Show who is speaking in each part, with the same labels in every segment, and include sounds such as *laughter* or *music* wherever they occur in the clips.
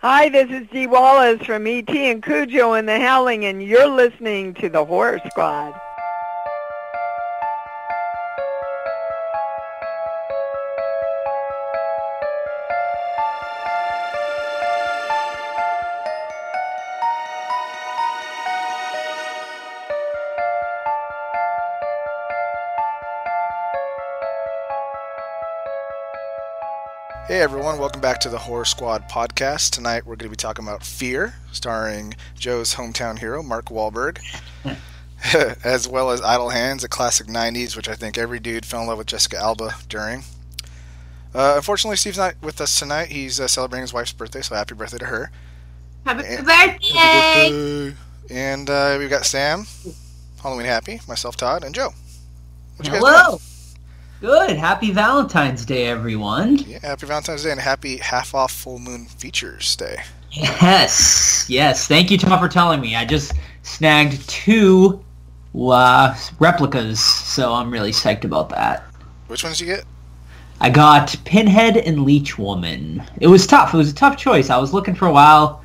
Speaker 1: Hi, this is Dee Wallace from ET and Cujo and the Howling, and you're listening to the Horror Squad.
Speaker 2: Hey everyone, welcome back to the Horror Squad podcast. Tonight we're going to be talking about Fear, starring Joe's hometown hero, Mark Wahlberg, *laughs* as well as Idle Hands, a classic 90s, which I think every dude fell in love with Jessica Alba during. Uh, unfortunately, Steve's not with us tonight. He's uh, celebrating his wife's birthday, so happy birthday to her.
Speaker 3: Happy
Speaker 2: Yeah.
Speaker 3: birthday!
Speaker 2: And uh, we've got Sam, Halloween Happy, myself, Todd, and Joe. What you guys
Speaker 4: Hello. Good. Happy Valentine's Day, everyone.
Speaker 2: doing? Yeah, happy Valentine's Day and happy half off full moon features day.
Speaker 4: Yes. Yes. Thank you, Tom, for telling me. I just snagged two uh, replicas, so I'm really psyched about that.
Speaker 2: Which ones did you get?
Speaker 4: I got Pinhead and Leech Woman. It was tough. It was a tough choice. I was looking for a while.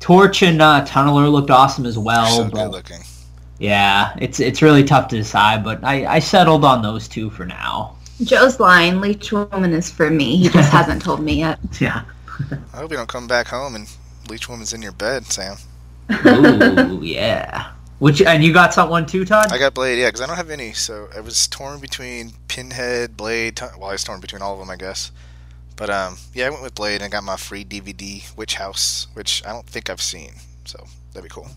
Speaker 4: Torch and uh, Tunneler looked awesome as well.
Speaker 2: so
Speaker 4: but
Speaker 2: good looking.
Speaker 4: yeah, it's it's really tough to decide, but I, I settled on those two for now. *laughs*
Speaker 3: Joe's line, Leech Woman is for me. He just hasn't told me yet.
Speaker 4: Yeah.
Speaker 2: I hope you don't come back home and Leech Woman's in your bed, Sam.
Speaker 4: Ooh, *laughs* yeah. Which and you got someone too, Todd?
Speaker 2: I got Blade, yeah, because I don't have any, so I was torn between Pinhead, Blade. T- well, I was torn between all of them, I guess. But um, yeah, I went with Blade and I got my free DVD, Witch House, which I don't think I've seen, so that'd be cool.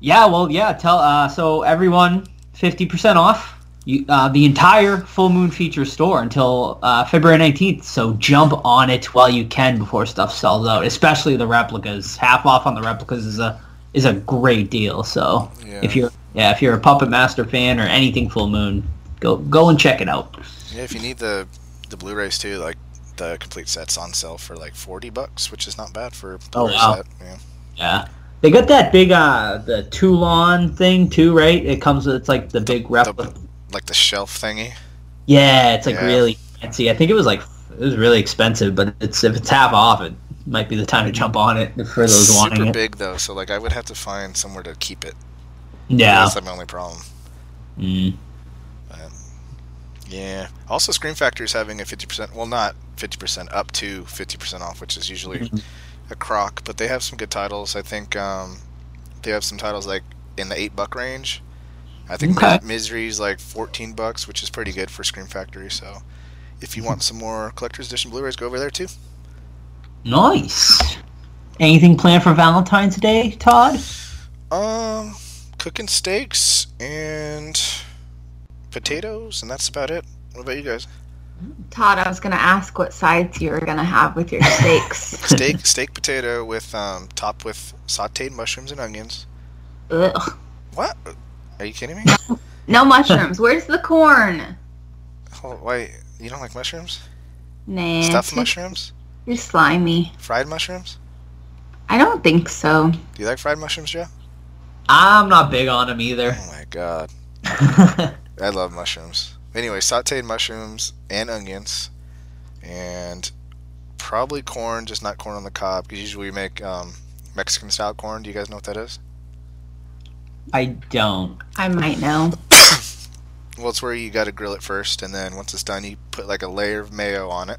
Speaker 4: Yeah, well, yeah. Tell uh, so everyone, fifty percent off you, uh, the entire Full Moon Feature store until uh, February nineteenth. So jump on it while you can before stuff sells out, especially the replicas. Half off on the replicas is a is a great deal. So
Speaker 2: Yeah,
Speaker 4: if you're yeah, if you're a Puppet Master fan or anything Full Moon, go go and check it out.
Speaker 2: yeah, if you need the the Blu-rays too, like the complete set's on sale for like forty bucks, which is not bad for a Blu-ray
Speaker 4: Oh, wow.
Speaker 2: set. Yeah.
Speaker 4: Yeah. They got that big uh the Toulon thing too, right? It comes with it's like the big replica.
Speaker 2: The, like the shelf thingy.
Speaker 4: Yeah, it's like
Speaker 2: Yeah.
Speaker 4: really fancy. I think it was like it was really expensive, but it's if it's half off, it might be the time to jump on it for those
Speaker 2: Super
Speaker 4: wanting it.
Speaker 2: big though, so like I would have to find somewhere to keep it.
Speaker 4: Yeah.
Speaker 2: That's like my only problem.
Speaker 4: Mm.
Speaker 2: Yeah. Also, Screen Factory is having a 50%, well, not 50%, up to 50% off, which is usually a crock, but they have some good titles. I think um, they have some titles like in the 8 buck range. I think
Speaker 4: Okay.
Speaker 2: Mis- Misery's like 14 bucks, which is pretty good for Screen Factory. So if you want some more collector's edition Blu rays, go over there too.
Speaker 4: Nice. Anything planned for Valentine's Day, Todd?
Speaker 2: Um, cooking steaks and potatoes, and that's about it. What about you guys?
Speaker 3: Todd, I was going to ask what sides you were going to have with
Speaker 4: *laughs*
Speaker 3: your steaks.
Speaker 2: Steak, steak potato with um, topped with sauteed mushrooms and onions.
Speaker 3: Ugh.
Speaker 2: What? Are you kidding me?
Speaker 3: No mushrooms. Where's the corn?
Speaker 2: Hold, wait, you don't like mushrooms?
Speaker 3: Nah.
Speaker 2: Stuffed
Speaker 3: too-
Speaker 2: mushrooms?
Speaker 3: You're slimy.
Speaker 2: Fried mushrooms?
Speaker 3: I don't think so.
Speaker 2: Do you like fried mushrooms, Joe?
Speaker 4: I'm not big on them either.
Speaker 2: Oh my god, I love mushrooms. Anyway, sautéed mushrooms and onions, and probably corn, just not corn on the cob, because usually we make um, Mexican style corn. Do you guys know what that is?
Speaker 4: *laughs* I don't.
Speaker 3: I might know.
Speaker 2: Well, it's where you got to grill it first, and then once it's done, you put like a layer of mayo on it,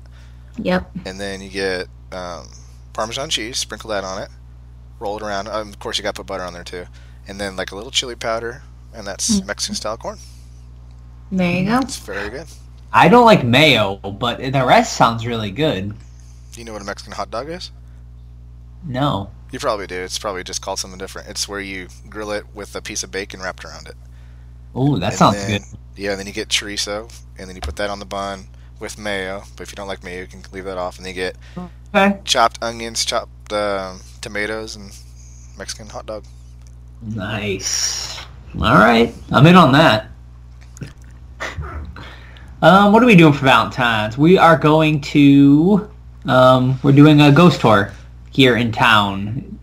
Speaker 3: Yep.
Speaker 2: and then you get um, Parmesan cheese, sprinkle that on it, roll it around. Um, of course, you got to put butter on there too, and then like a little chili powder, and
Speaker 4: Mm.
Speaker 2: that's Mexican style corn.
Speaker 3: There you go.
Speaker 2: It's very good.
Speaker 4: I don't like mayo, but the rest sounds really good.
Speaker 2: You know what a Mexican hot dog is?
Speaker 4: No.
Speaker 2: You probably do. It's probably just called something different. It's where you grill it with a piece of bacon wrapped around it.
Speaker 4: Ooh, that
Speaker 2: And
Speaker 4: sounds
Speaker 2: then-
Speaker 4: good.
Speaker 2: Yeah, and then you get chorizo, and then you put that on the bun with mayo. But if you don't like mayo, you can leave that off. And then you get
Speaker 4: Okay.
Speaker 2: chopped onions, chopped um, tomatoes, and Mexican hot dog.
Speaker 4: Nice. All right, I'm in on that. Um, what are we doing for Valentine's? We are going to, um, we're doing a ghost tour here in town.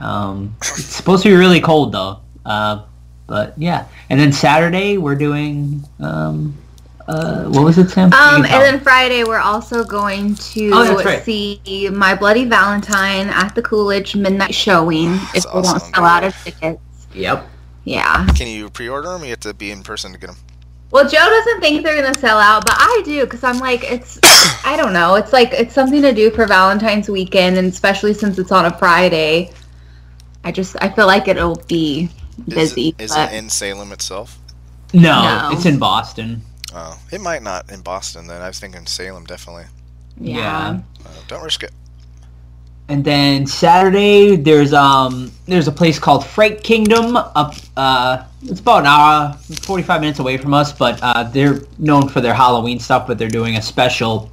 Speaker 4: Um, it's supposed to be really cold though, uh, but yeah. And then Saturday we're doing um, uh, what was it, Sam?
Speaker 3: Um,
Speaker 4: You
Speaker 3: and
Speaker 4: can
Speaker 3: then Friday, we're also going to
Speaker 4: Oh, that's right.
Speaker 3: see My Bloody Valentine at the Coolidge midnight showing if
Speaker 2: That's
Speaker 3: we don't
Speaker 2: awesome.
Speaker 3: sell out of tickets.
Speaker 4: tell. Yep.
Speaker 3: Yeah.
Speaker 2: Can you pre-order them? You have to be in person to get them.
Speaker 3: Well, Joe doesn't think they're gonna sell out, but I do because I'm like, it's, I don't know, it's like it's something to do for Valentine's weekend, and especially since it's on a Friday. I just I feel like it'll be
Speaker 2: Is
Speaker 3: busy.
Speaker 2: it, is
Speaker 3: but-
Speaker 2: it in Salem itself?
Speaker 4: No,
Speaker 3: No.
Speaker 4: it's in Boston.
Speaker 2: Oh, it might not in Boston. Then I was thinking Salem definitely.
Speaker 3: yeah.
Speaker 2: Uh, don't risk it.
Speaker 4: And then Saturday, there's um there's a place called Freight Kingdom up uh it's about an hour, 45 minutes away from us, but uh, they're known for their Halloween stuff, but they're doing a special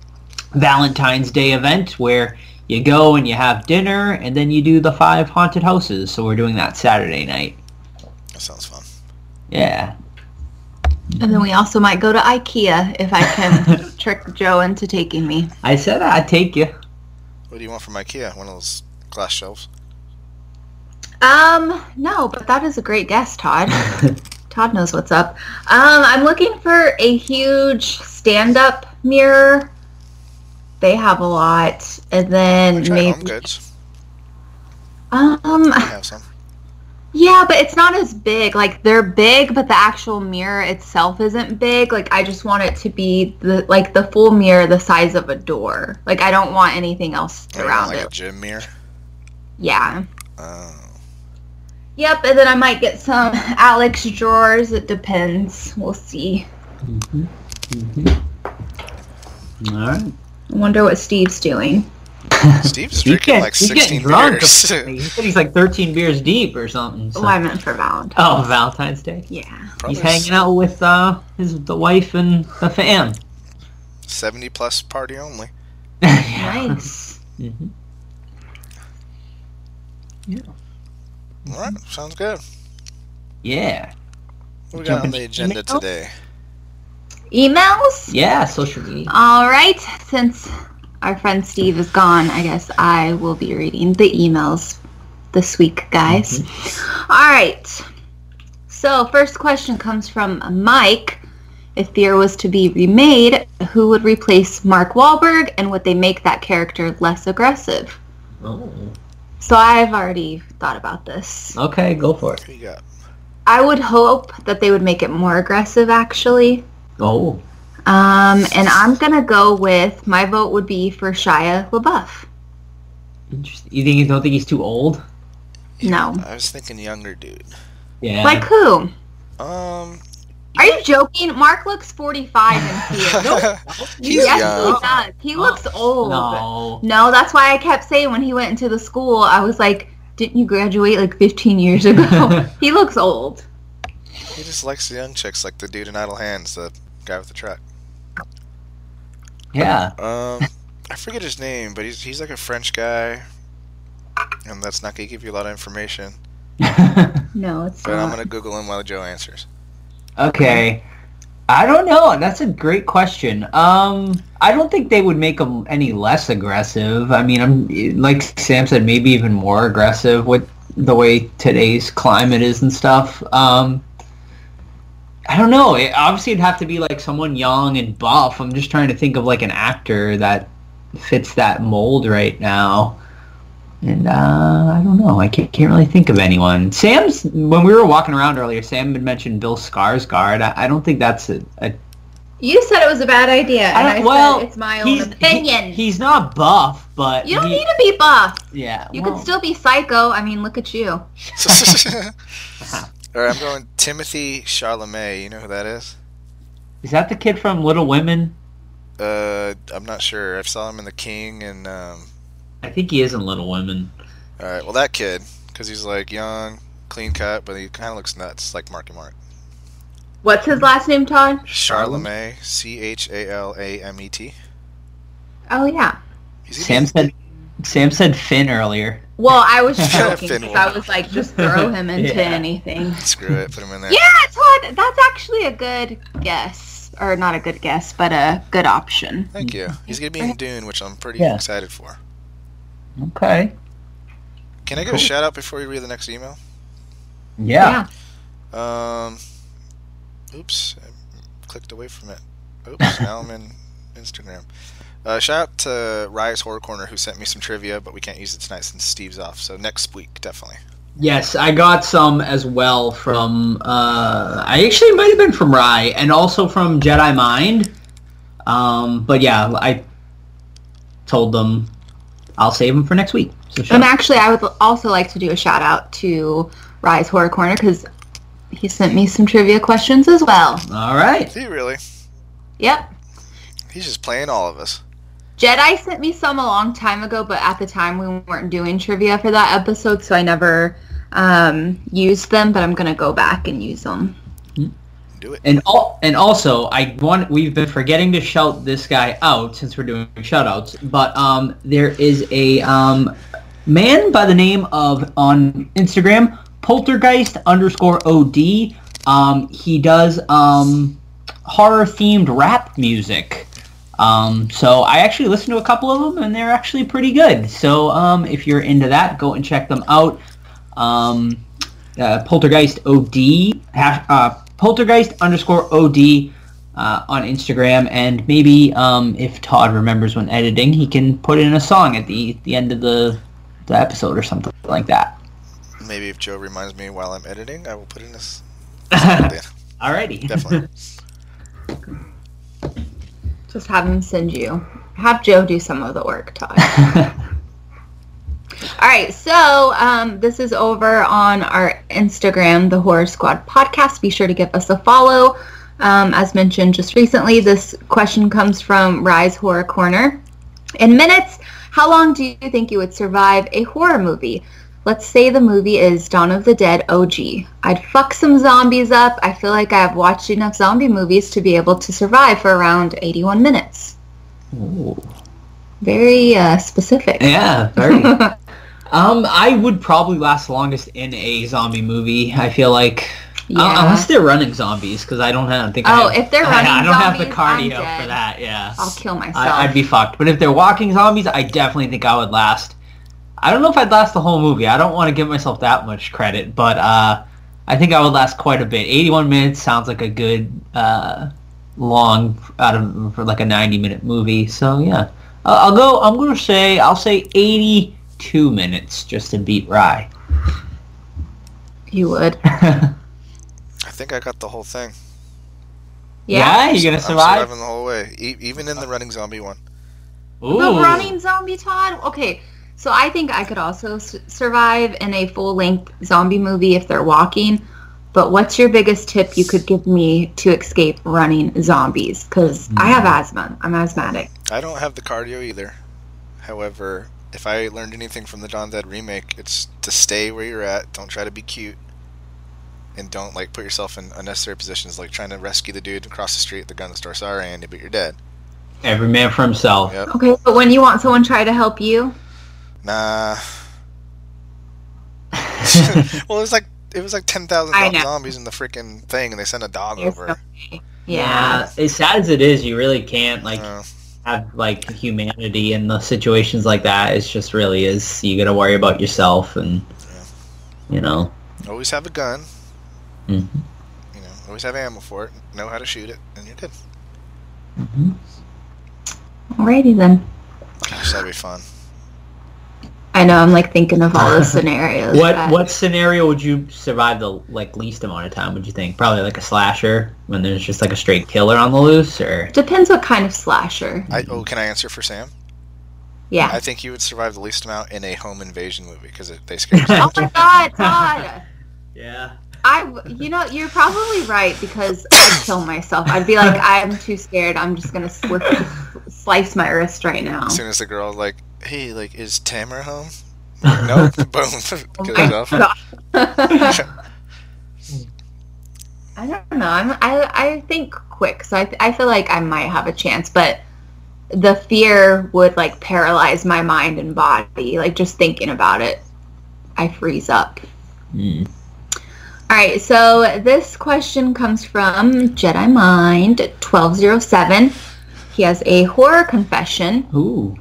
Speaker 4: Valentine's Day event where you go and you have dinner and then you do the five haunted houses. So we're doing that Saturday night.
Speaker 2: That sounds fun.
Speaker 4: Yeah.
Speaker 3: And then we also might go to IKEA if I can trick Joe into taking me.
Speaker 4: I said I'd take you.
Speaker 2: What do you want from IKEA? One of those glass shelves.
Speaker 3: Um, no, but that is a great guess, Todd.
Speaker 4: Mm-hmm.
Speaker 3: Todd knows what's up. Um, I'm looking for a huge stand-up mirror. They have a lot, and then
Speaker 2: Try home
Speaker 3: maybe
Speaker 2: goods.
Speaker 3: um,
Speaker 2: I have some.
Speaker 3: yeah, but it's not as big. Like they're big, but the actual mirror itself isn't big. Like I just want it to be the like the full mirror, the size of a door. Like I don't want anything else
Speaker 2: Oh, you want,
Speaker 3: around
Speaker 2: like a
Speaker 3: it.
Speaker 2: gym mirror.
Speaker 3: Yeah.
Speaker 2: Oh,
Speaker 3: Yep, and then I might get some Alex drawers. It depends. We'll see.
Speaker 4: Mm-hmm. All right.
Speaker 3: I wonder what Steve's doing.
Speaker 2: Steve's
Speaker 4: He's
Speaker 2: drinking
Speaker 4: getting,
Speaker 2: like
Speaker 4: he's
Speaker 2: 16
Speaker 4: getting drunk. He
Speaker 2: beers. *laughs*
Speaker 4: said *laughs* he's like 13 beers deep or something. so-
Speaker 3: Oh, I meant for Valentine.
Speaker 4: Oh, Valentine's Day.
Speaker 3: Yeah.
Speaker 2: Probably
Speaker 4: He's hanging out with uh, his the wife and the fam.
Speaker 2: 70 plus party only.
Speaker 3: *laughs* Nice.
Speaker 4: Mhm.
Speaker 2: All right, sounds good.
Speaker 4: Yeah,
Speaker 2: What we got on
Speaker 4: Jumping
Speaker 2: the
Speaker 4: to
Speaker 2: agenda
Speaker 4: email?
Speaker 2: today?
Speaker 3: Emails?
Speaker 4: yeah. Social media.
Speaker 3: All right. Since our friend Steve is gone, I guess I will be reading the emails this week, guys. All right. So, first question comes from Mike. If Fear was to be remade, who would replace Mark Wahlberg and would they make that character less aggressive?
Speaker 4: Oh.
Speaker 3: So I've already thought about this.
Speaker 4: Okay, go for it.
Speaker 2: What you got?
Speaker 3: I would hope that they would make it more aggressive, actually.
Speaker 4: Oh,
Speaker 3: Um, and I'm gonna go with my vote would be for Shia LaBeouf.
Speaker 4: interesting. You think you don't think he's too old?
Speaker 3: No,
Speaker 2: I was thinking younger dude.
Speaker 4: Yeah.
Speaker 3: like who?
Speaker 2: Um,
Speaker 3: Are you joking? Mark
Speaker 4: *laughs*
Speaker 3: looks 45 in here.
Speaker 2: *laughs* he's
Speaker 3: yes,
Speaker 2: young.
Speaker 3: he does.
Speaker 4: Uh,
Speaker 3: He looks old. *laughs*
Speaker 4: no.
Speaker 3: No, that's why I kept saying when he went into the school, I was like, "Didn't you graduate like 15
Speaker 4: *laughs*
Speaker 3: years ago?" he looks old.
Speaker 2: he just likes the young chicks, like the dude in Idle Hands, the guy with the truck.
Speaker 4: Yeah.
Speaker 2: Um, I forget his name, but he's he's like a French guy, and that's not gonna give you a lot of information.
Speaker 4: *laughs*
Speaker 3: No, it's
Speaker 2: But I'm
Speaker 3: not.
Speaker 2: gonna Google him while Joe answers. *laughs*
Speaker 4: okay. I don't know. That's a great question. Um, I don't think they would make him any less aggressive. I mean, I'm like Sam said, maybe even more aggressive with the way today's climate is and stuff. Um, I don't know. It, obviously, it'd have to be like someone young and buff. I'm just trying to think of like an actor that fits that mold right now. And uh, I don't know. I can't, can't really think of anyone. Sam's when we were walking around earlier. Sam had mentioned Bill Skarsgård. I, I don't think that's a. a
Speaker 3: You said it was a bad idea, and
Speaker 4: I
Speaker 3: I,
Speaker 4: don't, well,
Speaker 3: said it's my own
Speaker 4: he's,
Speaker 3: opinion.
Speaker 4: he- he's not buff, but
Speaker 3: you don't
Speaker 4: he-
Speaker 3: need to be buff.
Speaker 4: Yeah,
Speaker 3: You
Speaker 4: well,
Speaker 3: could still be psycho. I mean, look at you.
Speaker 2: All right, I'm going Timothy Charlemagne. You know who that is?
Speaker 4: Is that the kid from Little Women?
Speaker 2: Uh, I'm not sure. I saw him in The King, and um,
Speaker 4: I think he is in Little Women.
Speaker 2: all right, well that kid, because he's like young, clean cut, but he kind of looks nuts, like Marky Mark.
Speaker 3: What's his last name, Todd?
Speaker 2: Charlemagne, C H A L A M E T.
Speaker 3: Oh yeah.
Speaker 2: He's
Speaker 4: Sam said. Sam said Finn earlier.
Speaker 3: Well,
Speaker 4: *laughs*
Speaker 3: I was joking.
Speaker 2: Finn
Speaker 3: 'cause I was like, just throw him into
Speaker 4: Yeah.
Speaker 3: anything.
Speaker 2: *laughs* Screw it, put him in there.
Speaker 3: Yeah, Todd. That's actually a good guess, or not a good guess, but a good option.
Speaker 2: Thank you. He's gonna be in Dune, which I'm pretty
Speaker 4: Yeah.
Speaker 2: excited for.
Speaker 4: Okay.
Speaker 2: Can I give
Speaker 4: Cool.
Speaker 2: a shout out before you read the next email?
Speaker 4: Yeah.
Speaker 2: Um, oops, I clicked away from it.
Speaker 4: *laughs*
Speaker 2: Oops, now I'm in Instagram. Uh, shout out to Rise Horror Corner who sent me some trivia, but we can't use it tonight since Steve's off. So next week, definitely.
Speaker 4: Yes, I got some as well from. Uh, I actually might have been from Rye and also from Jedi Mind. Um, but yeah, I told them I'll save them for next week. So sure.
Speaker 3: And Um, actually, I would also like to do a shout out to Rise Horror Corner because he sent me some trivia questions as well.
Speaker 4: All right.
Speaker 2: Is he really?
Speaker 3: Yep.
Speaker 2: He's just playing all of us.
Speaker 3: Jedi sent me some a long time ago, but at the time we weren't doing trivia for that episode, so I never um, used them. But I'm gonna go back and use them.
Speaker 2: Do it.
Speaker 4: And all, and also, I want we've been forgetting to shout this guy out since we're doing shoutouts. But um, there is a um, man by the name of on Instagram Poltergeist underscore od. Um, he does um, horror themed rap music. Um, so I actually listened to a couple of them, and they're actually pretty good. So um, if you're into that, go and check them out. Um, uh, Poltergeist OD, hash, uh, Poltergeist underscore OD uh, on Instagram, and maybe um, if Todd remembers when editing, he can put in a song at the the end of the, the episode or something like that.
Speaker 2: Maybe if Joe reminds me while I'm editing, I will put in this.
Speaker 4: *laughs* Alrighty. *laughs*
Speaker 2: Definitely.
Speaker 3: Just have him send you. Have Joe do some of the work, Todd. All right, so um, this is over on our Instagram, the Horror Squad Podcast. Be sure to give us a follow. Um, as mentioned just recently, this question comes from Rise Horror Corner. In minutes, how long do you think you would survive a horror movie? Let's say the movie is Dawn of the Dead OG. I'd fuck some zombies up. I feel like I've watched enough zombie movies to be able to survive for around 81 minutes.
Speaker 4: Ooh.
Speaker 3: Very uh, specific.
Speaker 4: *laughs* Yeah, very. um, I would probably last longest in a zombie movie. I feel like
Speaker 3: Yeah.
Speaker 4: uh, unless they're running zombies, because I don't have. I think I
Speaker 3: Oh,
Speaker 4: have-
Speaker 3: if
Speaker 4: *laughs*
Speaker 3: they're
Speaker 4: I-
Speaker 3: running
Speaker 4: I don't have the
Speaker 3: zombies, I'm
Speaker 4: cardio for
Speaker 3: dead.
Speaker 4: that. Yeah,
Speaker 3: I'll kill myself.
Speaker 4: I, I'd be fucked. But if they're walking zombies, I definitely think I would last. I don't know if I'd last the whole movie. I don't want to give myself that much credit, but uh, I think I would last quite a bit. 81 minutes sounds like a good uh, long out of for like a 90 minute movie. So yeah, uh, I'll go. I'm gonna say I'll say 82 minutes just to beat Rye. *laughs*
Speaker 3: you would.
Speaker 2: I think I got the whole thing.
Speaker 3: Yeah.
Speaker 4: you're gonna
Speaker 2: I'm
Speaker 4: survive.
Speaker 2: surviving the whole way, e- even in the running zombie one.
Speaker 3: The
Speaker 4: Ooh.
Speaker 3: running zombie, Todd? Okay. So I think I could also s- survive in a full-length zombie movie if they're walking. But what's your biggest tip you could give me to escape running zombies? Because I
Speaker 4: Hmm.
Speaker 3: have asthma. I'm asthmatic.
Speaker 2: I don't have the cardio either. However, if I learned anything from the Dawn of the Dead remake, it's to stay where you're at. Don't try to be cute, and don't like put yourself in unnecessary positions, like trying to rescue the dude across the street at the gun store. Sorry, Andy, but you're dead.
Speaker 4: Every man for himself.
Speaker 3: *laughs*
Speaker 2: Yep.
Speaker 3: Okay, but when you want someone to try to help you,
Speaker 2: Nah. *laughs* well, it was like it was like ten thousand
Speaker 3: I know.
Speaker 2: zombies in the freaking thing, and they sent a dog
Speaker 3: There's
Speaker 2: over.
Speaker 3: no- yeah.
Speaker 4: *laughs* As sad as it is, you really can't like
Speaker 2: Uh,
Speaker 4: have like humanity in the situations like that it's just really is you gotta worry about yourself and you know
Speaker 2: always have a gun.
Speaker 4: Mhm.
Speaker 2: You know, always have ammo for it. Know how to shoot it, and
Speaker 3: *sighs*
Speaker 2: you're good.
Speaker 3: Alrighty then.
Speaker 2: Gosh, that'd be fun.
Speaker 3: I know I'm like thinking of all
Speaker 4: *laughs*
Speaker 3: the scenarios.
Speaker 4: what
Speaker 3: but-
Speaker 4: what scenario would you survive the like least amount of time would you think probably like a slasher when there's just like a straight killer on the loose or
Speaker 3: Depends what kind of slasher.
Speaker 2: I, oh, can I answer for Sam?
Speaker 3: Yeah.
Speaker 4: *laughs*
Speaker 2: I think you would survive the least amount in a home invasion movie because they scare you.
Speaker 3: *laughs* oh my God, Todd.
Speaker 4: *laughs* yeah
Speaker 3: I, w- you know, you're probably right because I'd kill myself. I'd be like, I'm too scared. I'm just gonna slip, slice my wrist right now.
Speaker 2: as soon as the girl like, hey, like, is Tamara *laughs* home? no, *laughs* boom,
Speaker 3: Oh
Speaker 2: kill
Speaker 3: my
Speaker 2: yourself.
Speaker 3: God.
Speaker 2: *laughs*
Speaker 3: I don't know. I'm, I, I think quick, so I, th- I feel like I might have a chance, but the fear would like paralyze my mind and body. Like just thinking about it, I freeze up.
Speaker 4: Mm.
Speaker 3: All right, so this question comes from Jedi Mind 1207. He has a horror confession.
Speaker 4: ooh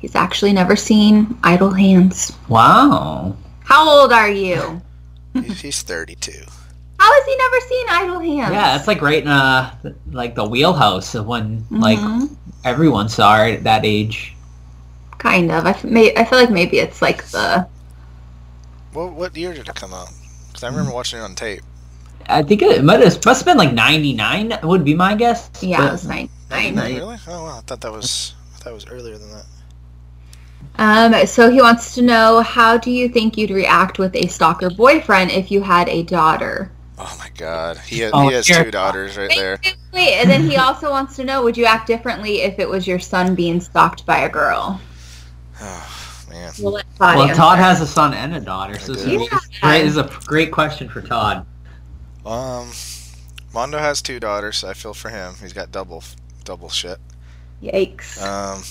Speaker 3: He's actually never seen Idle Hands.
Speaker 4: wow
Speaker 3: How old are you?
Speaker 2: He's 32.
Speaker 3: How has he never seen Idle Hands?
Speaker 4: Yeah, it's like right in uh, like the wheelhouse of when like
Speaker 3: Mhm.
Speaker 4: everyone saw it at that age.
Speaker 3: kind of. I, f- may, I feel like maybe it's like the
Speaker 2: What what year did it come out? Because I remember watching it on tape.
Speaker 4: I think it might have must have been like ninety nine would be my guess.
Speaker 3: yeah,
Speaker 4: but-
Speaker 3: it was nine.
Speaker 4: Right.
Speaker 2: Really? Oh wow, I thought that was I thought that was earlier than that.
Speaker 3: Um, so he wants to know how do you think you'd react with a stalker boyfriend if you had a daughter?
Speaker 2: Oh my god, he has,
Speaker 4: Oh,
Speaker 2: he has
Speaker 4: here.
Speaker 2: two daughters right
Speaker 3: Wait,
Speaker 2: there.
Speaker 3: wait, wait. And then he also wants to know would you act differently if it was your son being stalked by a girl?
Speaker 2: Oh man,
Speaker 3: We'll let Todd
Speaker 4: Well,
Speaker 3: answer.
Speaker 4: Todd has a son and a daughter, so this
Speaker 2: I do.
Speaker 4: is, great, this is a great question for Todd.
Speaker 2: um, Mondo has two daughters. So I feel for him. He's got double double shit.
Speaker 3: Yikes.
Speaker 2: Um,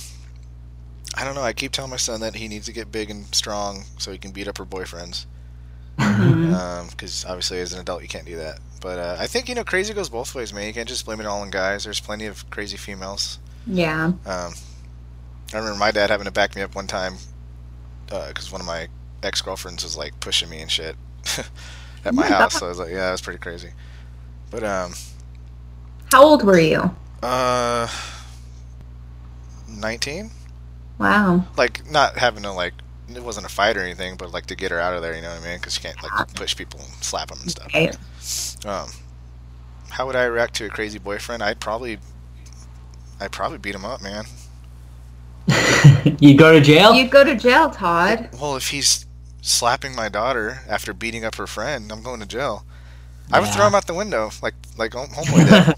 Speaker 2: I don't know. I keep telling my son that he needs to get big and strong so he can beat up her boyfriends.
Speaker 3: Mhm.
Speaker 2: Because Um, obviously, as an adult, you can't do that. But uh, I think you know, crazy goes both ways, man. You can't just blame it all on guys. There's plenty of crazy females.
Speaker 3: yeah.
Speaker 2: Um, I remember my dad having to back me up one time because one of my ex girlfriends was like pushing me and shit *laughs* at my
Speaker 3: Yeah.
Speaker 2: house. So I was like, yeah, that's pretty crazy. But um,
Speaker 3: How old were you?
Speaker 2: uh, nineteen.
Speaker 3: Wow.
Speaker 2: like not having to like it wasn't a fight or anything, but like to get her out of there, you know what I mean? Because you can't like push people and slap them and stuff.
Speaker 3: Okay.
Speaker 2: Um, how would I react to a crazy boyfriend? I'd probably, I'd probably beat him up, man.
Speaker 4: *laughs* you go to jail. *sighs*
Speaker 3: You'd go to
Speaker 4: *laughs*
Speaker 3: jail, Todd. *laughs*
Speaker 2: Well, if he's slapping my daughter after beating up her friend, I'm going to jail. I would throw
Speaker 4: Yeah.
Speaker 2: him out the window, like like home- homeboy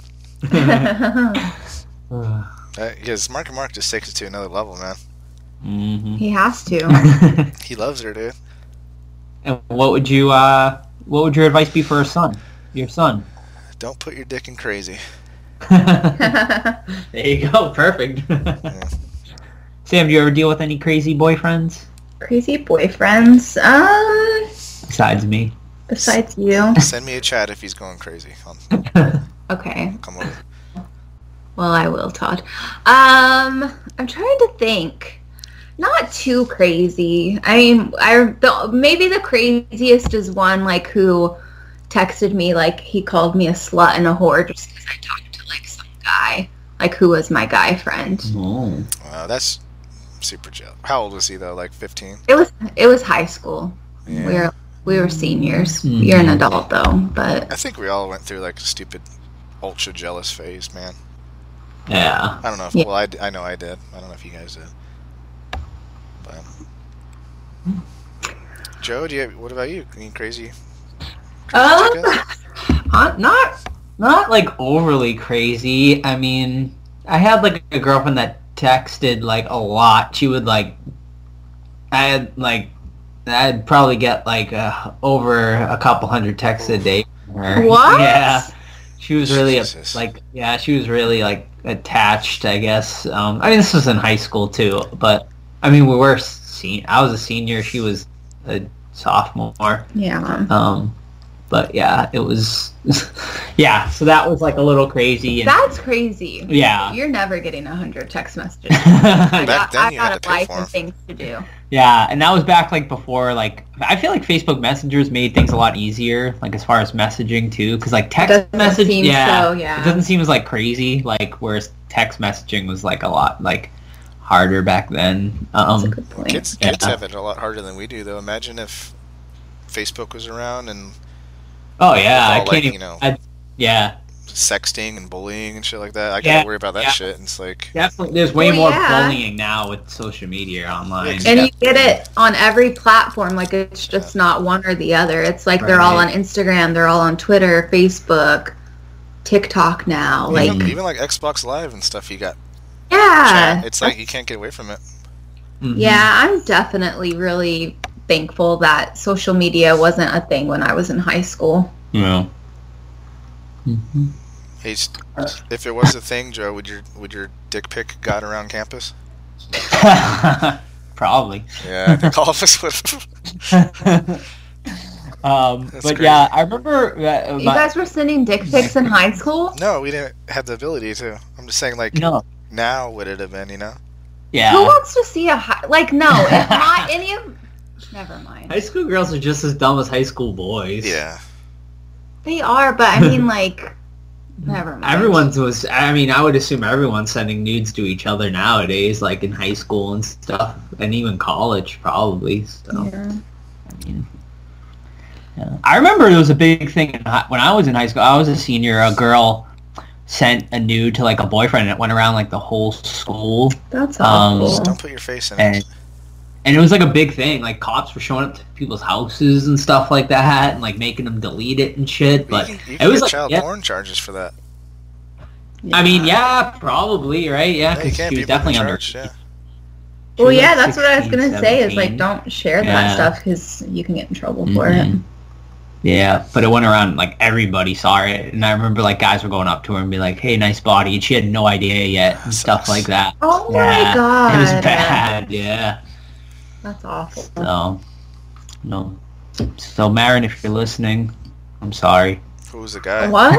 Speaker 2: did. Because Mark and Mark just takes it to another level, man.
Speaker 4: *laughs* hmm
Speaker 3: he has to. *laughs*
Speaker 2: He loves her, dude.
Speaker 4: and what would you uh, what would your advice be for a son? Your son. *laughs*
Speaker 2: Don't put your dick in crazy.
Speaker 4: there you go. Perfect. *laughs* Sam, do you ever deal with any crazy boyfriends
Speaker 3: Crazy boyfriends. Um,
Speaker 4: besides me? *laughs*
Speaker 3: besides you.
Speaker 2: Send me a chat if he's going crazy. I'll
Speaker 3: Okay.
Speaker 2: come over.
Speaker 3: Well, I will, Todd. Um, I'm trying to think. Not too crazy. I mean, I the, maybe the craziest is one like who texted me like he called me a slut and a whore just because I talked to like some guy like who was my guy friend.
Speaker 4: Oh.
Speaker 2: Wow, that's super chill. How old was he though? Like fifteen.
Speaker 3: It was it was high school. We
Speaker 2: Yeah.
Speaker 3: were we were seniors. You're an
Speaker 4: Mhm.
Speaker 3: adult though, but
Speaker 2: I think we all went through like a stupid, ultra jealous phase, man.
Speaker 4: Yeah.
Speaker 2: I don't know if
Speaker 3: Yeah.
Speaker 2: well, I, d- I know I did. I don't know if you guys did. But Joe, do you? What about you? Any crazy?
Speaker 3: Um,
Speaker 2: chickens?
Speaker 4: Not not not like overly crazy. I mean, I had like a girlfriend that texted like a lot. She would like, I had like, I'd probably get like uh, over a couple hundred texts a day. From her.
Speaker 3: Oh, *laughs*
Speaker 4: *laughs*
Speaker 3: What?
Speaker 4: Yeah. She was really
Speaker 2: Jesus.
Speaker 4: like, yeah, she was really like attached. I guess. Um, I mean, this was in high school too, but I mean, we were seen. I was a senior. She was a sophomore.
Speaker 3: yeah.
Speaker 4: Um, but yeah, it was, *laughs* yeah. So that was like a little crazy. And,
Speaker 3: That's crazy.
Speaker 4: yeah,
Speaker 3: You're never getting a hundred text
Speaker 4: *laughs*
Speaker 3: messages.
Speaker 2: Back then
Speaker 3: I,
Speaker 2: you had
Speaker 3: got
Speaker 2: to
Speaker 3: a
Speaker 2: pay
Speaker 3: life
Speaker 2: for 'em.
Speaker 3: and things to do.
Speaker 4: yeah. And that was back like before. Like I feel like Facebook Messengers made things a lot easier, like as far as messaging too, because like text
Speaker 3: Doesn't
Speaker 4: message,
Speaker 3: seem
Speaker 4: yeah,
Speaker 3: so, yeah.
Speaker 4: it doesn't seem as like crazy. Like whereas text messaging was like a lot like harder back then.
Speaker 3: That's a
Speaker 4: Um,
Speaker 3: good point.
Speaker 2: Kids,
Speaker 4: Yeah.
Speaker 2: kids have it a lot harder than we do, though. Imagine if Facebook was around and
Speaker 4: oh yeah,
Speaker 2: all,
Speaker 4: I can't
Speaker 2: like,
Speaker 4: even.
Speaker 2: you know,
Speaker 4: I- yeah,
Speaker 2: sexting and bullying and shit like that. I
Speaker 4: Yeah,
Speaker 2: gotta worry about that
Speaker 4: yeah.
Speaker 2: shit. And it's like,
Speaker 4: definitely. There's way
Speaker 3: Oh,
Speaker 4: more
Speaker 3: yeah.
Speaker 4: bullying now with social media online.
Speaker 2: Yeah,
Speaker 3: and you get it on every platform. Like it's just not one or the other. It's like they're all on
Speaker 4: Right.
Speaker 3: Instagram, they're all on Twitter, Facebook, TikTok now. Like
Speaker 2: even, even like Xbox Live and stuff. You got
Speaker 3: yeah,
Speaker 2: chat. It's like you can't get away from it.
Speaker 4: Mhm.
Speaker 3: yeah. I'm definitely really thankful that social media wasn't a thing when I was in high school.
Speaker 4: Mm-hmm. Yeah. Mm-hmm.
Speaker 2: Hey, s-
Speaker 3: Uh.
Speaker 2: if it was a thing, Joe, would your would your dick pic got around campus?
Speaker 4: *laughs* Probably.
Speaker 2: Yeah, I *laughs* think all of us would.
Speaker 4: um,
Speaker 2: That's
Speaker 4: but
Speaker 2: crazy.
Speaker 4: yeah, I remember. Uh,
Speaker 3: You
Speaker 4: my-
Speaker 3: guys were sending dick pics in high school.
Speaker 2: No, we didn't have the ability to. I'm just saying, like
Speaker 4: no.
Speaker 2: now would it have been? You know,
Speaker 3: Who
Speaker 4: Yeah.
Speaker 3: wants to see a high? Like no, if not any of. Never mind.
Speaker 4: High school girls are just as dumb as high school boys.
Speaker 2: yeah,
Speaker 3: They are, but
Speaker 4: *laughs*
Speaker 3: I mean, like, never mind.
Speaker 4: Everyone's was. I mean, I would assume everyone's sending nudes to each other nowadays, like in high school and stuff, and even college probably. So
Speaker 3: Yeah.
Speaker 4: I mean, yeah. I remember it was a big thing in hi- when I was in high school. I was a senior. A girl sent a nude to like a boyfriend, and it went around like the whole school.
Speaker 3: That's
Speaker 4: Um,
Speaker 3: awful.
Speaker 2: Don't put your face in
Speaker 4: and
Speaker 2: it.
Speaker 4: and it was like a big thing. Like cops were showing up to people's houses and stuff like that, and like making them delete it and shit. But
Speaker 2: you can, you
Speaker 4: it
Speaker 2: can
Speaker 4: was
Speaker 2: get
Speaker 4: like,
Speaker 2: child
Speaker 4: yeah,
Speaker 2: porn charges for that.
Speaker 4: I mean, yeah, probably right.
Speaker 2: Yeah,
Speaker 4: Yeah,
Speaker 2: you
Speaker 4: because
Speaker 2: can't
Speaker 4: she
Speaker 2: be
Speaker 4: was definitely under.
Speaker 2: charged. Yeah.
Speaker 4: she
Speaker 3: Well,
Speaker 4: was,
Speaker 3: yeah,
Speaker 4: like,
Speaker 3: that's what I was
Speaker 4: 16,
Speaker 3: gonna say. Is like,
Speaker 4: 17.
Speaker 3: don't share
Speaker 4: Yeah.
Speaker 3: that stuff because you can get in trouble for
Speaker 4: Mhm. Yeah, but it went around like everybody saw it, and I remember like guys were going up to her and be like, "Hey, nice body," and she had no idea yet and stuff
Speaker 2: Sucks.
Speaker 4: like that.
Speaker 3: it. Oh
Speaker 4: Yeah,
Speaker 3: my god,
Speaker 4: It was bad. Yeah.
Speaker 3: That's awful.
Speaker 4: So, no. So, Marin, if you're listening, I'm sorry. *laughs*
Speaker 2: Who was the guy?
Speaker 3: What?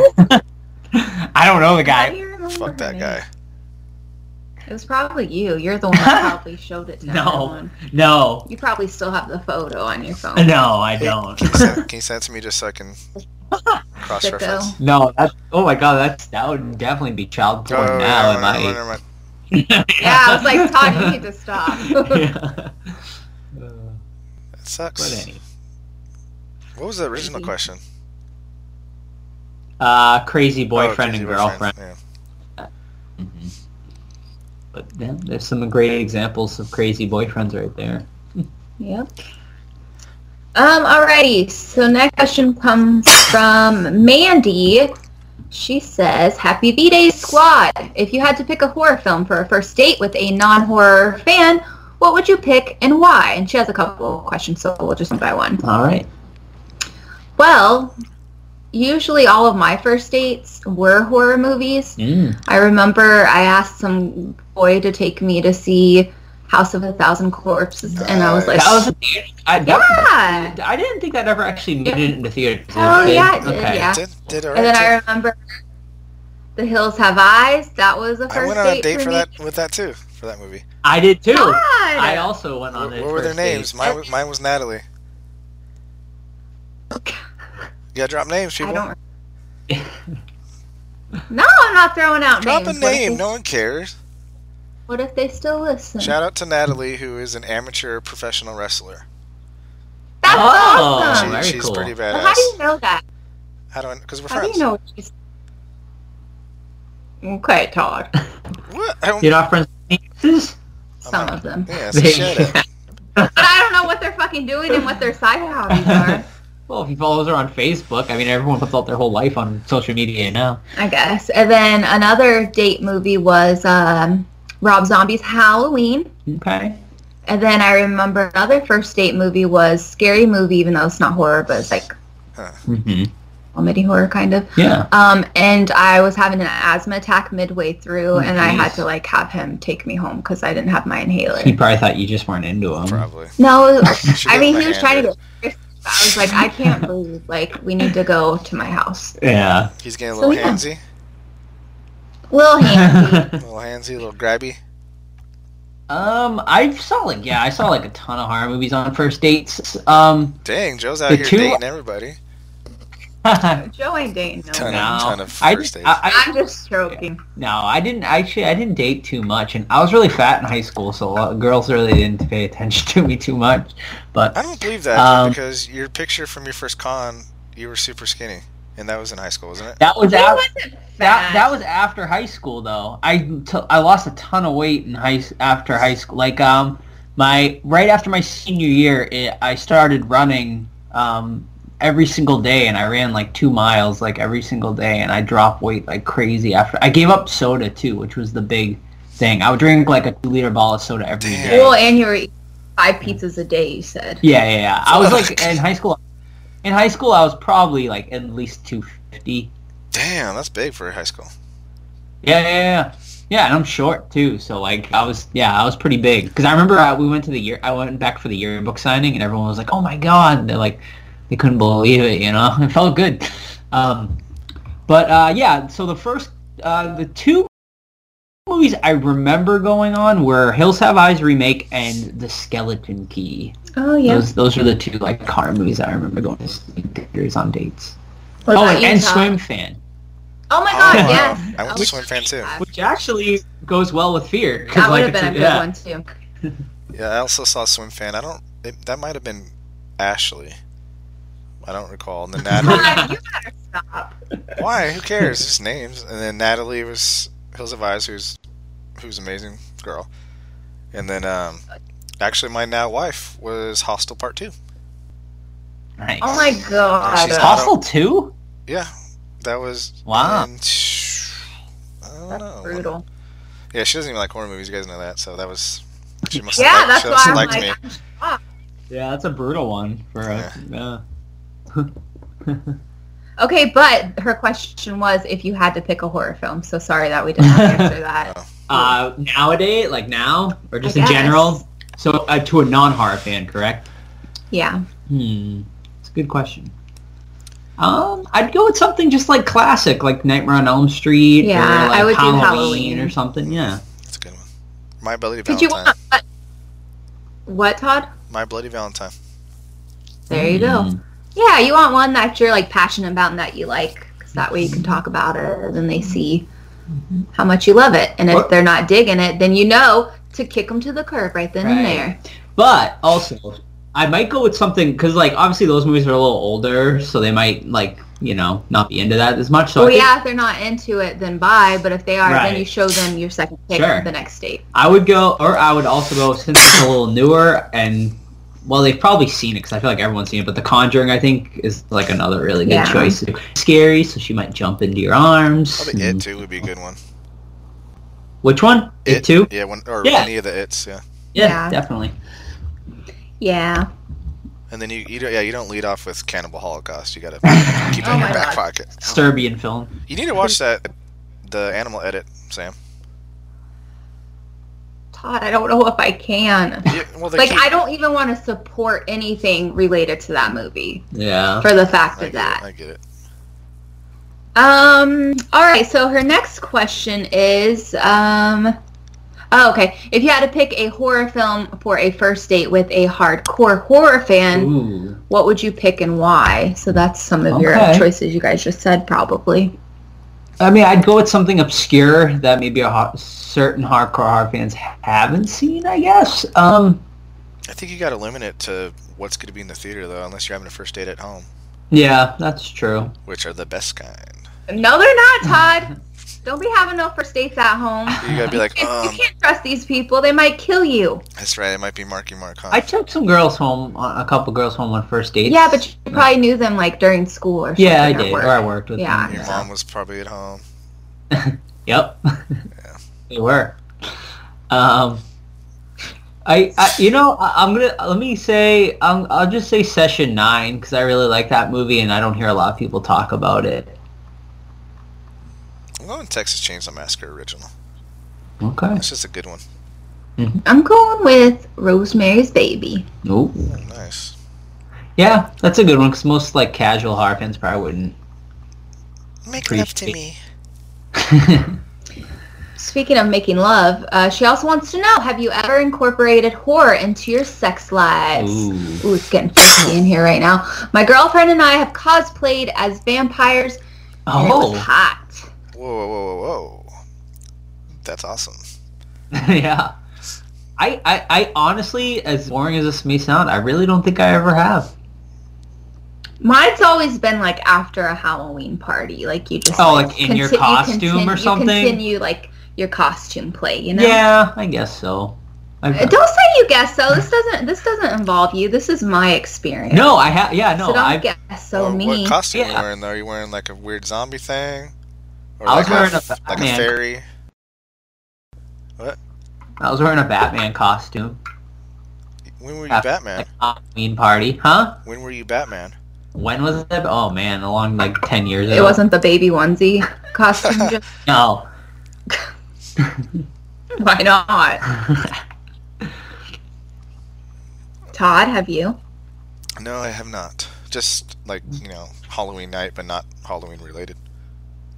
Speaker 4: I don't know the *laughs*
Speaker 3: How
Speaker 4: guy.
Speaker 3: do you remember
Speaker 2: Fuck that
Speaker 3: me?
Speaker 2: guy.
Speaker 3: It was probably you. You're the one
Speaker 4: *laughs*
Speaker 3: that probably showed it to
Speaker 4: No.
Speaker 3: everyone.
Speaker 4: No,
Speaker 3: You probably still have the photo on your phone.
Speaker 4: *laughs* No, I
Speaker 2: Hey,
Speaker 4: don't.
Speaker 2: Can you send, can you send it to me just so I can cross-reference?
Speaker 3: Sicko.
Speaker 4: No, that's oh my god, that's that would definitely be child porn
Speaker 2: Oh,
Speaker 4: now
Speaker 2: never
Speaker 4: if
Speaker 2: mind,
Speaker 4: I *laughs*
Speaker 2: never mind.
Speaker 3: Yeah, I was like, Todd, you need to stop.
Speaker 4: *laughs* yeah. Uh,
Speaker 2: That
Speaker 4: But
Speaker 2: sucks.
Speaker 4: anyway.
Speaker 2: What was the original question?
Speaker 4: Uh crazy
Speaker 2: Oh,
Speaker 4: boyfriend
Speaker 2: crazy
Speaker 4: and
Speaker 2: boyfriend,
Speaker 4: girlfriend.
Speaker 2: yeah.
Speaker 4: Mhm. But yeah, there's some great examples of crazy boyfriends right there.
Speaker 3: Yep. Um, alrighty, so next question comes from Mandy. She says, Happy V-Day Squad! If you had to pick a horror film for a first date with a non-horror fan, what would you pick and why? And she has a couple of questions, so we'll just one by one.
Speaker 4: All right.
Speaker 3: Well, usually all of my first dates were horror movies.
Speaker 4: Mm.
Speaker 3: I remember I asked some boy to take me to see House of a Thousand Corpses, and I was like,
Speaker 2: Nice.
Speaker 4: That was a theater. I, that,
Speaker 3: yeah!
Speaker 4: I didn't think that ever actually made it into theaters.
Speaker 3: Oh,
Speaker 4: Okay.
Speaker 3: yeah, it did,
Speaker 4: Okay.
Speaker 3: yeah.
Speaker 2: Did, did all right.
Speaker 3: And then I
Speaker 2: too.
Speaker 3: remember The Hills Have Eyes. That was a first
Speaker 2: I went on a date
Speaker 3: for,
Speaker 2: for
Speaker 3: me.
Speaker 2: that with that too for that movie.
Speaker 4: I did too.
Speaker 3: God!
Speaker 4: I also went on
Speaker 2: What,
Speaker 4: it.
Speaker 2: what were their
Speaker 4: first date.
Speaker 2: names? Mine, was- mine was Natalie. You gotta drop names,
Speaker 3: I
Speaker 2: people.
Speaker 3: don't. no, I'm not throwing out
Speaker 2: drop
Speaker 3: names.
Speaker 2: a
Speaker 3: What if
Speaker 2: name.
Speaker 3: they-
Speaker 2: No one cares.
Speaker 3: What if they still listen?
Speaker 2: Shout out to Natalie, who is an amateur professional wrestler.
Speaker 3: That's
Speaker 4: Oh,
Speaker 3: awesome.
Speaker 4: very
Speaker 2: She, she's
Speaker 4: cool.
Speaker 2: pretty
Speaker 3: Well,
Speaker 2: badass.
Speaker 3: how do you know that?
Speaker 2: How do I? Because we're
Speaker 3: How do
Speaker 2: friends.
Speaker 3: you know? She's... Okay, Todd.
Speaker 2: What? I don't,
Speaker 4: You're not friends with penises?
Speaker 3: Some of them,
Speaker 4: *laughs*
Speaker 2: yeah, so
Speaker 4: They-
Speaker 2: shut up.
Speaker 3: but I don't know what they're fucking doing and what their side hobbies are.
Speaker 4: Well, if he follows her on Facebook, I mean, everyone puts out their whole life on social media now.
Speaker 3: I guess. And then another date movie was um, Rob Zombie's Halloween.
Speaker 4: Okay.
Speaker 3: And then I remember another first date movie was scary movie, even though it's not horror, but it's like
Speaker 4: Mm-hmm.
Speaker 3: comedy horror kind of.
Speaker 4: Yeah.
Speaker 3: Um, and I was having an asthma attack midway through,
Speaker 4: Oh,
Speaker 3: and I had
Speaker 4: jeez.
Speaker 3: to like have him take me home because I didn't have
Speaker 4: *laughs*
Speaker 3: my
Speaker 4: He
Speaker 3: inhaler.
Speaker 4: probably thought you just weren't into him.
Speaker 2: Probably.
Speaker 3: No,
Speaker 2: She
Speaker 3: I
Speaker 2: gave
Speaker 3: mean
Speaker 2: him
Speaker 3: he
Speaker 2: a
Speaker 3: was
Speaker 2: hand
Speaker 3: trying to
Speaker 2: raise.
Speaker 3: get. serious, but I was like,
Speaker 4: *laughs*
Speaker 3: I can't breathe. Like, we need to go to my house.
Speaker 4: Yeah. *laughs*
Speaker 2: He's getting a
Speaker 3: So,
Speaker 2: little
Speaker 3: yeah.
Speaker 2: handsy,
Speaker 3: Lil
Speaker 4: *laughs*
Speaker 3: Handy.
Speaker 2: a little handsy, a little grabby.
Speaker 4: um, I saw like yeah, I saw like a ton of horror movies on first dates. Um, *laughs*
Speaker 2: Dang, Joe's out
Speaker 4: The
Speaker 2: here
Speaker 4: two-
Speaker 2: dating everybody.
Speaker 4: no,
Speaker 3: Joe ain't dating
Speaker 2: Ton,
Speaker 3: no.
Speaker 2: of-
Speaker 3: one.
Speaker 2: ton of
Speaker 4: I
Speaker 2: first
Speaker 4: just,
Speaker 2: dates.
Speaker 4: I, I,
Speaker 3: I'm just joking.
Speaker 4: no, I didn't actually. I didn't date too much, and I was really fat in high school, so a lot of girls really didn't pay attention *laughs* to me too much. But
Speaker 2: I don't believe that
Speaker 4: Um,
Speaker 2: because your picture from your first con, you were super skinny, and that was in high school, wasn't it?
Speaker 4: that was
Speaker 3: He
Speaker 4: out.
Speaker 3: wasn't
Speaker 4: That
Speaker 3: fat.
Speaker 4: that was after high school though. I t- I lost a ton of weight in high s- after high school. Like um my right after my senior year, it, I started running um every single day, and I ran like two miles like every single day, and I dropped weight like crazy after. I gave up soda too, which was the big thing. I would drink like a two liter ball of soda every
Speaker 2: Damn.
Speaker 4: day.
Speaker 3: Well, and you were eating five pizzas a day, you said.
Speaker 4: Yeah, yeah, yeah. I was like
Speaker 2: Fuck.
Speaker 4: in high school. In high school, I was probably like at least two fifty.
Speaker 2: Damn, that's big for high school.
Speaker 4: Yeah, yeah, yeah. Yeah, and I'm short too, so like I was, yeah, I was pretty big. Because I remember I, we went to the year, I went back for the yearbook signing, and everyone was like, "Oh my god!" And they're like, they couldn't believe it, you know. *laughs* It felt good. Um, but uh, yeah, so the first, uh, the two movies I remember going on were Hills Have Eyes remake and The Skeleton Key.
Speaker 3: Oh yeah.
Speaker 4: Those those are the two like horror movies I remember going to see in theaters on dates.
Speaker 3: What
Speaker 4: Oh,
Speaker 3: about
Speaker 4: and, and
Speaker 3: Utah?
Speaker 4: swim fan,
Speaker 3: Oh my
Speaker 2: Oh,
Speaker 4: *laughs*
Speaker 3: god,
Speaker 2: wow.
Speaker 3: yes.
Speaker 2: I went to swim fan too.
Speaker 4: which actually goes well with fear. 'cause,
Speaker 3: That would have
Speaker 4: it's
Speaker 3: been a good
Speaker 4: yeah.
Speaker 3: one too.
Speaker 2: Yeah, I also saw swim fan. I don't. It, that might have been Ashley. I don't recall. And then Natalie.
Speaker 3: God, you better stop.
Speaker 2: Why? Who cares? Just names. And then Natalie was Hills of Eyes, who's who's amazing girl. And then um, actually, my now wife was Hostel Part Two.
Speaker 4: Nice.
Speaker 3: Oh my god.
Speaker 2: She's hot.
Speaker 4: Hostel two?
Speaker 2: Yeah, that was
Speaker 4: Wow.
Speaker 2: in- I don't know.
Speaker 3: That's brutal.
Speaker 2: Yeah, she doesn't even like horror movies. You guys know that, so that was. She must
Speaker 3: Yeah,
Speaker 2: have liked,
Speaker 3: that's
Speaker 2: she
Speaker 3: why
Speaker 2: must
Speaker 3: I'm
Speaker 2: have liked
Speaker 3: like,
Speaker 2: me.
Speaker 3: I'm shocked.
Speaker 4: Yeah, that's a brutal one for a. Yeah.
Speaker 3: Okay, but her question was if you had to pick a horror film. So sorry that we didn't
Speaker 4: *laughs*
Speaker 3: answer that.
Speaker 4: Uh, nowadays, like now, or just
Speaker 3: I
Speaker 4: in
Speaker 3: guess.
Speaker 4: general. So uh, to a non-horror fan, correct?
Speaker 3: Yeah.
Speaker 4: Hmm, it's a good question. Um, I'd go with something just like classic, like Nightmare on Elm Street.
Speaker 3: Yeah,
Speaker 4: or like
Speaker 3: I would do
Speaker 4: Halloween,
Speaker 3: Halloween.
Speaker 4: or something. Yeah.
Speaker 2: That's a good one. My Bloody
Speaker 3: Did you
Speaker 2: Valentine.
Speaker 3: want what, Todd?
Speaker 2: My Bloody Valentine.
Speaker 3: There you go.
Speaker 4: Mm.
Speaker 3: Yeah, you want one that you're like passionate about and that you like, because that way you can talk about it and they see
Speaker 4: Mm-hmm.
Speaker 3: how much you love it. And if
Speaker 4: What-
Speaker 3: they're not digging it, then you know to kick them to the curb right then
Speaker 4: Right.
Speaker 3: and there.
Speaker 4: But also, I might go with something because, like, obviously those movies are a little older, so they might like you know not be into that as much. So
Speaker 3: well,
Speaker 4: I, think
Speaker 3: Oh, yeah, if they're not into it, then bye. But if they are, then
Speaker 4: Right.
Speaker 3: you show them your second pick
Speaker 4: Sure.
Speaker 3: the next date.
Speaker 4: I would go, or I would also go since it's a little newer and well, they've probably seen it because I feel like everyone's seen it. But The Conjuring, I think, is like another really good
Speaker 3: Yeah.
Speaker 4: choice. Scary, so she might jump into your arms.
Speaker 2: Probably It
Speaker 4: and-
Speaker 2: too would be a good one.
Speaker 4: Which one? It, too.
Speaker 2: Yeah, one or
Speaker 4: Yeah.
Speaker 2: any of the its. Yeah.
Speaker 4: Yeah,
Speaker 3: Yeah.
Speaker 4: definitely.
Speaker 3: Yeah.
Speaker 2: And then you, you don't, yeah, you don't lead off with Cannibal Holocaust. You
Speaker 4: *laughs*
Speaker 2: gotta keep it
Speaker 3: Oh
Speaker 2: in your
Speaker 3: my
Speaker 2: back
Speaker 3: God.
Speaker 2: pocket.
Speaker 4: Serbian film.
Speaker 2: You need to watch that, the animal edit,
Speaker 4: *laughs*
Speaker 2: Sam.
Speaker 3: Todd, I don't know if
Speaker 4: *laughs*
Speaker 3: I can.
Speaker 2: Yeah, well, they
Speaker 3: Like,
Speaker 2: keep-
Speaker 3: I don't even want to support anything related to that movie
Speaker 4: Yeah.
Speaker 3: for the fact
Speaker 2: I
Speaker 3: of
Speaker 2: get,
Speaker 3: that.
Speaker 2: It, I get it.
Speaker 3: Um. All right. So her next question is, um, oh, okay. If you had to pick a horror film for a first date with a hardcore horror fan,
Speaker 4: Ooh.
Speaker 3: what would you pick and why? So that's some of your
Speaker 4: Okay.
Speaker 3: choices you guys just said, probably.
Speaker 4: I mean, I'd go with something obscure that maybe a ho- certain hardcore hard fans haven't seen. I guess. Um.
Speaker 2: I think you gotta limit it to what's gonna be in the theater though, unless you're having a first date at home,
Speaker 4: Yeah, that's true.
Speaker 2: which are the best kind.
Speaker 3: No, they're
Speaker 4: *laughs*
Speaker 3: not, Todd. Don't be having no first dates at home.
Speaker 2: You gotta be
Speaker 4: *laughs*
Speaker 2: like,
Speaker 3: You
Speaker 2: um,
Speaker 3: can't trust these people. They might kill you.
Speaker 2: that's right. It might be Marky Mark. Huh?
Speaker 4: I took some girls home, a couple girls home on first dates.
Speaker 3: Yeah, but you probably knew them like during school or something.
Speaker 4: Yeah, I
Speaker 3: or
Speaker 4: did.
Speaker 3: work.
Speaker 4: Or I worked with
Speaker 3: Yeah.
Speaker 4: them.
Speaker 2: Your mom was probably at home.
Speaker 4: Yep. *laughs* they were. Um, I, I, you know, I, I'm gonna let me say, um, I'll just say Session Nine because I really like that movie and I don't hear a lot of people talk about it.
Speaker 2: I'm going Texas Chainsaw Massacre original.
Speaker 4: Okay.
Speaker 2: That's just a good one.
Speaker 3: I'm going with Rosemary's Baby.
Speaker 4: Nope.
Speaker 2: Oh, nice.
Speaker 4: Yeah, that's a good one because most like casual horror fans probably wouldn't.
Speaker 3: *laughs*
Speaker 2: Make
Speaker 4: Pretty
Speaker 2: love to
Speaker 4: sweet.
Speaker 2: me.
Speaker 3: Speaking of making love, uh, she also wants to know: Have you ever incorporated horror into your sex lives? *laughs*
Speaker 4: Ooh.
Speaker 3: Ooh, it's getting funky in here right now. My girlfriend and I have cosplayed as vampires, and it was
Speaker 4: Oh. *laughs*
Speaker 3: hot.
Speaker 2: Whoa, whoa, whoa, whoa, whoa. That's awesome.
Speaker 4: yeah. I, I, I honestly, as boring as this may sound, I really don't think I ever have.
Speaker 3: Mine's always been like after a Halloween party, like you just
Speaker 4: Oh, like in your
Speaker 3: conti- you
Speaker 4: costume or
Speaker 3: continue-
Speaker 4: something?
Speaker 3: You continue like your costume play, you know?
Speaker 4: Yeah, I guess so. I've,
Speaker 3: Uh, Don't say you guess so. This doesn't. This doesn't involve you. This is my
Speaker 4: *laughs*
Speaker 3: experience.
Speaker 4: no, I have. Yeah, no,
Speaker 3: so don't
Speaker 4: I've.
Speaker 3: guess so
Speaker 2: Or
Speaker 3: mean.
Speaker 2: What costume are you
Speaker 4: Yeah.
Speaker 2: wearing though? Are you wearing like a weird zombie thing? Or
Speaker 4: I was wearing
Speaker 2: a,
Speaker 4: a
Speaker 2: like a
Speaker 4: Batman.
Speaker 2: fairy.
Speaker 4: I was wearing a Batman costume.
Speaker 2: When were you
Speaker 4: Yeah.
Speaker 2: Batman?
Speaker 4: Uh, Like Halloween party, huh?
Speaker 2: When were you Batman?
Speaker 4: When was it? Oh man, along like ten years ago.
Speaker 3: It wasn't the baby onesie
Speaker 2: *laughs*
Speaker 3: costume. just-
Speaker 4: No.
Speaker 3: *laughs* Why not? Todd, have you?
Speaker 2: No, I have not. Just like you know, Halloween night, but not Halloween related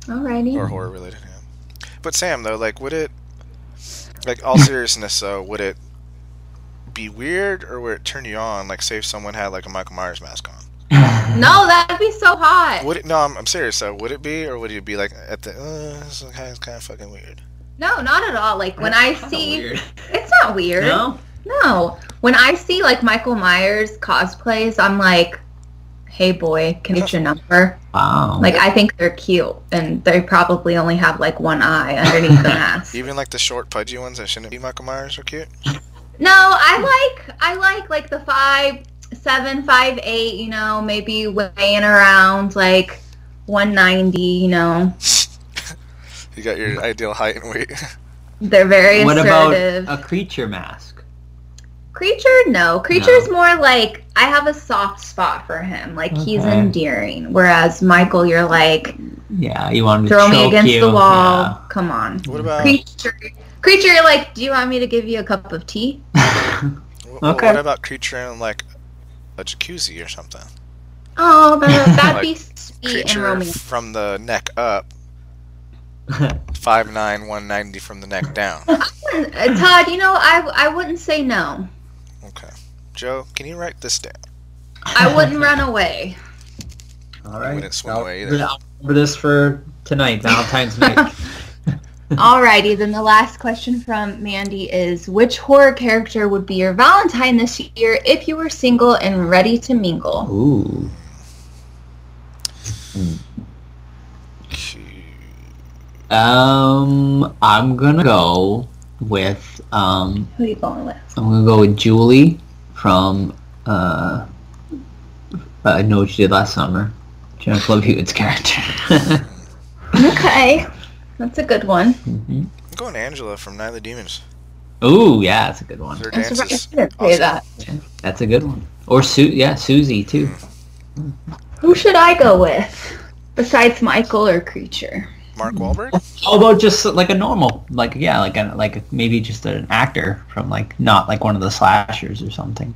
Speaker 3: Alrighty.
Speaker 2: or horror related. Yeah. But Sam, though, like, would it, like,
Speaker 4: *laughs*
Speaker 2: all seriousness, though, would it be weird or would it turn you on? Like, say if someone had like a Michael Myers mask on.
Speaker 3: No, that'd be so hot.
Speaker 2: Would it? No, I'm, I'm serious. though. would it be, or would you be like at the? Uh, this is kind of, kind of fucking weird.
Speaker 3: No, not at all. Like when I
Speaker 4: Kinda
Speaker 3: see,
Speaker 4: weird.
Speaker 3: it's not weird.
Speaker 4: No.
Speaker 3: No. When I see like Michael Myers cosplays, I'm like, hey boy, can I get your number?
Speaker 4: Wow.
Speaker 3: Like I think they're cute and they probably only have like one eye underneath the mask.
Speaker 2: Even like the short, pudgy ones that shouldn't be Michael Myers are cute.
Speaker 3: No, I like I like like the five seven, five eight, you know, maybe weighing around like one ninety, you know.
Speaker 2: You got your ideal height and weight.
Speaker 3: They're very
Speaker 4: what about
Speaker 3: assertive.
Speaker 4: a creature mask?
Speaker 3: Creature, no. Creature's more like I have a soft spot for him. Like he's
Speaker 4: Okay.
Speaker 3: endearing. Whereas Michael, you're like,
Speaker 4: Yeah, you want him to
Speaker 3: throw me
Speaker 4: choke
Speaker 3: against
Speaker 4: you.
Speaker 3: the wall.
Speaker 4: Yeah.
Speaker 3: Come on.
Speaker 2: *laughs* What about?
Speaker 3: Creature Creature, you're like, do you want me to give you a cup of tea?
Speaker 2: *laughs* wh-
Speaker 4: Okay.
Speaker 2: What about creature in like a jacuzzi or something?
Speaker 4: *laughs*
Speaker 3: Oh, that, that'd
Speaker 2: Like,
Speaker 3: be sweet and
Speaker 2: Creature
Speaker 3: romantic.
Speaker 2: from the neck up. Five nine one ninety from the neck
Speaker 4: *laughs*
Speaker 2: down.
Speaker 3: Uh, Todd, you know, I, I wouldn't say no.
Speaker 2: Okay. Joe, can you write this down?
Speaker 3: I wouldn't run *laughs* away.
Speaker 4: All
Speaker 2: I
Speaker 4: right.
Speaker 2: wouldn't swim
Speaker 4: I'll-
Speaker 2: away either.
Speaker 4: I'll remember this for tonight, Valentine's night.
Speaker 3: Alrighty, then the last question from Mandy is, which horror character would be your Valentine this year if you were single and ready to mingle?
Speaker 4: *laughs* Ooh. Um, I'm gonna go with um,
Speaker 3: Who are you going with?
Speaker 4: I'm gonna go with Julie from uh, I know what you did last summer, Jennifer Love Hewitt's character. *laughs*
Speaker 3: Okay. That's a good one.
Speaker 4: Mhm.
Speaker 2: I'm going Angela from Night of the Demons.
Speaker 4: Ooh, yeah, that's a good one.
Speaker 2: Her
Speaker 3: I'm
Speaker 2: dances.
Speaker 3: surprised you didn't say
Speaker 2: awesome.
Speaker 3: that.
Speaker 4: That's a good one. Or Su, yeah, Susie too.
Speaker 2: Mm-hmm.
Speaker 3: Who should I go with besides Michael or Creature?
Speaker 2: Mark Wahlberg?
Speaker 4: *laughs* How about just like a normal, like yeah, like a, like maybe just an actor from like not like one of the slashers or something.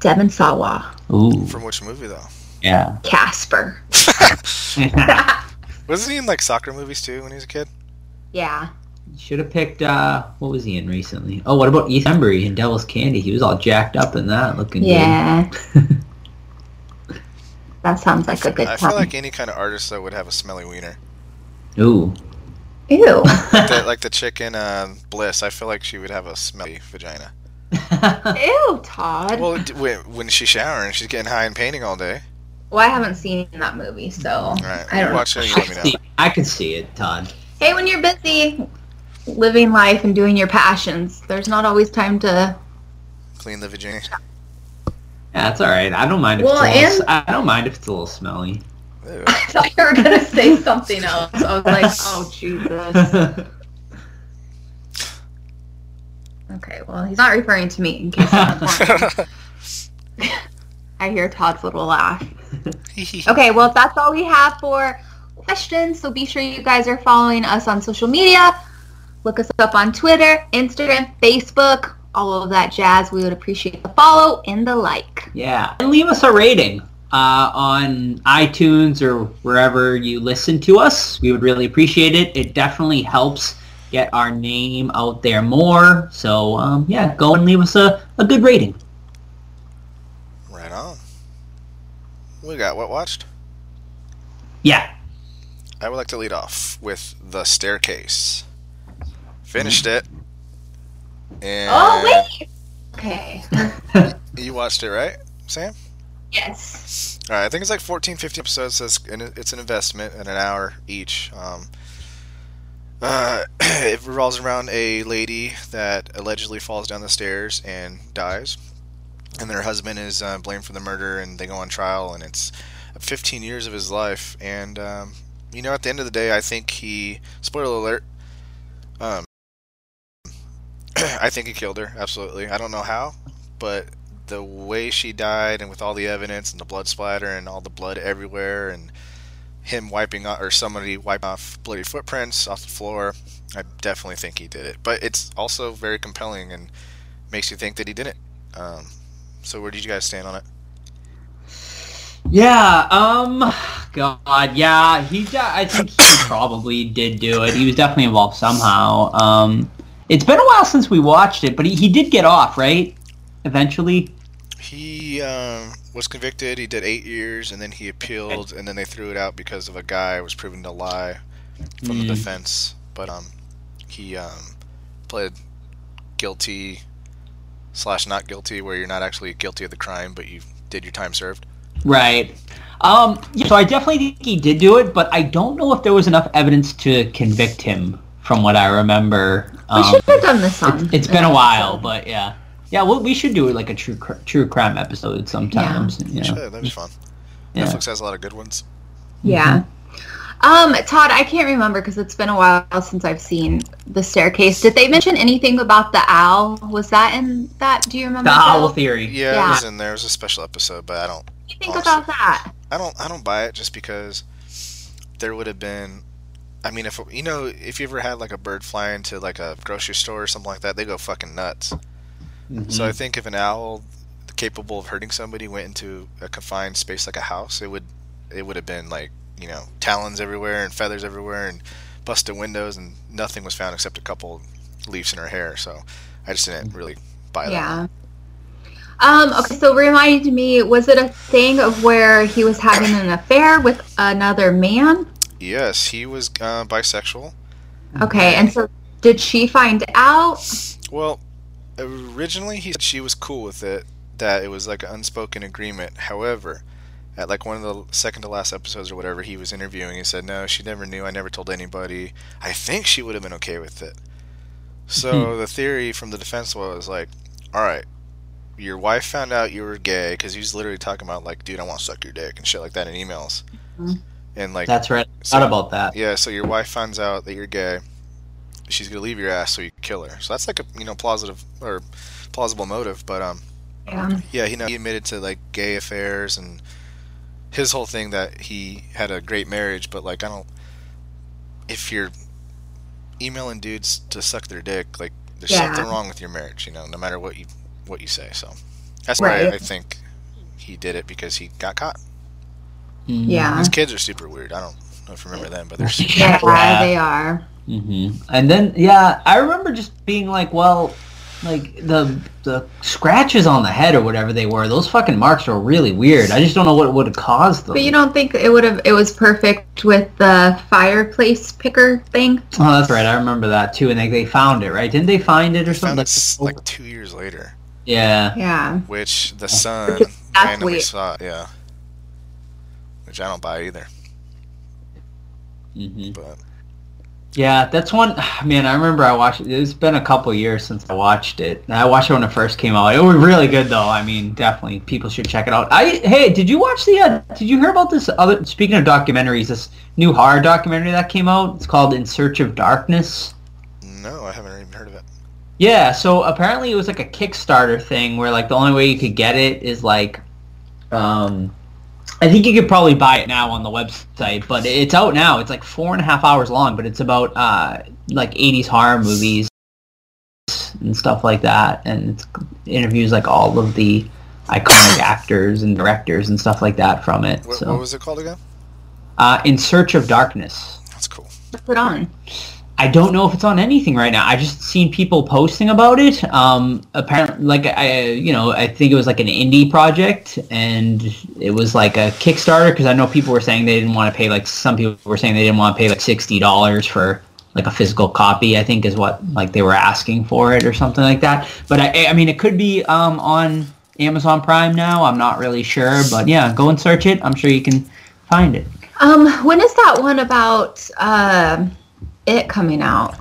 Speaker 3: Devin Sawa,
Speaker 4: Ooh,
Speaker 2: From which movie *laughs* though?
Speaker 4: *laughs* yeah.
Speaker 3: Casper.
Speaker 2: Wasn't he in like soccer movies too when he was a kid?
Speaker 3: *laughs* yeah.
Speaker 4: Should have picked uh what was he in recently? Oh, what about Ethan Embry in Devil's Candy? He was all jacked up in that looking
Speaker 3: Yeah. *laughs* that sounds like a good
Speaker 2: I
Speaker 3: time.
Speaker 2: feel like any kind of artist though would have a smelly wiener.
Speaker 4: good. Ooh. *laughs*
Speaker 3: *laughs* Ew.
Speaker 2: The, like the chick in uh, Bliss, I feel like she would have a smelly vagina.
Speaker 3: Ew, Todd. Well,
Speaker 2: Well, d- wh- when she's showering, she's getting high and painting all day.
Speaker 3: I haven't seen that movie, so
Speaker 2: All right,
Speaker 3: I don't know.
Speaker 2: watch it. You
Speaker 4: I
Speaker 2: let me
Speaker 4: could
Speaker 2: know.
Speaker 4: *laughs* see, I could see it, Todd.
Speaker 3: Hey, when you're busy living life and doing your passions, there's not always time to.
Speaker 2: Clean the vagina. *laughs*
Speaker 4: Yeah, it's all right. I don't mind if
Speaker 3: Well,
Speaker 4: it's a little,
Speaker 3: and-
Speaker 4: I don't mind if it's a little
Speaker 3: *laughs*
Speaker 4: smelly. *laughs*
Speaker 2: Ew.
Speaker 3: *laughs* I thought you were gonna say something else. I was *laughs* like, oh Jesus. Okay, well, he's not referring to me in case someone's wondering.
Speaker 2: *laughs*
Speaker 3: I hear Todd's little laugh. Okay, well, that's all we have for questions. So be sure you guys are following us on social media. Look us up on Twitter, Instagram, Facebook, all of that jazz. We would appreciate the follow and the like.
Speaker 4: yeah, and leave us a rating uh, on iTunes or wherever you listen to us. We would really appreciate it. It definitely helps get our name out there more. So um, yeah, go and leave us a, a good rating.
Speaker 2: right on. We got what watched?
Speaker 4: Yeah.
Speaker 2: I would like to lead off with The Staircase. Finished it. And
Speaker 3: Oh, wait! Okay.
Speaker 2: You watched it, right, Sam?
Speaker 3: Yes.
Speaker 2: All right, I think it's like 14, 15 episodes. So it's, an- it's an investment in an hour each. Um, uh, *clears throat* it revolves around a lady that allegedly falls down the stairs and dies. And her husband is uh, blamed for the murder, and they go on trial, and it's 15 years of his life. And, um, you know, at the end of the day, I think he. Spoiler alert. Um, *clears throat* I think he killed her, absolutely. I don't know how, but the way she died and with all the evidence and the blood splatter and all the blood everywhere and him wiping off or somebody wiping off bloody footprints off the floor i definitely think he did it but it's also very compelling and makes you think that he didn't um, so where did you guys stand on it
Speaker 4: Yeah, um, God, yeah, he, de- I think he probably did do it. He was definitely involved somehow. Um, it's been a while since we watched it, but he, he did get off, right? Eventually?
Speaker 2: he He um, was convicted. He did eight years, and then he appealed, and then they threw it out because of a guy was proven to lie from the
Speaker 4: Mm.
Speaker 2: defense. But um, he um, pled guilty slash not guilty, where you're not actually guilty of the crime, but you did your time served.
Speaker 4: Right. Um, yeah, so I definitely think he did do it, but I don't know if there was enough evidence to convict him, from what I remember.
Speaker 3: We
Speaker 4: Um,
Speaker 3: should have done this on.
Speaker 4: it's been a while, but yeah, yeah. Well, we should do like a true cr- true crime episode sometimes. you know.
Speaker 2: Yeah, that was fun.
Speaker 4: Yeah.
Speaker 2: Netflix has a lot of good ones.
Speaker 3: Yeah.
Speaker 4: Mm-hmm.
Speaker 3: Um, Todd, I can't remember because it's been a while since I've seen the staircase. Did they mention anything about the owl? Was that in that? Do you remember?
Speaker 4: The owl
Speaker 3: Phil?
Speaker 4: theory.
Speaker 2: Yeah, it
Speaker 3: Yeah.
Speaker 2: was in there. It was a special episode, but I don't
Speaker 3: What do you think
Speaker 2: Awesome.
Speaker 3: about that?
Speaker 2: I don't I don't buy it just because there would have been I mean if you know if you ever had like a bird fly into like a grocery store or something like that they go fucking nuts.
Speaker 4: Mm-hmm.
Speaker 2: So I think if an owl capable of hurting somebody went into a confined space like a house it would it would have been like you know talons everywhere and feathers everywhere and busted windows and nothing was found except a couple leaves in her hair so I just didn't really buy that.
Speaker 3: Yeah. Um, okay, so remind me, was it a thing of where he was having an affair with another man?
Speaker 2: Yes, he was uh, bisexual.
Speaker 3: Okay, and so did she find out?
Speaker 2: Well, originally he said she was cool with it, that it was like an unspoken agreement. However, at like one of the second to last episodes or whatever he was interviewing, he said, No, she never knew. I never told anybody. I think she would have been okay with it. So the theory from the defense was like, All right, your wife found out you were gay because he was literally talking about, like, dude, I want to suck your dick and shit like that in emails.
Speaker 3: Mhm.
Speaker 2: And like,
Speaker 4: That's right. I
Speaker 2: so-
Speaker 4: thought about that.
Speaker 2: yeah, so your wife finds out that you're gay. She's gonna leave your ass, so you kill her. So that's like a you know plausible or plausible motive. But um,
Speaker 3: Yeah.
Speaker 2: yeah, he, he admitted to like gay affairs and his whole thing that he had a great marriage. But like, I don't. If you're emailing dudes to suck their dick, like there's
Speaker 3: Yeah.
Speaker 2: something wrong with your marriage. You know, no matter what you what you say. So that's why
Speaker 3: Right. Uh-huh.
Speaker 2: I, I think he did it because he got caught.
Speaker 4: Mm.
Speaker 3: Yeah.
Speaker 2: His kids are super weird. I don't know if you remember them, but they're super
Speaker 3: Yeah,
Speaker 4: Yeah.
Speaker 3: they are.
Speaker 4: hmm And then, yeah, I remember just being like, well, like the the scratches on the head or whatever they were, those fucking marks were really weird. I just don't know what would have caused them.
Speaker 3: But you don't think it would have it was perfect with the fireplace picker thing?
Speaker 4: oh, that's right. I remember that too. And they, they found it, right? Didn't they find it or
Speaker 2: They found
Speaker 4: something?
Speaker 2: it s- like two years later,
Speaker 4: yeah.
Speaker 3: Yeah.
Speaker 2: which the son
Speaker 3: Which is
Speaker 2: randomly
Speaker 3: weird.
Speaker 2: saw. it, Yeah, which I don't buy either.
Speaker 4: hmm
Speaker 2: But
Speaker 4: Yeah, that's one. *sighs* Man, I remember I watched it. It's been a couple years since I watched it. And I watched it when it first came out. It was really good, though. I mean, definitely people should check it out. I hey, did you watch the? Uh, did you hear about this other? Speaking of documentaries, this new horror documentary that came out. It's called In Search of Darkness.
Speaker 2: no, I haven't even heard of it.
Speaker 4: Yeah, so apparently it was like a Kickstarter thing where like the only way you could get it is like um I think you could probably buy it now on the website, but it's out now. It's like four and a half hours long, but it's about uh like eighties horror movies and stuff like that and it's interviews like all of the iconic actors and directors and stuff like that from it.
Speaker 2: What, what
Speaker 4: So
Speaker 2: was it called again?
Speaker 4: uh In Search of Darkness.
Speaker 2: That's cool.
Speaker 3: What's it on?
Speaker 4: I don't know if it's on anything right now. I just seen people posting about it. Um, apparently, like I, you know, I think it was like an indie project, and it was like a Kickstarter because I know people were saying they didn't want to pay. Like some people were saying they didn't want to pay like sixty dollars for like a physical copy. I think is what like they were asking for it or something like that. But I, I mean, it could be um, on Amazon Prime now. I'm not really sure, but yeah, go and search it. I'm sure you can find it.
Speaker 3: Um, when is that one about um it coming out?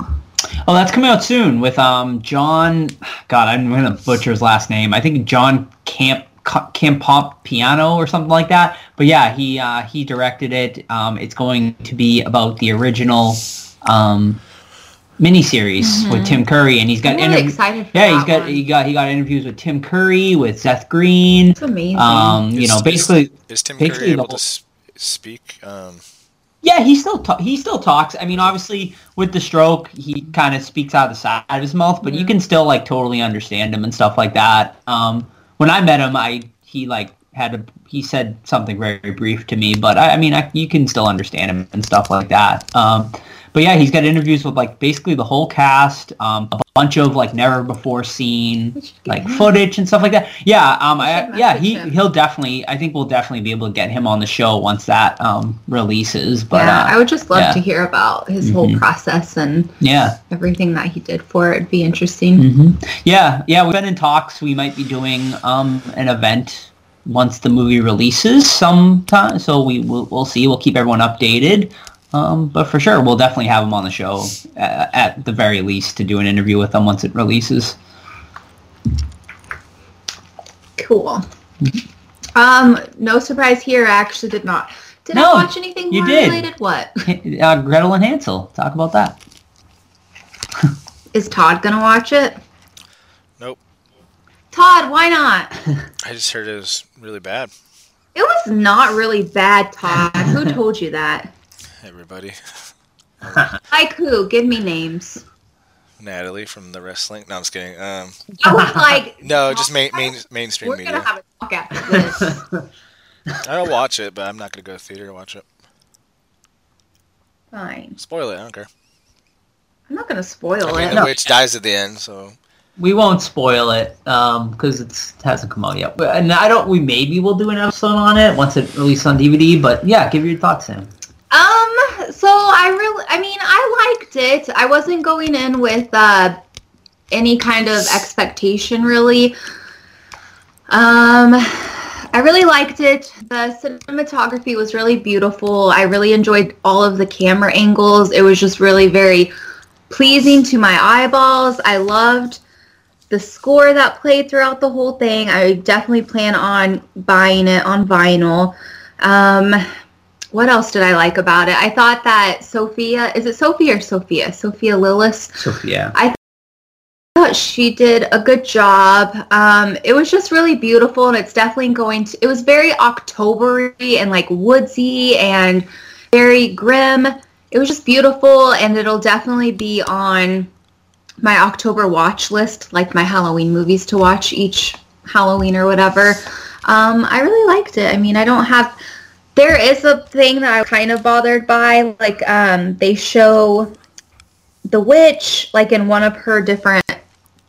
Speaker 4: Oh, that's coming out soon with um John. God, I'm gonna butcher his last name. I think John Camp Campomp Piano or something like that. But yeah, he uh, he directed it. Um, it's going to be about the original um, miniseries with Tim Curry, and he's got
Speaker 3: Mm-hmm. I'm really
Speaker 4: interv-
Speaker 3: excited for
Speaker 4: yeah, he's
Speaker 3: that
Speaker 4: got
Speaker 3: one.
Speaker 4: he got he got interviews with Tim Curry, with Seth Green.
Speaker 3: It's amazing.
Speaker 4: Um, you
Speaker 2: Is-
Speaker 4: know,
Speaker 2: is-
Speaker 4: basically
Speaker 2: Is Tim
Speaker 4: basically
Speaker 2: Curry
Speaker 4: the
Speaker 2: able to
Speaker 4: whole-
Speaker 2: s- speak? Um,
Speaker 4: Yeah, he still ta- he still talks. I mean, obviously with the stroke, he kind of speaks out of the side of his mouth, but you can still like totally understand him and stuff like that. Um, when I met him, I he like had a, he said something very brief to me, but I, I mean, I, you can still understand him and stuff like that. Um, but yeah, he's got interviews with like basically the whole cast, um, a bunch of like never before seen like footage and stuff like that. Yeah, um, I,
Speaker 3: should
Speaker 4: yeah,
Speaker 3: Mm-hmm. message
Speaker 4: he
Speaker 3: him.
Speaker 4: he'll definitely. I think we'll definitely be able to get him on the show once that um, releases. But
Speaker 3: yeah,
Speaker 4: yeah, uh,
Speaker 3: I would just love
Speaker 4: yeah. Mm-hmm.
Speaker 3: to hear about his whole process and
Speaker 4: yeah.
Speaker 3: everything that he did for it. It'd be interesting.
Speaker 4: hmm Yeah, yeah, we've been in talks. We might be doing um, an event once the movie releases sometime. So we will we'll see. We'll keep everyone updated. Um, but for sure, we'll definitely have him on the show uh, at the very least to do an interview with him once it releases. Mm-hmm.
Speaker 3: Cool. Um, no surprise here. I actually did not. Did
Speaker 4: No,
Speaker 3: I watch anything
Speaker 4: you
Speaker 3: horror
Speaker 4: did.
Speaker 3: related? What
Speaker 4: Uh, Gretel and Hansel, talk about that.
Speaker 3: is Todd gonna watch it?
Speaker 2: Nope.
Speaker 3: Todd, why not?
Speaker 2: I just heard it was really bad.
Speaker 3: It was not really bad, Todd. who told you that?
Speaker 2: Everybody,
Speaker 3: Like who? Give me names.
Speaker 2: Natalie from the wrestling. No, I'm just kidding. Um,
Speaker 3: I
Speaker 2: *laughs*
Speaker 3: was like,
Speaker 2: no, just main, main mainstream
Speaker 3: we're
Speaker 2: media.
Speaker 3: gonna have a talk after
Speaker 2: *laughs*
Speaker 3: this.
Speaker 2: I'll watch it, but I'm not gonna go to theater to watch it.
Speaker 3: Fine.
Speaker 2: Spoil it. I don't care.
Speaker 3: I'm not gonna spoil
Speaker 2: I mean,
Speaker 3: it.
Speaker 2: the witch dies at the end, so
Speaker 4: We won't spoil it because it's it hasn't come out yet. But- And I don't. We maybe we'll do an episode on it once it releases on DVD. But yeah, give your thoughts, Sam.
Speaker 3: Um, so I really, I mean, I liked it. I wasn't going in with uh, any kind of expectation, really. Um, I really liked it. The cinematography was really beautiful. I really enjoyed all of the camera angles. It was just really very pleasing to my eyeballs. I loved the score that played throughout the whole thing. I definitely plan on buying it on vinyl. Um, what else did I like about it? I thought that Sophia, is it Sophie or Sophia? Sophia Lillis.
Speaker 4: Sophia.
Speaker 3: I thought she did a good job. Um, it was just really beautiful, and it's definitely going to. It was very Octobery and like woodsy and very grim. It was just beautiful, and it'll definitely be on my October watch list, like my Halloween movies to watch each Halloween or whatever. Um, I really liked it. I mean, I don't have. There is a thing that I'm kind of bothered by. Like, um, they show the witch, like in one of her different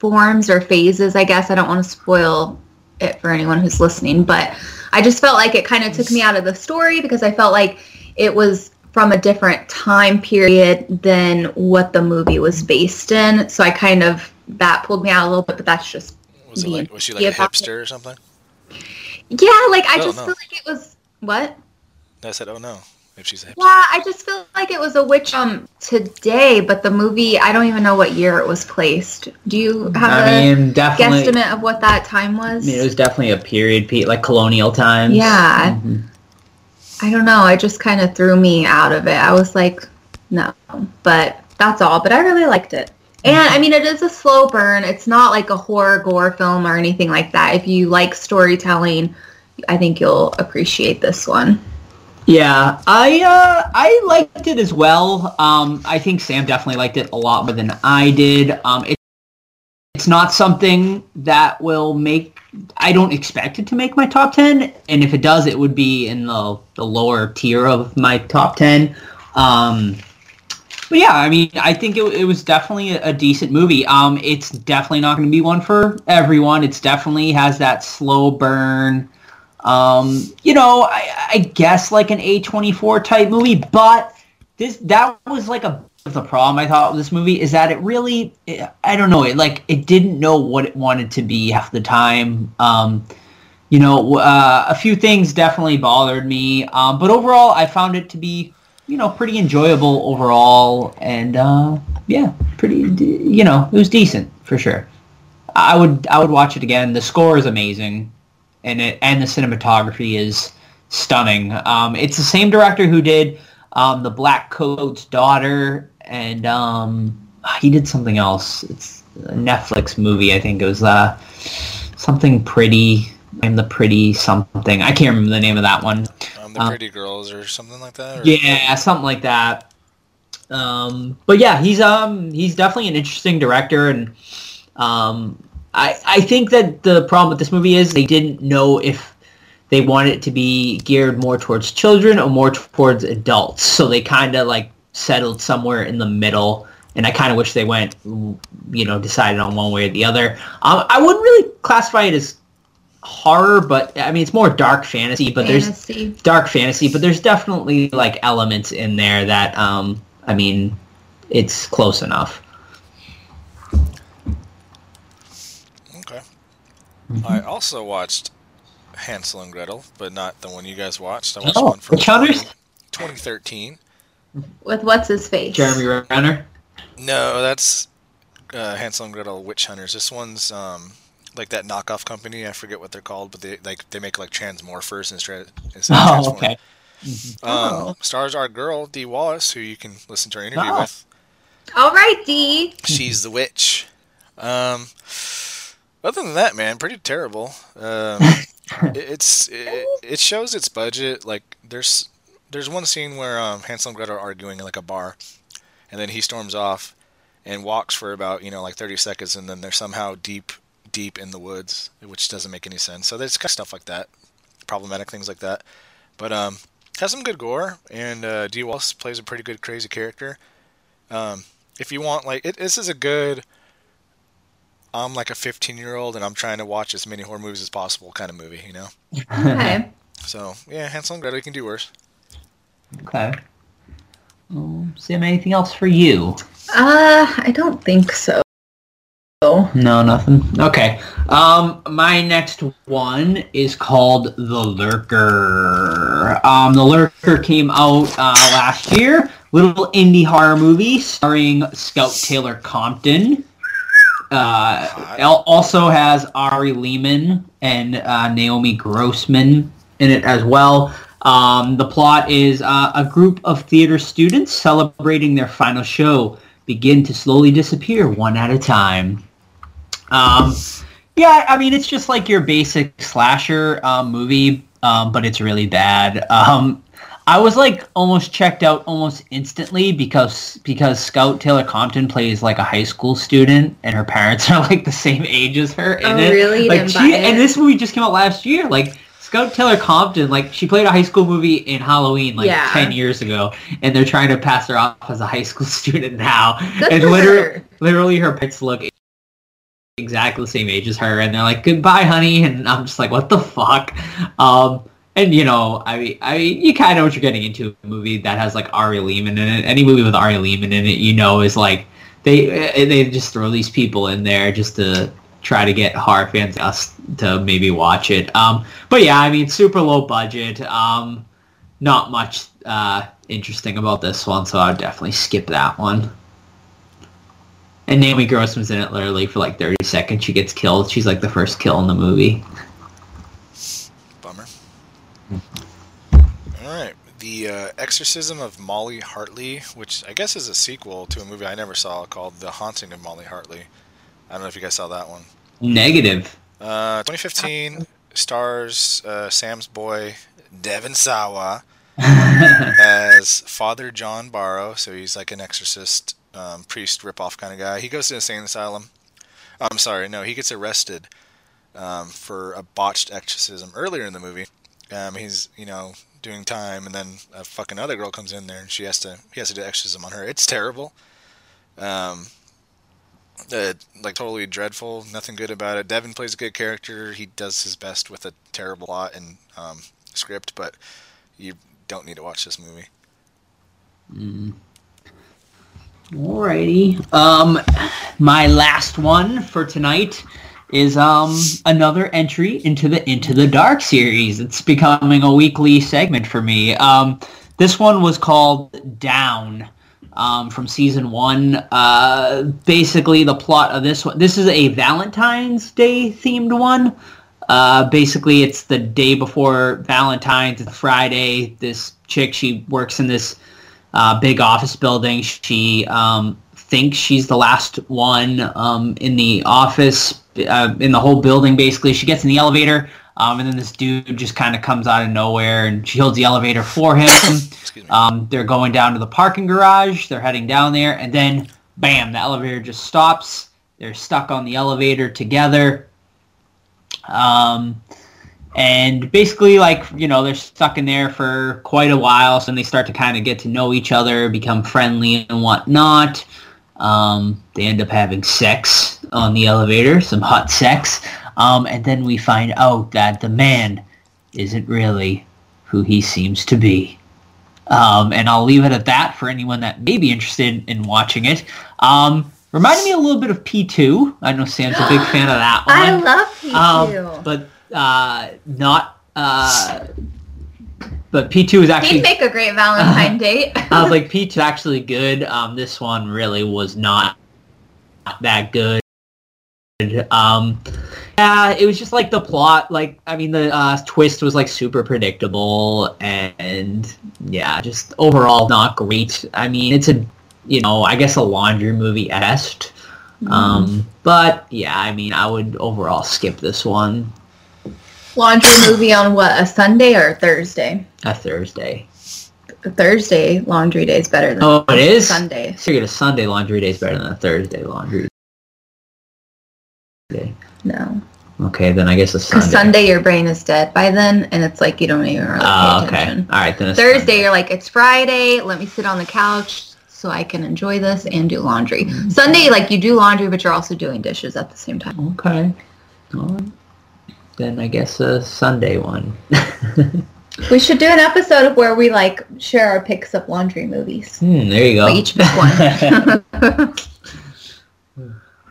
Speaker 3: forms or phases, I guess. I don't want to spoil it for anyone who's listening, but I just felt like it kind of took me out of the story because I felt like it was from a different time period than what the movie was based in. So I kind of that pulled me out a little bit, but that's just
Speaker 2: was it
Speaker 3: Yeah.
Speaker 2: like was she like
Speaker 3: Yeah,
Speaker 2: a
Speaker 3: about-
Speaker 2: hipster or something?
Speaker 3: yeah, like I
Speaker 2: Oh,
Speaker 3: just
Speaker 2: no.
Speaker 3: feel like it was what?
Speaker 2: I said, oh no, if she's a hipster.
Speaker 3: Yeah, I just feel like it was a witch um today, but the movie I don't even know what year it was placed. Do you have
Speaker 4: I
Speaker 3: a
Speaker 4: mean, definitely.
Speaker 3: guesstimate of what that time was?
Speaker 4: I mean, it was definitely a period piece, like colonial times.
Speaker 3: Yeah.
Speaker 4: Mhm.
Speaker 3: I don't know. It just kind of threw me out of it. I was like, no. But that's all. But I really liked it. And I mean, it is a slow burn. It's not like a horror gore film or anything like that. If you like storytelling, I think you'll appreciate this one.
Speaker 4: Yeah, I uh, I liked it as well. Um, I think Sam definitely liked it a lot more than I did. Um, it, it's not something that will make. I don't expect it to make my top ten, and if it does, it would be in the the lower tier of my top ten. Um, but yeah, I mean, I think it, it was definitely a, a decent movie. Um, it's definitely not going to be one for everyone. It's definitely has that slow burn. Um, you know, I, I guess like an A24 type movie, but this that was like a the problem I thought with this movie is that it really I don't know it like it didn't know what it wanted to be half the time. Um, you know, uh, a few things definitely bothered me, um, but overall I found it to be you know pretty enjoyable overall, and uh, yeah, pretty d- you know it was decent for sure. I would I would watch it again. The score is amazing, and it and the cinematography is stunning. Um, it's the same director who did um, the Black Coat's Daughter, and um, he did something else. It's a Netflix movie, I think it was uh, something pretty. I'm the pretty something. I can't remember the name of that one.
Speaker 2: Um, the
Speaker 4: Um,
Speaker 2: Pretty Girls or something like that. Or,
Speaker 4: Yeah, something like that. Um, but yeah, he's um he's definitely an interesting director, and um I I think that the problem with this movie is they didn't know if they wanted it to be geared more towards children or more towards adults. So they kind of like settled somewhere in the middle. And I kind of wish they went, you know, decided on one way or the other. Um, I wouldn't really classify it as horror, but I mean it's more dark fantasy. But
Speaker 3: Fantasy.
Speaker 4: there's dark fantasy, but there's definitely like elements in there that, um, I mean, it's close enough.
Speaker 2: Okay.
Speaker 4: Mm-hmm.
Speaker 2: I also watched Hansel and Gretel, but not the one you guys watched. I watched
Speaker 4: Oh,
Speaker 2: one from
Speaker 4: which others?
Speaker 2: 2013.
Speaker 3: with what's his face?
Speaker 4: Jeremy Renner.
Speaker 2: No, that's uh, Hansel and Gretel Witch Hunters. This one's um, like that knockoff company. I forget what they're called, but they like they make like transmorphers and tra- instead of
Speaker 4: Oh,
Speaker 2: Transformers.
Speaker 4: okay.
Speaker 2: Um, Stars our girl Dee Wallace, who you can listen to her interview
Speaker 4: Oh.
Speaker 2: with.
Speaker 3: All right, D.
Speaker 2: She's the witch. Um, other than that, man, pretty terrible. Um, it, it's it, it shows its budget. Like there's there's one scene where um, Hansel and Gretel are arguing in like a bar, and then he storms off and walks for about you know like 30 seconds, and then they're somehow deep deep in the woods, which doesn't make any sense. So there's kind of stuff like that, problematic things like that. But um, has some good gore, and uh, D. Wallace plays a pretty good crazy character. Um, if you want like it, this is a good i'm like a 15 year old and i'm trying to watch as many horror movies as possible kind of movie you know
Speaker 3: Okay.
Speaker 2: so yeah hansel and gretel you can do worse
Speaker 4: Okay. Um, Sam, anything else for you?
Speaker 3: Uh, I don't think so. Oh,
Speaker 4: No, nothing. Okay. Um, my next one is called The Lurker. Um, The Lurker came out uh, last year. Little indie horror movie starring Scout Taylor Compton. Uh, al- also has Ari Lehman and uh, Naomi Grossman in it as well. Um, the plot is uh, a group of theater students celebrating their final show begin to slowly disappear one at a time. Um, yeah, I mean, it's just like your basic slasher um, movie, um, but it's really bad. Um, I was like almost checked out almost instantly because because Scout Taylor Compton plays like a high school student and her parents *laughs* are like the same age as her. in
Speaker 3: Oh,
Speaker 4: it.
Speaker 3: really? You
Speaker 4: Like
Speaker 3: didn't
Speaker 4: she,
Speaker 3: buy it?
Speaker 4: and this movie just came out last year. Like Scout Taylor Compton, like she played a high school movie in Halloween like
Speaker 3: Yeah.
Speaker 4: ten years ago, and they're trying to pass her off as a high school *laughs* student now.
Speaker 3: Good
Speaker 4: and
Speaker 3: for
Speaker 4: literally,
Speaker 3: her.
Speaker 4: literally, her parents look exactly the same age as her, and they're like, "Goodbye, honey," and I'm just like, "What the fuck?" Um, and you know, I mean, I mean, you kind of know what you're getting into a movie that has like Ari Lehman in it. Any movie with Ari Lehman in it, you know, is like they eh, they just throw these people in there just to try to get horror fans us to maybe watch it. Um, but yeah, I mean, super low budget. Um, not much uh, interesting about this one, so I would definitely skip that one. And Naomi Grossman's in it literally for like 30 seconds. She gets killed. She's like the first kill in the movie.
Speaker 2: bummer all right the uh, exorcism of molly hartley which i guess is a sequel to a movie i never saw called the haunting of molly hartley i don't know if you guys saw that one
Speaker 4: Negative.
Speaker 2: uh, 2015 stars uh, sam's boy devin sawa as Father John Barrow, so he's like an exorcist, um, priest ripoff kind of guy. He goes to an insane asylum. I'm sorry, no, he gets arrested um, for a botched exorcism earlier in the movie. Um, he's you know doing time, and then a fucking other girl comes in there, and she has to he has to do exorcism on her. It's terrible. Um, uh, like totally dreadful. Nothing good about it. Devin plays a good character. He does his best with a terrible plot and um, script, but you don't need to watch this movie.
Speaker 4: Alrighty. Um, my last one for tonight is um another entry into the Into the Dark series. It's becoming a weekly segment for me. Um, this one was called Down. Um, from season one, uh, basically the plot of this one. This is a Valentine's Day themed one. Uh, basically, it's the day before Valentine's. It's Friday. This chick, she works in this uh, big office building. She um, thinks she's the last one um, in the office, uh, in the whole building, basically. She gets in the elevator, um, and then this dude just kind of comes out of nowhere, and she holds the elevator for him.
Speaker 2: me.
Speaker 4: um, they're going down to the parking garage. They're heading down there, and then, bam, the elevator just stops. They're stuck on the elevator together. Um, And basically, like, you know, they're stuck in there for quite a while, so then they start to kind of get to know each other, become friendly and whatnot. Um, they end up having sex on the elevator, some hot sex. Um, and then we find out that the man isn't really who he seems to be. Um, and I'll leave it at that for anyone that may be interested in watching it. Um, reminded me a little bit of P2. I know Sam's
Speaker 3: *gasps*
Speaker 4: a big fan of that one.
Speaker 3: I love P2.
Speaker 4: Um, but uh, not. Uh, but P two is actually.
Speaker 3: He'd make a great
Speaker 4: Uh-huh.
Speaker 3: Valentine date. *laughs*
Speaker 4: I was like, P two Uh, actually good. Um, this one really was not that good. Um, yeah, it was just like the plot. Like, I mean, the uh, twist was like super predictable, and yeah, just overall not great. I mean, it's a, you know, I guess a laundry movie est. Um, but yeah, I mean, I would overall skip this one
Speaker 3: Laundry movie on what? A Sunday or a Thursday?
Speaker 4: a Thursday.
Speaker 3: A Thursday laundry day is better than
Speaker 4: Oh, it is
Speaker 3: Sunday.
Speaker 4: So you get a Sunday laundry day is better than a Thursday laundry day.
Speaker 3: No.
Speaker 4: Okay, then I guess a Sunday.
Speaker 3: Because Sunday your brain is dead by then, and it's like you don't even really pay
Speaker 4: Ah, okay.
Speaker 3: attention.
Speaker 4: All right, then it's
Speaker 3: Thursday you're like, it's Friday. Let me sit on the couch so I can enjoy this and do laundry.
Speaker 4: Mm-hmm.
Speaker 3: Sunday, like you do laundry, but you're also doing dishes at the same time.
Speaker 4: Sunday. Okay. All right. Then I guess a Sunday one. *laughs* Mm-hmm.
Speaker 3: We should do an episode of where we like share our picks of laundry movies.
Speaker 4: Hmm, there you go.
Speaker 3: We each pick one.
Speaker 4: *laughs*
Speaker 3: *laughs*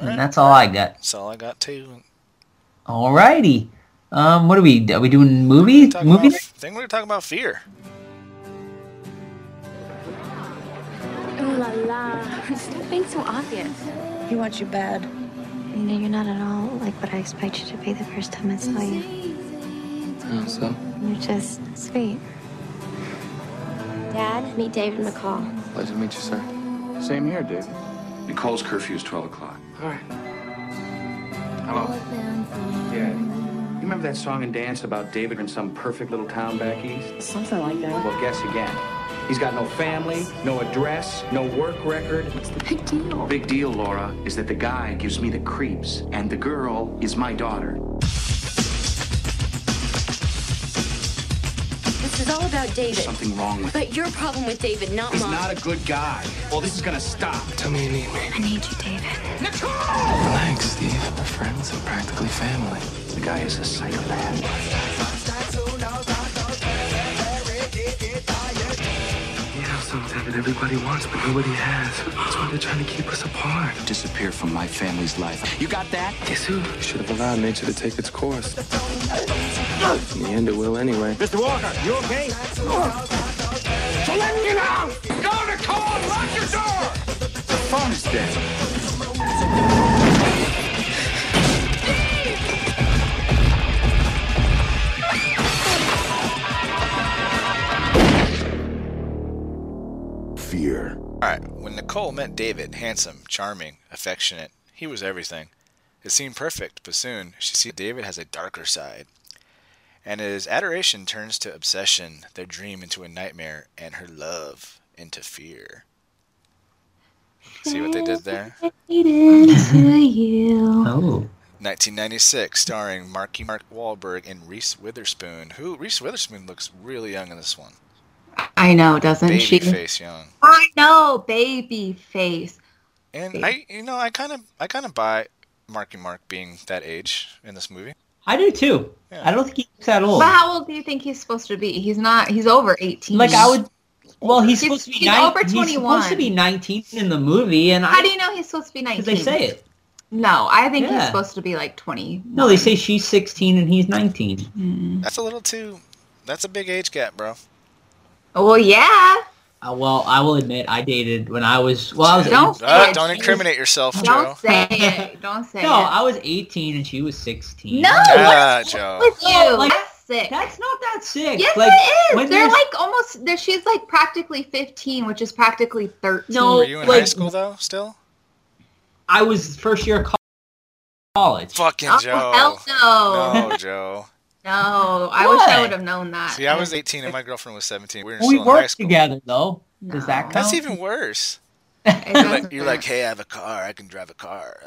Speaker 4: and that's all I got.
Speaker 2: That's all I got too.
Speaker 4: All righty. Um, what are we? Are we doing movie?
Speaker 2: Talking
Speaker 4: Movie?
Speaker 2: about, I think we're talking about fear.
Speaker 5: Oh,
Speaker 6: Ooh la la. Stop being so obvious.
Speaker 7: He wants you bad.
Speaker 6: No, you're not at all like what I expected you to be the first time I saw you.
Speaker 8: Oh, so?
Speaker 6: You're just sweet. Dad, meet David McCall.
Speaker 8: Pleasure to meet you, sir. Same here, David. Nicole's curfew is 12 o'clock. All right. Hello. Yeah. You remember that song and dance about David in some perfect little town back east?
Speaker 7: Something like that.
Speaker 8: Well, guess again. He's got no family, no address, no work record. What's the big deal? Big deal, Laura, is that the guy gives me the creeps, and the girl is my daughter.
Speaker 5: This is all about David.
Speaker 8: Something wrong with him.
Speaker 5: But your problem with David, not
Speaker 8: He's
Speaker 5: mine.
Speaker 8: not a good guy. Well, this is gonna stop. Tell me you need me.
Speaker 6: I need you, David.
Speaker 8: Thanks, Steve. We're friends and practically family. The guy is a psychopath.
Speaker 9: You know something that everybody wants, but nobody has. That's why they're trying to keep us apart.
Speaker 8: Disappear from my family's life. You got that?
Speaker 9: Guess who? Should have allowed nature to take its course. In the end, it will anyway.
Speaker 8: Mr. Walker, you okay? So let me out! Go to call and lock your door! The phone is dead.
Speaker 10: Fear.
Speaker 2: All right. When Nicole met David, handsome, charming, affectionate, he was everything. It seemed perfect, but soon she sees David has a darker side. And his adoration turns to obsession, their dream into a nightmare, and her love into fear. See what they did there?
Speaker 3: into you.
Speaker 4: Oh,
Speaker 2: 1996, starring Marky Mark Wahlberg and Reese Witherspoon. Who Reese Witherspoon looks really young in this one.
Speaker 3: I know, doesn't
Speaker 2: Baby
Speaker 3: she?
Speaker 2: face young.
Speaker 3: I know, baby face.
Speaker 2: And I, you know, I kind of, I kind of buy Marky Mark being that age in this movie.
Speaker 4: I do too.
Speaker 2: Yeah.
Speaker 4: I don't think he looks that old.
Speaker 3: But how old do you think he's supposed to be? He's not. He's over eighteen.
Speaker 4: Like I would. Well, he's,
Speaker 3: He's-
Speaker 4: supposed to be
Speaker 3: he's
Speaker 4: nine-
Speaker 3: over
Speaker 4: He's supposed to
Speaker 3: 21.
Speaker 4: be 19 in the movie, and
Speaker 3: How
Speaker 4: I
Speaker 3: do you know he's supposed to be nineteen?
Speaker 4: because they say it.
Speaker 3: No, I think
Speaker 4: Yeah.
Speaker 3: he's supposed to be like twenty.
Speaker 4: No, they say she's 16 and he's 19. Mm-hmm.
Speaker 2: That's a little too. That's a big age gap, bro.
Speaker 3: Well, yeah.
Speaker 4: Uh, well, I will admit I dated when I was well, I was
Speaker 3: Don't say
Speaker 2: Uh,
Speaker 3: it.
Speaker 2: don't incriminate yourself, Joe.
Speaker 3: Don't say
Speaker 4: *laughs*
Speaker 3: it. Don't say
Speaker 4: no,
Speaker 3: it.
Speaker 4: I was 18 and she was 16.
Speaker 3: No,
Speaker 2: Ah, Joe.
Speaker 3: with you.
Speaker 4: Oh, like-
Speaker 3: That's sick.
Speaker 4: that's not that sick.
Speaker 3: Yes,
Speaker 4: like,
Speaker 3: it
Speaker 4: when
Speaker 3: is. They're
Speaker 4: you're-
Speaker 3: like almost. They're, she's like practically fifteen, which is practically thirteen.
Speaker 4: No.
Speaker 2: Were you in
Speaker 4: Like-
Speaker 2: high school though? Still?
Speaker 4: I was first year of co- college.
Speaker 2: Fucking
Speaker 3: Oh,
Speaker 2: Joe.
Speaker 3: hell no.
Speaker 2: No, Joe.
Speaker 3: No, I wish
Speaker 4: What?
Speaker 3: I would have known that.
Speaker 2: See, I
Speaker 4: *laughs*
Speaker 2: was 18 and my girlfriend was 17. We were
Speaker 4: we
Speaker 2: still in high
Speaker 4: worked
Speaker 2: school.
Speaker 4: together though. Does
Speaker 3: No.
Speaker 4: that count?
Speaker 2: That's even worse. You're like, you're like, hey, I have a car. I can drive a car.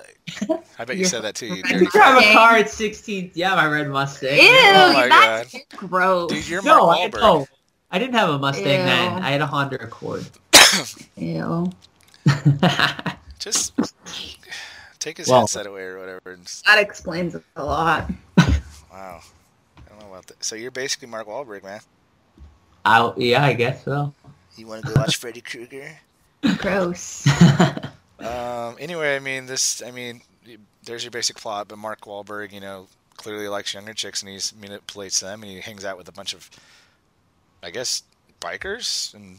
Speaker 2: Like, I bet you said that
Speaker 4: *laughs*
Speaker 2: too. You
Speaker 3: You're
Speaker 2: dirty-
Speaker 4: Drive a
Speaker 3: Okay.
Speaker 4: car at 16. Yeah, my red Mustang.
Speaker 3: Ew,
Speaker 2: Oh my
Speaker 3: that's gross.
Speaker 2: Dude, you're
Speaker 4: No, I,
Speaker 2: Mark Wahlberg.
Speaker 4: oh, I didn't have a Mustang
Speaker 3: Ew.
Speaker 4: then. I had a Honda Accord. *laughs*
Speaker 3: Ew.
Speaker 4: yeah,
Speaker 2: Just take his
Speaker 4: Well-
Speaker 2: headset away or whatever. And just,
Speaker 3: That explains a lot.
Speaker 2: wow. I don't know about that. So you're basically Mark Wahlberg, man.
Speaker 4: I guess
Speaker 3: *laughs*
Speaker 4: so.
Speaker 2: You want to go watch Freddy Krueger?
Speaker 3: Gross.
Speaker 2: Um, anyway, I mean, this, I mean, there's your basic plot, but Mark Wahlberg, you know, clearly likes younger chicks and he manipulates them and he hangs out with a bunch of, I guess, bikers and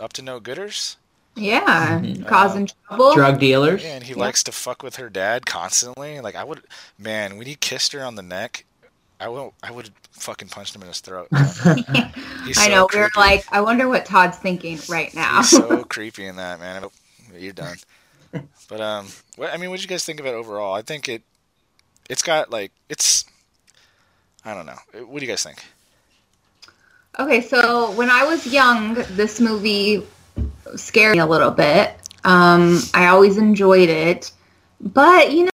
Speaker 2: up to no gooders.
Speaker 3: Yeah, causing trouble. *laughs*
Speaker 4: Drug *laughs* dealers.
Speaker 2: Yeah, and he likes to fuck with her dad constantly. Like I would, man, when he kissed her on the neck, I will, I would fucking punched him in his throat. He's
Speaker 3: *laughs* I
Speaker 2: so
Speaker 3: know. We were
Speaker 2: creepy.
Speaker 3: like, I wonder what Todd's thinking right now.
Speaker 2: He's
Speaker 4: *laughs*
Speaker 2: so creepy in that man. You're done. But um, what I mean, what did you guys think of it overall? I think it, it's got like it's, I don't know. What do you guys think?
Speaker 3: Okay, so when I was young, this movie scared me a little bit. Um, I always enjoyed it, but you know,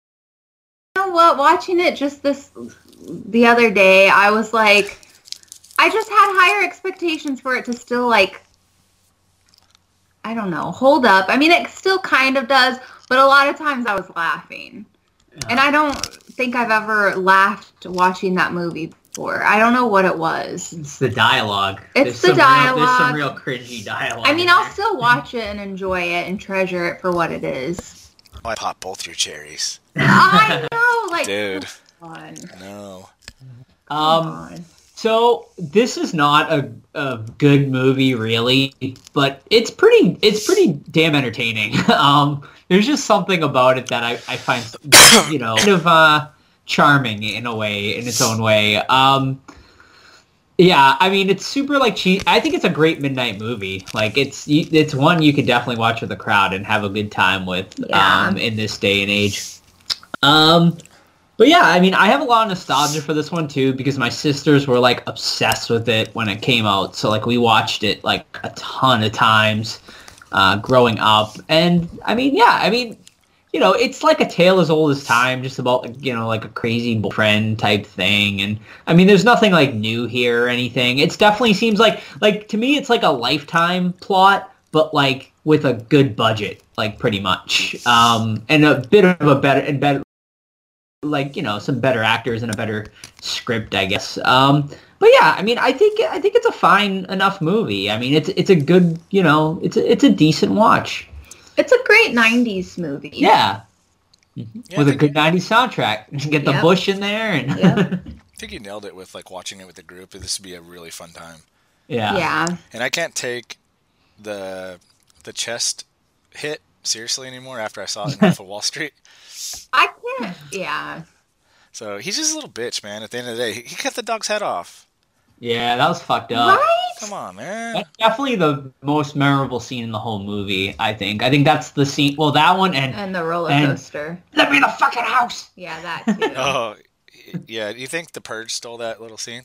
Speaker 3: you know what? Watching it just this the other day, I was like, I just had higher expectations for it to still like, I don't know, hold up. I mean, it still kind of does, but a lot of times I was laughing, and I don't think I've ever laughed watching that movie before. I don't know what it was.
Speaker 4: It's the dialogue.
Speaker 3: It's the
Speaker 4: some Real, there's some
Speaker 3: dialogue.
Speaker 4: real cringy dialogue.
Speaker 3: I mean,
Speaker 4: in there.
Speaker 3: I'll still watch it and enjoy it and treasure it for what
Speaker 4: *laughs*
Speaker 3: it is.
Speaker 2: Oh, I popped both your cherries,
Speaker 3: I know, like,
Speaker 2: dude.
Speaker 3: come on,
Speaker 2: No,
Speaker 3: come
Speaker 4: Um,
Speaker 3: on.
Speaker 4: so this is not a, a good movie, really, but it's pretty. It's pretty damn entertaining. *laughs* Um, there's just something about it that I, I find, you know, kind of uh, charming in a way, in its own way. Um, yeah, I mean, it's super like cheap. I think it's a great midnight movie. Like it's y- it's one you could definitely watch with a crowd and have a good time with.
Speaker 3: Yeah.
Speaker 4: Um, in this day and age. Um, but yeah, I mean, I have a lot of nostalgia for this one too because my sisters were like obsessed with it when it came out. So like we watched it like a ton of times uh, growing up, and I mean, yeah, I mean, you know, it's like a tale as old as time, just about you know like a crazy boyfriend type thing. And I mean, there's nothing like new here or anything. It's definitely seems like like to me, it's like a lifetime plot, but like with a good budget, like pretty much, um, and a bit of a better and better like you know some better actors and a better script i guess um but yeah i mean i think i think it's a fine enough movie i mean it's it's a good you know it's a, it's a decent watch
Speaker 3: It's a great '90s movie.
Speaker 4: yeah,
Speaker 2: yeah,
Speaker 4: with
Speaker 2: I
Speaker 4: a
Speaker 2: think-
Speaker 4: good 90s soundtrack *laughs* get the
Speaker 3: Yep.
Speaker 4: bush in there and
Speaker 3: Yep.
Speaker 2: I think you nailed it with like watching it with the group. This would be a really fun time.
Speaker 4: *laughs* yeah
Speaker 3: yeah.
Speaker 2: And I can't take the the chest hit seriously anymore after I saw it in
Speaker 4: *laughs*
Speaker 2: Wolf of Wall Street.
Speaker 3: I can't. Yeah,
Speaker 2: So he's just a little bitch, man. At the end of the day, he- he cut the dog's head off.
Speaker 4: Yeah, that was fucked up
Speaker 3: right?
Speaker 2: Come on, man.
Speaker 4: that's definitely the most memorable scene in the whole movie i think i think that's the scene well that one and
Speaker 3: And the roller
Speaker 4: And-
Speaker 3: coaster.
Speaker 4: let me in the fucking house
Speaker 3: Yeah, that
Speaker 4: *laughs*
Speaker 3: too.
Speaker 2: Oh, y- yeah. Do you think the Purge stole that little scene?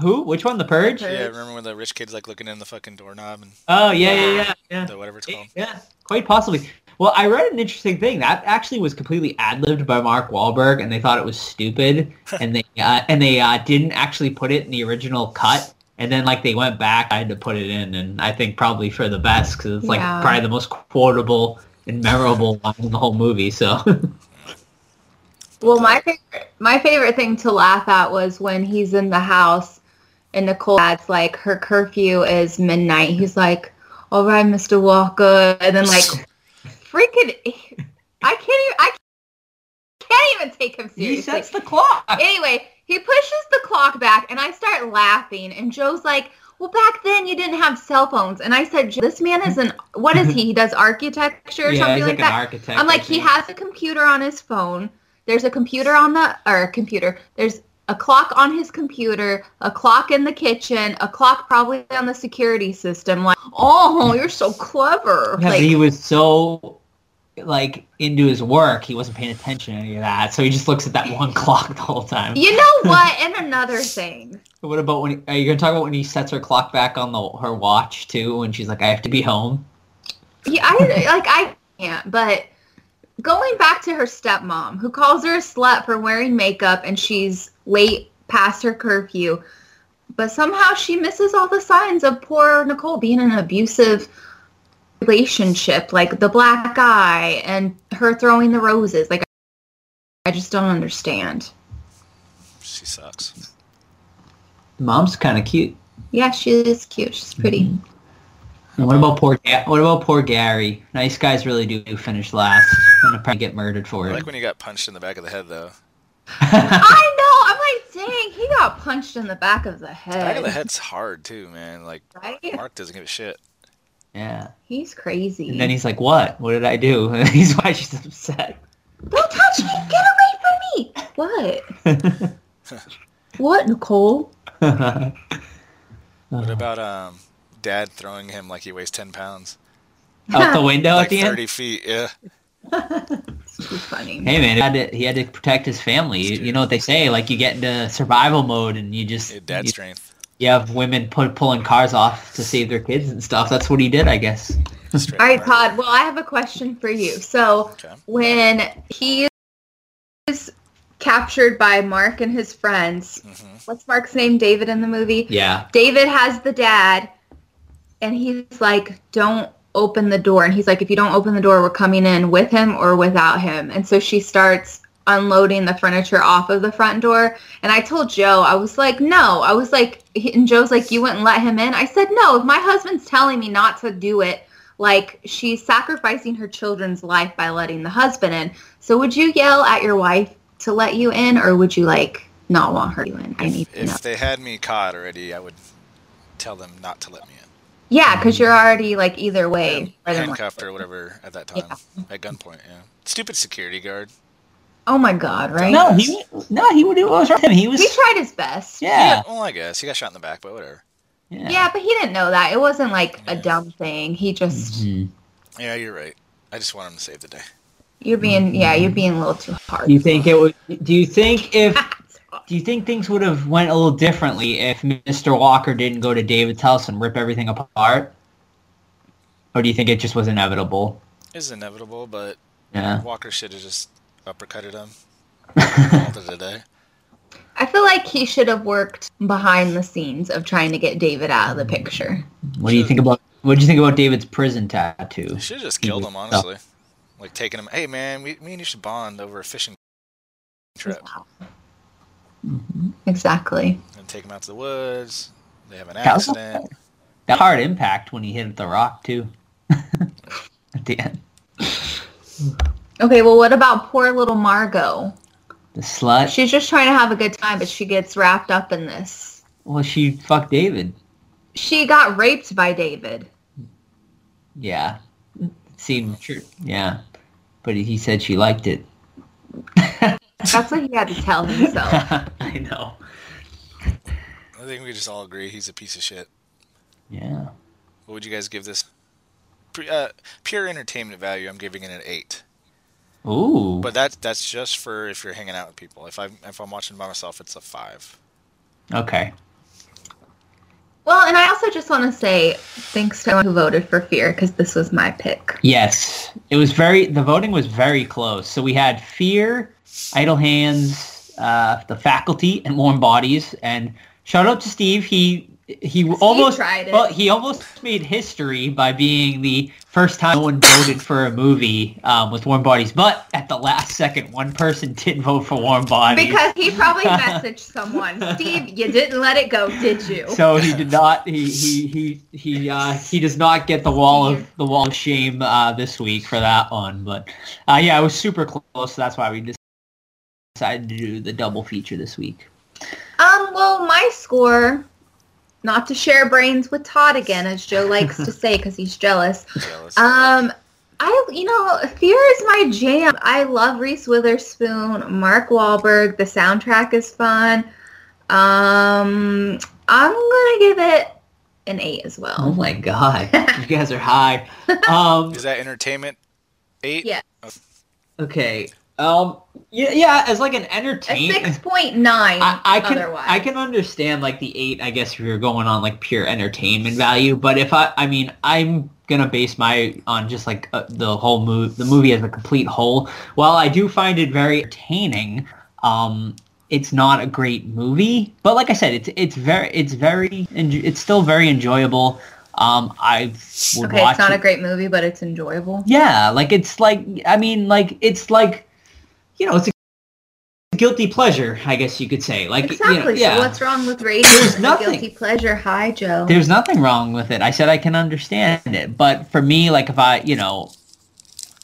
Speaker 4: who which one the purge
Speaker 3: Purge.
Speaker 2: Yeah, remember when the rich kid's like looking in the fucking doorknob and
Speaker 4: oh yeah yeah yeah, yeah.
Speaker 2: the whatever it's
Speaker 4: Yeah,
Speaker 2: called?
Speaker 4: Yeah, quite possibly. Well, I read an interesting thing that actually was completely ad-libbed by Mark Wahlberg, and they thought it was *laughs* stupid, and they uh, and they uh, didn't actually put it in the original cut. And then like they went back, I had to put it in, and I think probably for the best because it's like
Speaker 3: Yeah.
Speaker 4: probably the most quotable and memorable *laughs* line in the whole movie. *laughs* So
Speaker 3: Well, my favorite, my favorite thing to laugh at was when he's in the house and Nicole adds like her curfew is midnight. He's like, "All right, Mr. Walker," and then like, freaking, I can't even I can't even take him
Speaker 4: he
Speaker 3: seriously.
Speaker 4: sets the clock. *laughs*
Speaker 3: Anyway, he pushes the clock back, and I start laughing. And Joe's like, "Well, back then you didn't have cell phones." And I said, "Joe, "This man is an what is he? He does architecture or
Speaker 4: yeah,
Speaker 3: something
Speaker 4: he's
Speaker 3: like
Speaker 4: like,
Speaker 3: that."
Speaker 4: an architect.
Speaker 3: I'm
Speaker 4: I
Speaker 3: like, he
Speaker 4: think.
Speaker 3: has a computer on his phone. There's a computer on the or a computer. There's a clock on his computer, a clock in the kitchen, a clock probably on the security system. Like, oh, you're so clever.
Speaker 4: Yeah,
Speaker 3: like,
Speaker 4: but he was so like into his work, he wasn't paying attention to any of that. So he just looks at that one *laughs* clock the whole time.
Speaker 3: you know what? And another thing.
Speaker 4: What about when are you gonna talk about when he sets her clock back on the her watch too? When she's like, "I have to be home."
Speaker 3: Yeah, I like I can't, but going back to her stepmom who calls her a slut for wearing makeup and she's late past her curfew, but somehow she misses all the signs of poor Nicole being in an abusive relationship, like the black eye and her throwing the roses. Like I just don't understand.
Speaker 2: She sucks.
Speaker 4: Mom's kind of cute.
Speaker 3: Yeah, she is cute. She's pretty.
Speaker 4: And what about poor? Ga- what about poor Gary? Nice guys really do finish last and apparently get murdered for
Speaker 2: I
Speaker 4: it.
Speaker 2: like when he got punched in the back of the head, though.
Speaker 3: I know. I'm like, dang, he got punched in the back of the head.
Speaker 2: Back of the head's hard too, man. Like
Speaker 3: Right?
Speaker 2: Mark doesn't give a shit.
Speaker 4: yeah.
Speaker 3: He's crazy.
Speaker 4: And then he's like, "What? What did I do?" *laughs* he's why she's upset.
Speaker 3: Don't touch me! Get away from me! What? what, Nicole?
Speaker 4: Uh-huh.
Speaker 2: What about um, Dad throwing him like he weighs ten pounds,
Speaker 4: Out the window
Speaker 2: like
Speaker 4: Uh, at the
Speaker 2: thirty
Speaker 4: end.
Speaker 2: feet? Yeah.
Speaker 3: Too funny.
Speaker 4: Hey man, he had to, he had to protect his family. You, you know what they say? Like you get into survival mode and you just
Speaker 2: yeah dad
Speaker 4: you,
Speaker 2: strength.
Speaker 4: you have women put, pulling cars off to save their kids and stuff. That's what he did, I guess.
Speaker 2: Strength
Speaker 3: All right,
Speaker 2: Mark.
Speaker 3: Todd. Well, I have a question for you. So
Speaker 2: Okay.
Speaker 3: when he is captured by Mark and his friends,
Speaker 2: Mhm.
Speaker 3: what's Mark's name? David in the movie?
Speaker 4: Yeah.
Speaker 3: David has the dad, and he's like, "Don't open the door." And he's like, "If you don't open the door, we're coming in with him or without him." And so she starts unloading the furniture off of the front door. And I told Joe, I was like, "No." I was like, he- and Joe's like, "You wouldn't let him in." I said, "No. If my husband's telling me not to do it." Like she's sacrificing her children's life by letting the husband in. So would you yell at your wife to let you in, or would you like not want her to in? I need to know.
Speaker 2: If they had me caught already, I would tell them not to let me in.
Speaker 3: Yeah, because you're already like either way. rather than-
Speaker 2: Handcuffed or whatever at that time. At gunpoint, yeah. Stupid security guard.
Speaker 3: Oh my god, right?
Speaker 4: No, he no, he would do what was right. with him. He was
Speaker 3: he tried his best.
Speaker 4: yeah,
Speaker 2: Well, I guess. He got shot in the back, but whatever.
Speaker 4: yeah.
Speaker 3: Yeah. but he didn't know that. It wasn't like a dumb thing. He just
Speaker 4: Mhm.
Speaker 2: Yeah, you're right. I just want him to save the day.
Speaker 3: you're being
Speaker 4: Mm-hmm.
Speaker 3: yeah, you're being a little too hard.
Speaker 4: You think it would? Do you think if do you think things would have went a little differently if Mr. Walker didn't go to David's house and rip everything apart? Or do you think it just was inevitable?
Speaker 2: It's inevitable, but
Speaker 4: Yeah.
Speaker 2: Walker should have just uppercutted
Speaker 4: *laughs*
Speaker 2: him. Called it a day.
Speaker 3: I feel like he should have worked behind the scenes of trying to get David out
Speaker 4: Mm-hmm.
Speaker 3: of the picture.
Speaker 4: What do you think about what do you think about David's prison tattoo?
Speaker 2: Should have just killed him, honestly. Like taking him. Hey, man, we, me and you should bond over a fishing trip
Speaker 3: Exactly.
Speaker 2: and take him out to the woods. They have an
Speaker 4: That was-
Speaker 2: accident.
Speaker 4: That hard impact when he hit the rock too. *laughs* At the end,
Speaker 3: Okay, well what about poor little Margot?
Speaker 4: the slut.
Speaker 3: She's just trying to have a good time, but she gets wrapped up in this.
Speaker 4: well, she fucked David.
Speaker 3: She got raped by David.
Speaker 4: Yeah. Seemed true. Yeah. But he said she liked it.
Speaker 3: That's what he had to tell *laughs* himself.
Speaker 4: I know.
Speaker 2: I think we just all agree he's a piece of shit.
Speaker 4: Yeah.
Speaker 2: What would you guys give this? Pre- uh, pure entertainment value. I'm giving it an eight.
Speaker 4: Ooh.
Speaker 2: But that that's just for if you're hanging out with people. If I'm if I'm watching by myself, it's a five.
Speaker 4: okay.
Speaker 3: Well, and I also just want to say thanks to everyone who voted for Fear because this was my pick.
Speaker 4: Yes. It was very the voting was very close. So we had Fear, Idle Hands, uh, the faculty and warm bodies and shout out to Steve. He he almost
Speaker 3: tried it.
Speaker 4: Well, he almost made history by being the first time no one voted for a movie um, with warm bodies. But at the last second, one person did vote for warm bodies.
Speaker 3: Because he probably messaged someone, Steve, you didn't let it go, did you?
Speaker 4: *laughs* So he did not. He he he he uh, he does not get the wall of the wall of shame uh, this week for that one. But uh, yeah, it was super close. So that's why we just decided to do the double feature this week.
Speaker 3: um, well, my score, not to share brains with Todd again, as Joe likes to say because he's jealous.
Speaker 2: Jealous.
Speaker 3: Um, I, you know, Fear is my jam. I love Reese Witherspoon, Mark Wahlberg. The soundtrack is fun. Um, I'm gonna give it an eight as well.
Speaker 4: Oh my god, *laughs* you guys are high. Um, *laughs*
Speaker 2: Is that entertainment? Eight.
Speaker 3: Yeah.
Speaker 4: okay, Um, yeah, yeah, as like an
Speaker 3: A
Speaker 4: entertainment.
Speaker 3: six point nine.
Speaker 4: I, I can
Speaker 3: otherwise.
Speaker 4: I can understand like the eight, I guess, if you're going on like pure entertainment value. But if I, I mean, I'm gonna base my on just like uh, the whole movie, the movie as a complete whole. While I do find it very entertaining, um, it's not a great movie. But like I said, it's it's very it's very enj- it's still very enjoyable. Um, I would
Speaker 3: Okay,
Speaker 4: watch
Speaker 3: it's not
Speaker 4: it.
Speaker 3: a great movie, but it's enjoyable.
Speaker 4: Yeah, like it's like I mean, like it's like you know, it's a guilty pleasure, I guess you could say. Like you know,
Speaker 3: Exactly.
Speaker 4: yeah,
Speaker 3: So what's wrong with rating
Speaker 4: There's
Speaker 3: a
Speaker 4: nothing.
Speaker 3: guilty pleasure? Hi, Joe.
Speaker 4: there's nothing wrong with it. I said I can understand it, but for me, like if I, you know,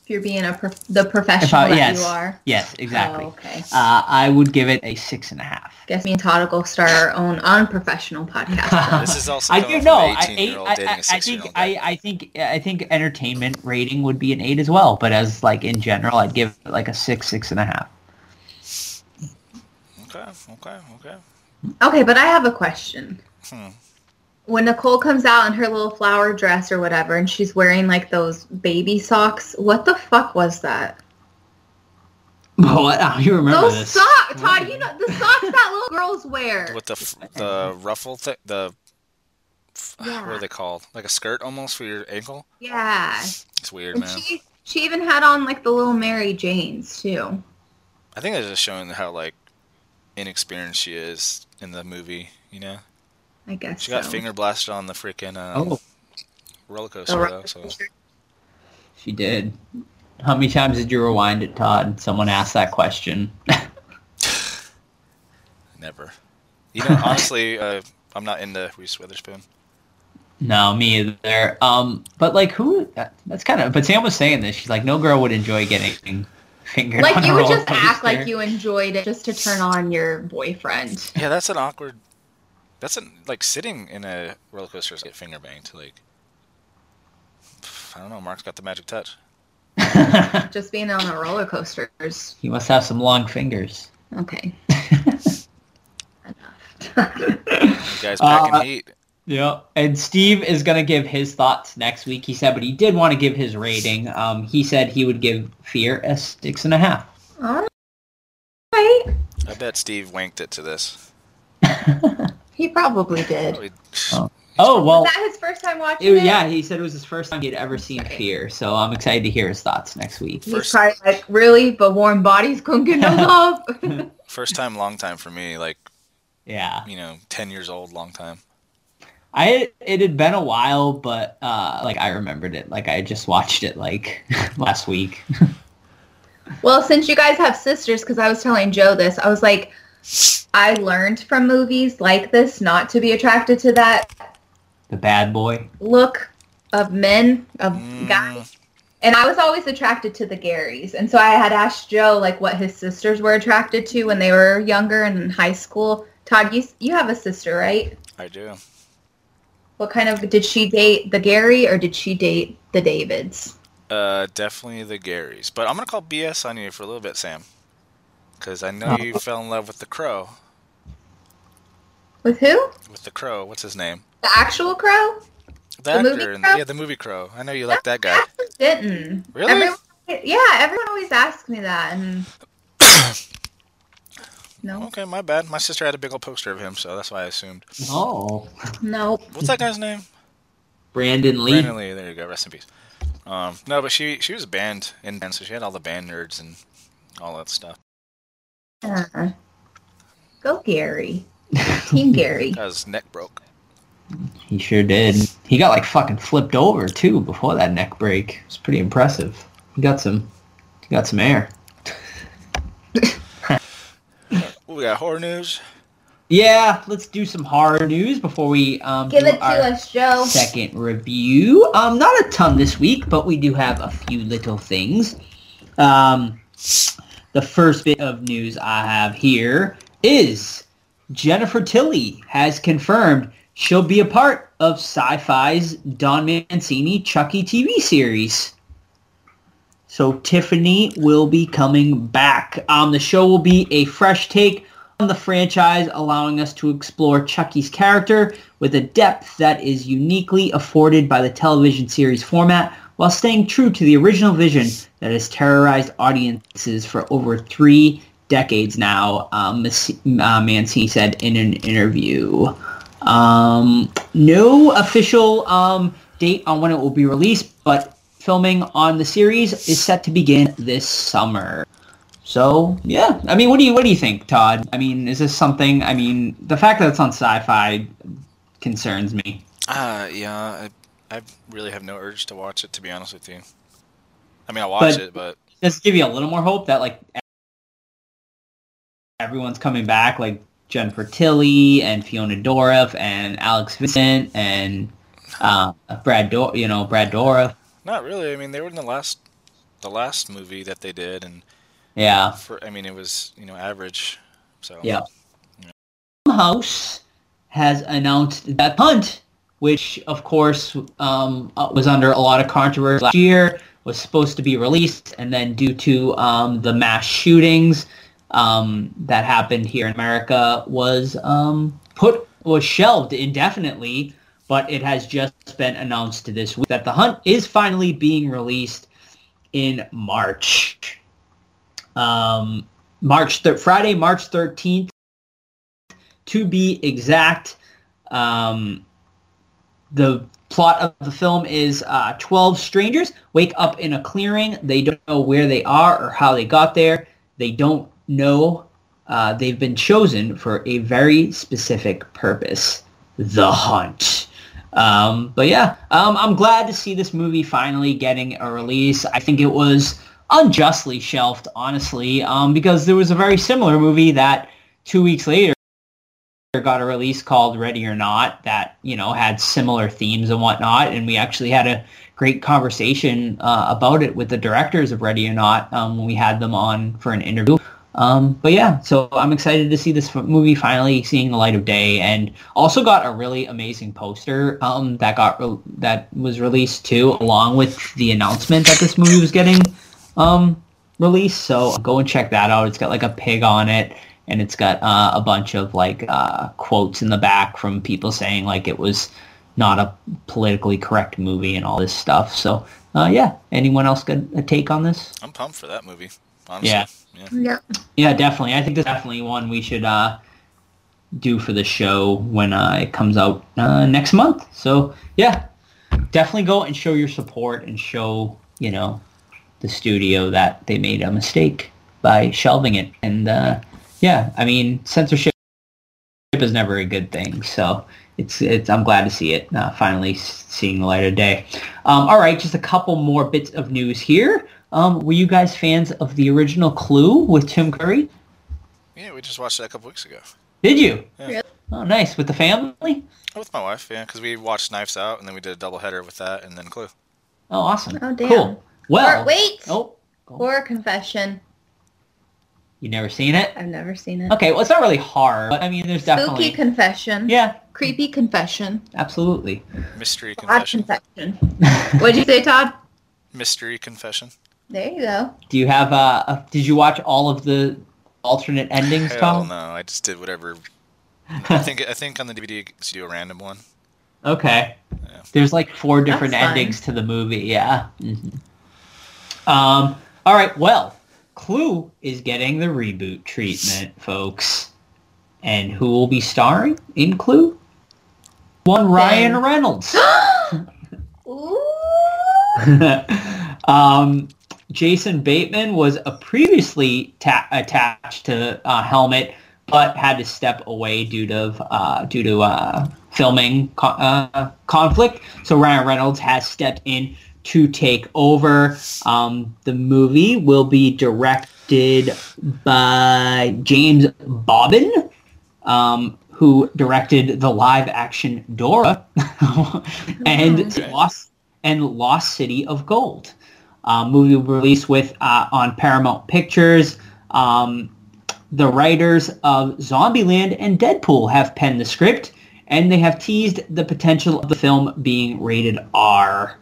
Speaker 3: if you're being a prof- the professional
Speaker 4: if I,
Speaker 3: that
Speaker 4: yes,
Speaker 3: you are.
Speaker 4: yes, exactly.
Speaker 3: Oh, okay.
Speaker 4: Uh, I would give it a six and a half.
Speaker 3: Guess me and Todd will start our own
Speaker 4: *laughs*
Speaker 3: unprofessional podcast.
Speaker 2: This is also
Speaker 4: I
Speaker 2: coming from
Speaker 4: do know.
Speaker 2: an
Speaker 4: I,
Speaker 2: 18
Speaker 4: eight,
Speaker 2: year old
Speaker 4: I,
Speaker 2: dating
Speaker 4: I,
Speaker 2: a
Speaker 4: I
Speaker 2: six year
Speaker 4: think
Speaker 2: old.
Speaker 4: I, I think I think entertainment rating would be an eight as well. But as like in general, I'd give it like a six, six and a half. *laughs*
Speaker 2: Okay, okay, okay.
Speaker 3: okay, but I have a question.
Speaker 2: Hmm.
Speaker 3: When Nicole comes out in her little flower dress or whatever, and she's wearing like those baby socks, what the fuck was that?
Speaker 4: What? *laughs* Oh, you remember
Speaker 3: those
Speaker 4: this?
Speaker 3: socks, Todd. You know the socks that little girls wear.
Speaker 2: With the f- the ruffle thing, the f- *sighs* what
Speaker 3: Yeah.
Speaker 2: are they called? Like a skirt almost for your ankle.
Speaker 3: Yeah,
Speaker 2: It's weird,
Speaker 3: and
Speaker 2: man.
Speaker 3: she she even had on like the little Mary Janes too.
Speaker 2: I think it's just showing how like inexperienced she is in the movie. You know,
Speaker 3: I guess
Speaker 2: she got
Speaker 3: so.
Speaker 2: finger blasted on the freaking um,
Speaker 4: Oh,
Speaker 2: roller
Speaker 3: The
Speaker 2: coaster.
Speaker 3: rock
Speaker 2: though, so
Speaker 4: she did. How many times did you rewind it, Todd? Someone asked that question. *laughs*
Speaker 2: never. You know, honestly, uh, I'm not into Reese Witherspoon.
Speaker 4: No, me either. Um, but like, who? That, that's kind of. But Sam was saying this. She's like, no girl would enjoy getting *laughs* fingered. on
Speaker 3: *laughs* like you
Speaker 4: her
Speaker 3: would
Speaker 4: roller
Speaker 3: just act
Speaker 4: coaster.
Speaker 3: like you enjoyed it just to turn on your
Speaker 4: *laughs*
Speaker 3: boyfriend.
Speaker 2: Yeah, that's an awkward. That's an like sitting in a roller coaster is get finger banged. Like, I don't know. Mark's got the magic touch.
Speaker 3: Just being on the roller coasters.
Speaker 4: He must have some long fingers.
Speaker 3: Okay.
Speaker 2: You guys back
Speaker 4: Uh,
Speaker 2: in heat.
Speaker 4: Yeah. And Steve is gonna give his thoughts next week. He said, but he did want to give his rating. Um, he said he would give Fear a six and a half.
Speaker 3: All right.
Speaker 2: I bet Steve wanked it to this.
Speaker 3: He probably did.
Speaker 2: Probably-
Speaker 4: Oh well.
Speaker 3: Was that his first time watching
Speaker 4: It,
Speaker 3: it?
Speaker 4: yeah, he said it was his first time he'd ever seen Fear, so I'm excited to hear his thoughts next week.
Speaker 3: He's
Speaker 2: First-
Speaker 3: probably like, really? But warm bodies couldn't
Speaker 4: *laughs*
Speaker 3: get no love?
Speaker 2: First time, long time for me. Like,
Speaker 4: Yeah.
Speaker 2: you know, 10 years old, long time.
Speaker 4: I it had been a while, but uh, like I remembered it. Like I just watched it like *laughs* last week.
Speaker 3: *laughs* well, since you guys have sisters, because I was telling Joe this, I was like, I learned from movies like this not to be attracted to that
Speaker 4: The Bad Boy.
Speaker 3: look of men, of
Speaker 2: Mm.
Speaker 3: guys. And I was always attracted to the Garys. And so I had asked Joe like what his sisters were attracted to when they were younger and in high school. Todd, you you have a sister, right?
Speaker 2: I do.
Speaker 3: What kind of did she date the Gary or did she date the Davids?
Speaker 2: Uh, definitely the Garys. But I'm going to call BS on you for a little bit, Sam. Because I know you fell in love with the crow.
Speaker 3: With who?
Speaker 2: With the crow. What's his name?
Speaker 3: The actual crow?
Speaker 2: The,
Speaker 3: The
Speaker 2: actor.
Speaker 3: movie
Speaker 2: in-
Speaker 3: Crow?
Speaker 2: yeah, the movie Crow. I know you like that guy.
Speaker 3: I actually didn't.
Speaker 2: Really?
Speaker 3: Everyone, yeah, everyone always asks me
Speaker 2: *coughs*
Speaker 3: that and No.
Speaker 2: Okay, my bad. My sister had a big old poster of him, so that's why I assumed.
Speaker 4: Oh,
Speaker 3: No.
Speaker 2: What's that guy's name?
Speaker 4: Brandon Lee.
Speaker 2: Brandon *laughs* Lee. There you go. Rest in peace. Um, no, but she she was banned, and so she had all the band nerds and all that stuff.
Speaker 3: Uh, go Gary. Team Gary.
Speaker 2: Got his neck broke.
Speaker 4: He sure did. He got like fucking flipped over too before that neck break. It's pretty impressive. He got some. He got some air.
Speaker 2: Ooh, we got horror news.
Speaker 4: Yeah, let's do some horror news before we um
Speaker 3: Give
Speaker 4: do
Speaker 3: it to
Speaker 4: our-
Speaker 3: us, Joe.
Speaker 4: second review. Um, not a ton this week, but we do have a few little things. Um, the first bit of news I have here is Jennifer Tilly has confirmed she'll be a part of Sci-Fi's Don Mancini Chucky TV series. So Tiffany will be coming back. Um, the show will be a fresh take on the franchise, allowing us to explore Chucky's character with a depth that is uniquely afforded by the television series format while staying true to the original vision that has terrorized audiences for over three decades now, um, Miss- uh, Mancini said in an interview. Um, no official um, date on when it will be released, but filming on the series is set to begin this summer. So yeah, I mean, what do you what do you think, Todd? I mean, is this something? I mean, the fact that it's on sci-fi concerns me.
Speaker 2: Uh, yeah, I, I really have no urge to watch it, to be honest with you. I mean, I'll watch
Speaker 4: But-
Speaker 2: it, but
Speaker 4: Does it give you a little more hope that like everyone's coming back, like Jennifer Tilly and Fiona Dorff and Alex Vincent and uh, Brad, Dor- you know, Brad Dorff.
Speaker 2: not really. I mean, they were in the last, the last movie that they did, and
Speaker 4: Yeah.
Speaker 2: for I mean, it was you know average. So
Speaker 4: Yeah. House has announced that Hunt, which of course um, uh, was under a lot of controversy last year, was supposed to be released, and then due to um, the mass shootings um, that happened here in America, was um, put was shelved indefinitely. But it has just been announced this week that The Hunt is finally being released in March. Um, March thir- Friday, March thirteenth to be exact. Um, the plot of the film is uh, 12 strangers wake up in a clearing. They don't know where they are or how they got there. They don't know uh, they've been chosen for a very specific purpose, the hunt. Um, but yeah, um, I'm glad to see this movie finally getting a release. I think it was unjustly shelved, honestly, um, because there was a very similar movie that two weeks later got a release called Ready or Not that, you know, had similar themes and whatnot. And we actually had a great conversation uh, about it with the directors of Ready or Not um, when we had them on for an interview. Um, but yeah, so I'm excited to see this f- movie finally seeing the light of day and also got a really amazing poster um, that got re- that was released too, along with the announcement that this movie was getting um, release. So go and check that out. It's got like a pig on it, and it's got uh, a bunch of like uh, quotes in the back from people saying like it was not a politically correct movie and all this stuff. So uh, yeah, anyone else got a take on this?
Speaker 2: I'm pumped for that movie. Honestly.
Speaker 4: Yeah.
Speaker 2: Yeah.
Speaker 3: Yeah.
Speaker 4: Yeah, definitely. I think this is definitely one we should uh, do for the show when uh, it comes out uh, next month. So yeah, definitely go and show your support and show you know the studio that they made a mistake by shelving it. And uh, yeah, I mean censorship is never a good thing. So it's it's I'm glad to see it uh, finally s- seeing the light of day. Um, all right, just a couple more bits of news here. Um, were you guys fans of the original Clue with Tim Curry?
Speaker 2: Yeah, we just watched that a couple weeks ago.
Speaker 4: Did you?
Speaker 2: Yeah.
Speaker 4: Oh, nice with the family.
Speaker 2: With my wife, yeah, because we watched Knives Out and then we did a double header with that and then Clue.
Speaker 4: Oh, awesome.
Speaker 3: Oh, damn.
Speaker 4: Cool. Well,
Speaker 3: Or- wait.
Speaker 4: Oh,
Speaker 3: Horror confession.
Speaker 4: you never seen it?
Speaker 3: I've never seen it.
Speaker 4: Okay, well, it's not really horror, but I mean, there's definitely.
Speaker 3: Spooky confession.
Speaker 4: yeah,
Speaker 3: Creepy confession.
Speaker 4: absolutely.
Speaker 2: Mystery
Speaker 3: Odd
Speaker 2: confession.
Speaker 3: confession.
Speaker 4: *laughs*
Speaker 3: What'd you say, Todd?
Speaker 2: Mystery confession.
Speaker 3: There you go.
Speaker 4: Do you have? Uh, a, did you watch all of the alternate endings,
Speaker 2: Hell
Speaker 4: Tom?
Speaker 2: no, I just did whatever. I think I think on the DVD you just do a random one.
Speaker 4: Okay. There's like four different
Speaker 3: That's fun.
Speaker 4: endings to the movie. Yeah. Mhm. Um. All right. Well, Clue is getting the reboot treatment, folks. And who will be starring in Clue? One Ryan
Speaker 3: Ben. *gasps*
Speaker 4: Reynolds. *gasps*
Speaker 3: Ooh.
Speaker 4: *laughs* um, Jason Bateman was a previously ta- attached to uh, Helmet, but had to step away due to uh, due to uh, filming co- uh, conflict. So Ryan Reynolds has stepped in to take over. Um, the movie will be directed by James Bobbin um, who directed the live action Dora *laughs* and Lost and Lost City of Gold. Uh, movie released with uh, on Paramount Pictures. Um, the writers of Zombieland and Deadpool have penned the script, and they have teased the potential of the film being rated R.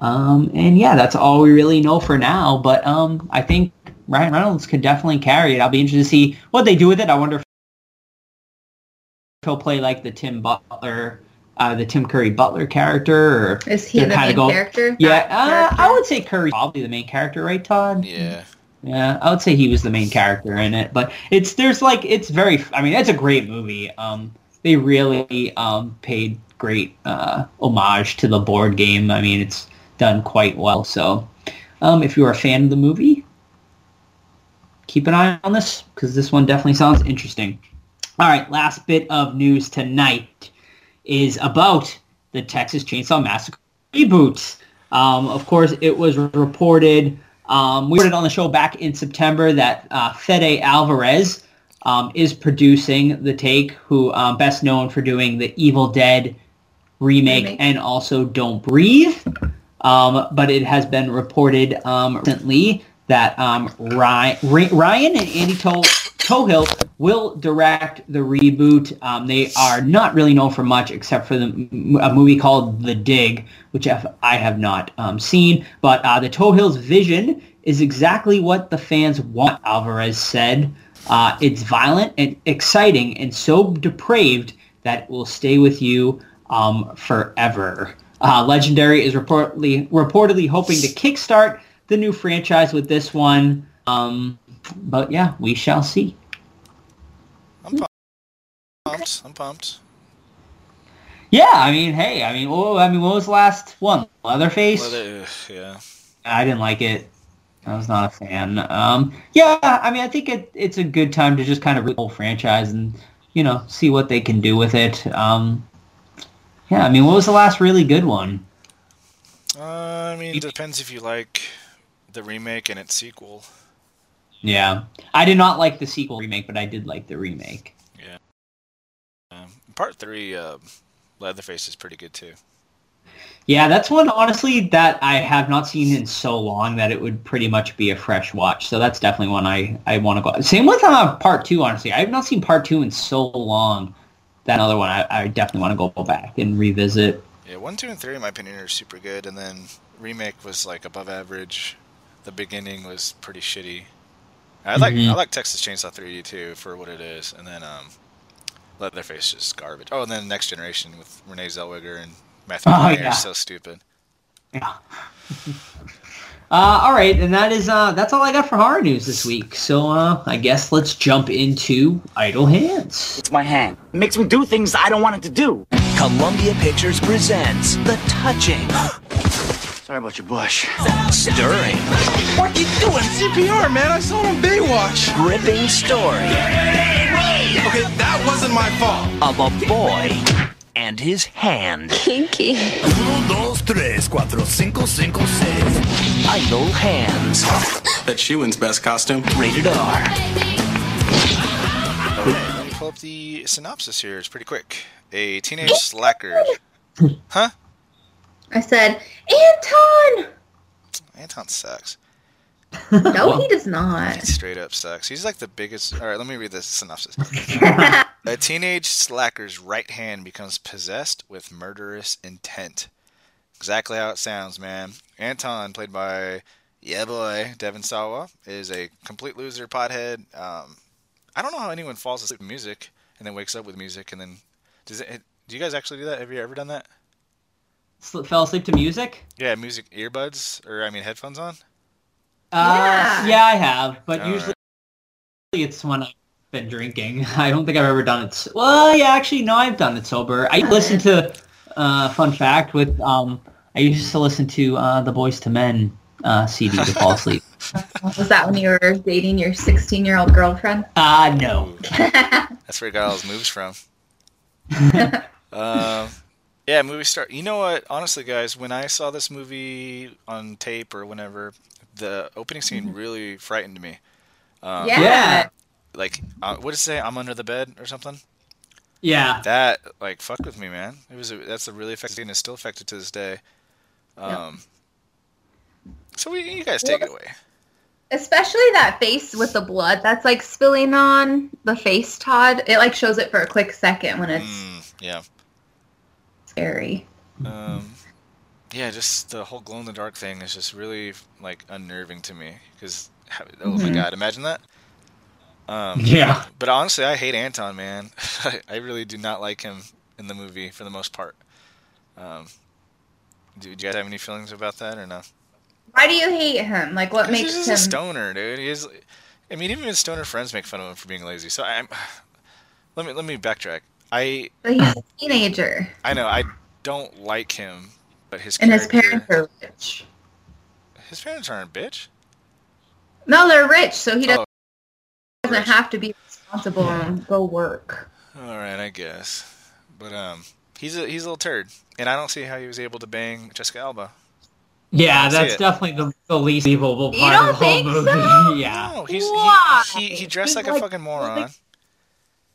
Speaker 4: Um, and yeah, that's all we really know for now. But um, I think Ryan Reynolds could definitely carry it. I'll be interested to see what they do with it. I wonder if he'll play like the Tim Butler uh, the Tim Curry Butler character? Or
Speaker 3: Is he
Speaker 4: they're
Speaker 3: the
Speaker 4: kinda
Speaker 3: main
Speaker 4: going-
Speaker 3: character?
Speaker 4: Yeah, uh,
Speaker 3: Character.
Speaker 4: I would say Curry's probably the main character, right, Todd?
Speaker 2: Yeah.
Speaker 4: Yeah, I would say he was the main character in it, but it's there's like it's very. I mean, it's a great movie. Um, they really um paid great uh homage to the board game. I mean, it's done quite well. So, um, if you're a fan of the movie, keep an eye on this because this one definitely sounds interesting. All right, last bit of news tonight is about the Texas Chainsaw Massacre reboot. Um, of course, it was reported. Um, we reported on the show back in September that uh, Fede Alvarez um, is producing the take, who um, best known for doing the Evil Dead remake,
Speaker 3: Remake.
Speaker 4: and also Don't Breathe. Um, but it has been reported um, recently that um, Ryan, Ryan and Andy to- Tohill will direct the reboot. Um, they are not really known for much except for the, a movie called The Dig, which I have- I have not um, seen. But uh, the Tohill's vision is exactly what the fans want, Alvarez said. Uh, it's violent and exciting and so depraved that it will stay with you um, forever. Uh, Legendary is reportedly reportedly hoping to kickstart the new franchise with this one. Um, but yeah, we shall see.
Speaker 2: Pumped. I'm pumped.
Speaker 4: Yeah, I mean, hey, I mean, oh, I mean, what was the last one? Leatherface.
Speaker 2: Well, they- ugh, yeah.
Speaker 4: I didn't like it. I was not a fan. Um, yeah, I mean, I think it, it's a good time to just kind of root the whole franchise and you know see what they can do with it. Um, yeah, I mean, what was the last really good one?
Speaker 2: Uh, I mean, it depends if you like the remake and its sequel.
Speaker 4: Yeah, I did not like the sequel remake, but I did like the remake.
Speaker 2: Um, part three, uh, Leatherface is pretty good too.
Speaker 4: Yeah, that's one honestly that I have not seen in so long that it would pretty much be a fresh watch. So that's definitely one I, I want to go. Same with uh, part two. Honestly, I have not seen part two in so long. That another one I, I definitely want to go back and revisit.
Speaker 2: Yeah, one, two, and three, in my opinion, are super good. And then remake was like above average. The beginning was pretty shitty. I like I
Speaker 4: Mhm.
Speaker 2: like Texas Chainsaw 3D too for what it is. And then um, Leatherface just garbage. Oh, and then Next Generation with Renee Zellweger and Matthew
Speaker 4: Oh,
Speaker 2: McConaughey
Speaker 4: yeah.
Speaker 2: is so stupid.
Speaker 4: Uh, all right, and that is uh, that's all I got for horror news this week. So uh, I guess let's jump into Idle Hands.
Speaker 10: It's my hand. It makes me do things I don't want it to do. Columbia Pictures presents The Touching. Sorry about your bush. Stirring. What are you doing?
Speaker 9: CPR, man. I saw it on Baywatch.
Speaker 10: Gripping story
Speaker 9: Okay, that wasn't my fault.
Speaker 10: of a boy and his hand.
Speaker 6: *laughs* Kinky.
Speaker 10: Idle hands.
Speaker 9: That she wins best costume.
Speaker 10: Rated R.
Speaker 2: Okay, let me pull up the synopsis here. It's pretty quick. A teenage
Speaker 4: *laughs*
Speaker 2: slacker. Huh?
Speaker 3: I said,
Speaker 4: *laughs*
Speaker 3: Anton!
Speaker 2: Anton sucks.
Speaker 3: No, he does not.
Speaker 2: He straight up sucks. He's like the biggest. All right, let me read this synopsis. a teenage slacker's right hand becomes possessed with murderous intent. Exactly how it sounds, man. Anton, played by yeah boy Devin Sawa, is a complete loser, pothead. Um, I don't know how anyone falls asleep to music and then wakes up with music and then does it. Do you guys actually do that? Have you ever done that?
Speaker 4: Sl- fell asleep to music.
Speaker 2: Yeah, music earbuds or I mean headphones on.
Speaker 4: Uh, yeah.
Speaker 3: Yeah.
Speaker 4: I have, but
Speaker 2: All
Speaker 4: usually it's when I've been drinking. *laughs* I don't think I've ever done it. s well, yeah, actually, no, I've done it sober. I listen to, uh, fun fact, with um, I used to listen to uh, the Boys to Men uh, CD to
Speaker 2: *laughs*
Speaker 4: fall asleep.
Speaker 3: Was that when you were dating your 16 year old girlfriend?
Speaker 4: Uh, no.
Speaker 2: That's where he got all his moves from. um, yeah, movie star. You know what? Honestly, guys, when I saw this movie on tape or whenever, the opening scene really frightened me. Um,
Speaker 4: Uh, Yeah.
Speaker 2: Like, uh, what did it say? I'm under the bed or something.
Speaker 4: Yeah.
Speaker 2: That like fucked with me, man. It was a, that's a really affected scene. It's still affected to this day. Um, So we, you guys take it away.
Speaker 3: Especially that face with the blood that's like spilling on the face, Todd. It like shows it for a quick second when it's
Speaker 2: Mm, yeah.
Speaker 3: scary.
Speaker 2: Um, yeah, just the whole glow in the dark thing is just really like unnerving to me because oh my god, imagine that. Um,
Speaker 4: Yeah.
Speaker 2: *laughs* but honestly, I hate Anton, man. I really do not like him in the movie for the most part. Um, do, do you guys have any feelings about that or no?
Speaker 3: Why do you hate him? Like, what
Speaker 2: 'Cause
Speaker 3: makes
Speaker 2: he's just
Speaker 3: him?
Speaker 2: a stoner, dude. He is. I mean, even his stoner friends make fun of him for being lazy. So I'm. *sighs* Let me let me backtrack. I
Speaker 3: But he's a teenager,
Speaker 2: I know I don't like him, but his
Speaker 3: and his
Speaker 2: character-
Speaker 3: parents are rich.
Speaker 2: his parents aren't bitch.
Speaker 3: No, they're rich, so he doesn't,
Speaker 2: Oh.
Speaker 3: doesn't have to be responsible and go work.
Speaker 2: All right, I guess. But um, he's a he's a little turd, and I don't see how he was able to bang Jessica Alba.
Speaker 4: Yeah,
Speaker 2: I see
Speaker 4: that's
Speaker 2: it.
Speaker 4: definitely the, the least believable
Speaker 3: You
Speaker 4: part
Speaker 3: don't
Speaker 4: of the whole
Speaker 3: think
Speaker 4: movie.
Speaker 3: so?
Speaker 4: *laughs* yeah.
Speaker 2: No, he's
Speaker 3: Why?
Speaker 2: he, he he dressed
Speaker 3: He's
Speaker 2: like, a
Speaker 3: like-
Speaker 2: fucking moron.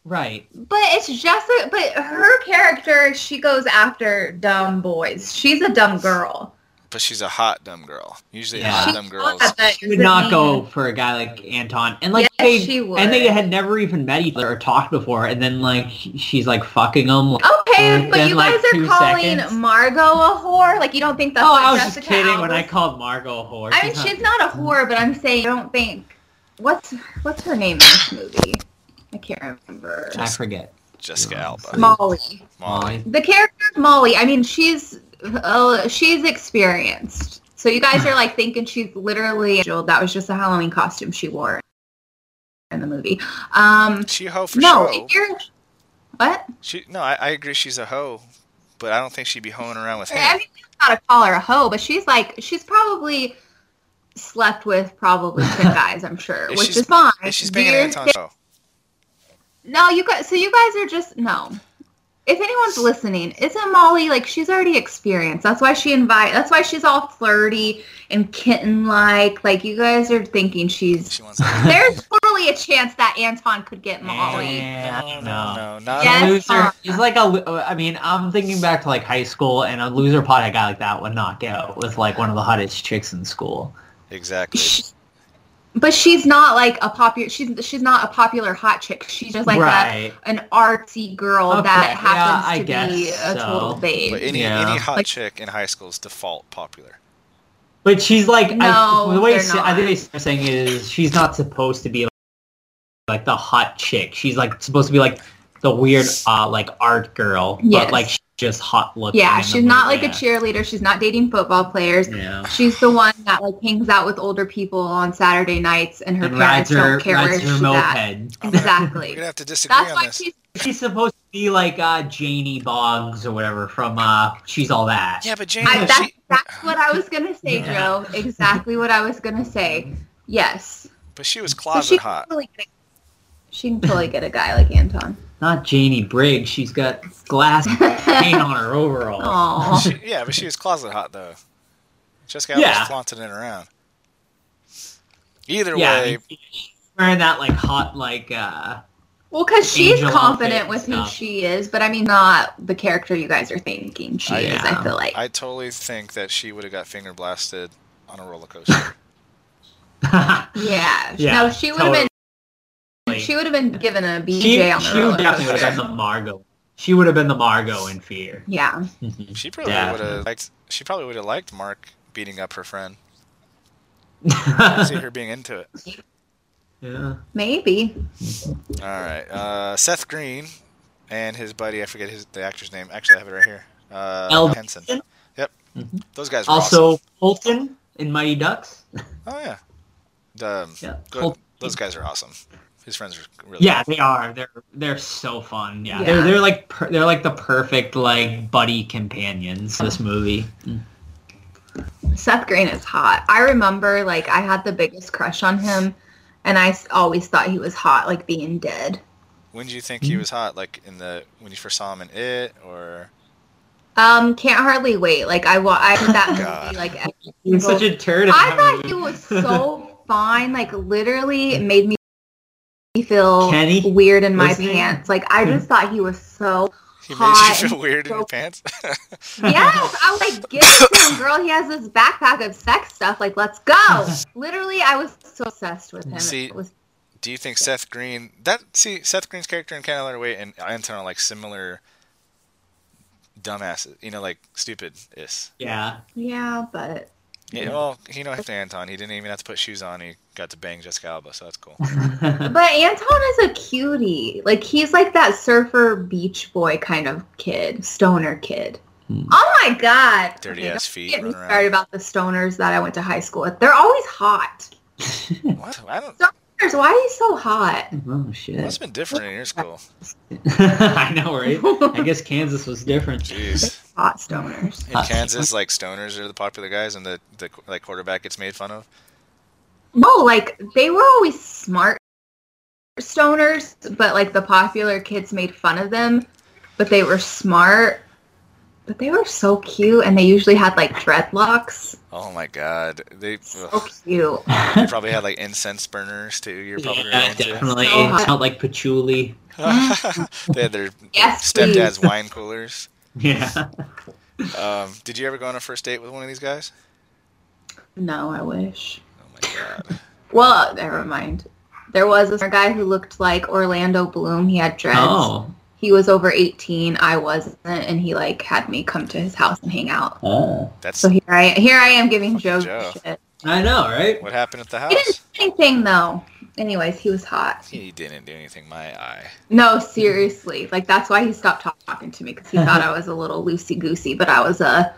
Speaker 4: Right.
Speaker 3: But it's Jessica. But her character, she goes after dumb boys. She's a dumb girl.
Speaker 2: but she's a hot dumb girl. Usually,
Speaker 4: Yeah.
Speaker 2: hot
Speaker 4: She's
Speaker 2: Ah, dumb girls.
Speaker 3: That
Speaker 4: She would not go for a guy like Anton. And like
Speaker 3: Yes,
Speaker 4: they
Speaker 3: she would.
Speaker 4: and they had never even met each other or talked before and then like she- she's like fucking him. Like,
Speaker 3: Oh, Okay, but
Speaker 4: within,
Speaker 3: you
Speaker 4: like,
Speaker 3: guys are
Speaker 4: two
Speaker 3: calling
Speaker 4: seconds.
Speaker 3: Margot a whore. Like you don't think that's
Speaker 4: Oh,
Speaker 3: what
Speaker 4: I was
Speaker 3: Jessica
Speaker 4: just kidding when
Speaker 3: Alba-
Speaker 4: I called Margot a whore.
Speaker 3: I mean, she's not
Speaker 2: Mm.
Speaker 3: a whore, but I'm saying I don't think what's what's her name in this movie. I can't remember.
Speaker 4: I forget.
Speaker 2: Jessica Alba.
Speaker 3: Molly.
Speaker 2: Molly.
Speaker 3: The character of Molly. I mean, she's uh, she's experienced. So you guys
Speaker 2: *laughs*
Speaker 3: are like thinking she's literally that was just a Halloween costume she wore in the movie. Um,
Speaker 2: She a hoe for
Speaker 3: no,
Speaker 2: show.
Speaker 3: if you're what?
Speaker 2: She no, I, I agree she's a hoe, but I don't think she'd be hoeing around with
Speaker 3: I
Speaker 2: him.
Speaker 3: mean, you gotta call her a hoe, but she's like she's probably slept with probably
Speaker 2: *laughs*
Speaker 3: ten guys, I'm sure,
Speaker 2: If
Speaker 3: which
Speaker 2: she's-
Speaker 3: is fine.
Speaker 2: If she's banging
Speaker 3: You're
Speaker 2: Anton's
Speaker 3: thi-
Speaker 2: hoe.
Speaker 3: No, you guys. So you guys are just no. If anyone's listening, isn't Molly like she's already experienced? That's why she invite. That's why she's all flirty and kitten like. Like you guys are thinking she's.
Speaker 2: She wants. to-
Speaker 4: *laughs*
Speaker 3: There's totally a chance that Anton could get Molly.
Speaker 4: Yeah,
Speaker 2: no,
Speaker 4: no.
Speaker 2: no, not
Speaker 3: Yes.
Speaker 4: loser.
Speaker 3: uh,
Speaker 4: He's like a. lo- I mean, I'm thinking back to like high school, and a loser pot a guy like that would not go with like one of the hottest chicks in school.
Speaker 2: exactly.
Speaker 3: She- but she's not like a popular. She's she's not a popular hot chick. She's just like that
Speaker 4: right.
Speaker 3: an artsy girl
Speaker 4: Okay,
Speaker 3: that
Speaker 4: yeah, I
Speaker 3: happens
Speaker 4: guess
Speaker 3: to be a
Speaker 4: so.
Speaker 3: total
Speaker 2: But
Speaker 3: babe.
Speaker 2: any
Speaker 4: Yeah.
Speaker 2: any hot
Speaker 3: Like-
Speaker 2: chick in high school is default popular.
Speaker 4: But she's like.
Speaker 3: No,
Speaker 4: I, the way
Speaker 3: they're
Speaker 4: sa- I
Speaker 3: not.
Speaker 4: think they're saying is she's not supposed to be like the hot chick. She's like supposed to be like the weird, uh, like art girl,
Speaker 3: Yes.
Speaker 4: but like she's just hot looking.
Speaker 3: Yeah,
Speaker 4: in the
Speaker 3: she's not like
Speaker 4: movie.
Speaker 3: a cheerleader. She's not dating football players.
Speaker 4: Yeah.
Speaker 3: She's the one that like hangs out with older people on Saturday nights, and her
Speaker 4: And rides
Speaker 3: parents
Speaker 4: her,
Speaker 3: don't care where
Speaker 4: rides
Speaker 3: she's
Speaker 4: her
Speaker 3: at.
Speaker 4: moped.
Speaker 2: We're *laughs*
Speaker 3: Exactly.
Speaker 2: gonna have to disagree
Speaker 3: That's
Speaker 2: on
Speaker 3: why
Speaker 2: this.
Speaker 3: she's
Speaker 4: She's supposed to be like uh, Janie Boggs or whatever from uh, She's All That.
Speaker 2: Yeah, but Jane,
Speaker 3: I, that's,
Speaker 2: she,
Speaker 3: that's what I was gonna say,
Speaker 4: Yeah.
Speaker 3: Joe. Exactly what I was gonna say. Yes,
Speaker 2: but she was
Speaker 3: But
Speaker 2: closet
Speaker 3: she can
Speaker 2: hot.
Speaker 3: totally get. A, she can totally get a guy like Anton.
Speaker 4: Not Janie Briggs. She's got
Speaker 3: *laughs*
Speaker 4: glass paint on her overall.
Speaker 3: Aww.
Speaker 2: She, yeah, but she was closet hot though. Jessica
Speaker 4: Yeah.
Speaker 2: was flaunting it around. Either
Speaker 4: Yeah, I
Speaker 2: way,
Speaker 4: mean, she's wearing that like hot like uh
Speaker 3: Well, because she's
Speaker 4: Angel
Speaker 3: confident
Speaker 4: outfit
Speaker 3: with who
Speaker 4: stuff.
Speaker 3: she is, but I mean, not the character you guys are thinking she
Speaker 2: I-
Speaker 3: is. I feel like.
Speaker 2: I totally think that she would have got finger blasted on a roller
Speaker 4: *laughs*
Speaker 2: coaster.
Speaker 4: uh,
Speaker 3: yeah.
Speaker 4: Yeah,
Speaker 3: No, she would have been.
Speaker 4: totally.
Speaker 3: She would have been given a BJ
Speaker 4: she,
Speaker 3: on the
Speaker 4: she
Speaker 3: roller
Speaker 4: definitely would
Speaker 3: coaster.
Speaker 4: have been the Margot. She would have been the Margot in
Speaker 3: *laughs*
Speaker 4: fear.
Speaker 3: Yeah.
Speaker 2: she probably
Speaker 4: Yeah.
Speaker 2: would have liked. She probably would have liked Mark beating up her friend. I see
Speaker 4: yeah.
Speaker 2: her being into it.
Speaker 3: Maybe.
Speaker 2: All right, uh, Seth Green and his buddy. I forget his the actor's name. Actually, I have it right here. Uh,
Speaker 4: Elle
Speaker 2: Henson.
Speaker 4: Henson?
Speaker 2: Yep.
Speaker 4: Mhm.
Speaker 2: Those guys. Were awesome.
Speaker 4: Also Fulton in Mighty Ducks.
Speaker 2: Oh yeah. The, um,
Speaker 4: Yeah.
Speaker 2: go-
Speaker 4: Fulton.
Speaker 2: those guys are awesome. His friends are really.
Speaker 4: Yeah, they are. They're they're so fun. Yeah.
Speaker 3: Yeah.
Speaker 4: They're they're like per, they're like the perfect like buddy companions in this movie.
Speaker 3: Seth Green is hot. I remember like I had the biggest crush on him and I s- always thought he was hot like being dead.
Speaker 2: When did you think
Speaker 4: Mm-hmm.
Speaker 2: he was hot? Like in the when you first saw him in it, or
Speaker 3: Um can't hardly wait. Like I wa- I
Speaker 2: *laughs*
Speaker 3: did that
Speaker 2: God.
Speaker 3: movie like every
Speaker 4: He's
Speaker 3: single-
Speaker 4: such a turd. in
Speaker 2: *laughs*
Speaker 3: I
Speaker 4: that
Speaker 3: thought
Speaker 4: movie.
Speaker 3: he was so fine. Like literally it made me feel
Speaker 4: Kenny?
Speaker 3: weird in my
Speaker 4: What's his name?
Speaker 3: pants. Like I just
Speaker 2: Hmm.
Speaker 3: thought he was so
Speaker 2: he
Speaker 3: Hot
Speaker 2: made you feel
Speaker 3: and
Speaker 2: weird in your
Speaker 3: so-
Speaker 2: pants? *laughs*
Speaker 3: Yes, I was like, give it to him, girl. He has this backpack of sex stuff. Like,
Speaker 2: *laughs*
Speaker 3: let's go. Literally, I was so obsessed with him.
Speaker 2: See,
Speaker 3: It was
Speaker 2: Do you think Seth Green that see Seth Green's character in Candler Way and Anton are like similar dumbasses? You know, like stupid is.
Speaker 4: Yeah.
Speaker 3: Yeah, but
Speaker 2: Yeah. Well, he knocked Anton. He didn't even have to put shoes on. He got to bang Jessica Alba, so that's cool.
Speaker 3: But Anton is a cutie. Like he's like that surfer beach boy kind of kid, stoner kid. Oh my god.
Speaker 2: Dirty ass feet.
Speaker 3: Get me
Speaker 2: running around.
Speaker 3: started about the stoners that I went to high school with. They're always hot.
Speaker 2: What? I don't.
Speaker 3: Stoners, why are you so hot?
Speaker 4: Oh shit!
Speaker 2: Must have been different in your school.
Speaker 4: *laughs* I know, right? I guess Kansas was
Speaker 2: *laughs*
Speaker 4: different.
Speaker 2: Jeez.
Speaker 3: Hot stoners.
Speaker 2: In Kansas, like stoners are the popular guys, and the the like quarterback gets made fun of.
Speaker 3: No, Oh, like they were always smart stoners, but like the popular kids made fun of them. But they were smart. But they were so cute, and they usually had like dreadlocks.
Speaker 2: Oh my god, they
Speaker 3: So
Speaker 2: ugh.
Speaker 3: cute. *laughs*
Speaker 2: They probably had like incense burners too. You're probably
Speaker 4: Yeah,
Speaker 2: right, too.
Speaker 4: definitely.
Speaker 3: So
Speaker 4: it
Speaker 3: hot.
Speaker 4: smelled like patchouli. *laughs*
Speaker 2: *laughs* they had their
Speaker 3: Yes,
Speaker 2: stepdad's
Speaker 3: please.
Speaker 2: wine coolers.
Speaker 4: Yeah.
Speaker 2: Um, did you ever go on a first date with one of these guys?
Speaker 3: No, I wish.
Speaker 2: Oh my
Speaker 3: *laughs*
Speaker 2: god.
Speaker 3: Well, never mind. There was this guy who looked like Orlando Bloom. He had dreads.
Speaker 4: Oh.
Speaker 3: He was over 18. I wasn't, and he like had me come to his house and hang out.
Speaker 4: Oh.
Speaker 2: That's
Speaker 3: So here I here I am giving Joe
Speaker 2: Joe.
Speaker 3: shit.
Speaker 4: I know,
Speaker 2: *laughs*
Speaker 4: right?
Speaker 2: what happened at the
Speaker 3: He didn't
Speaker 2: house.
Speaker 3: do anything though. Anyways, he was hot.
Speaker 2: He didn't do anything. My eye.
Speaker 3: No, seriously. Like that's why he stopped talk- talking to me because he thought I was a little loosey goosey, but I was a,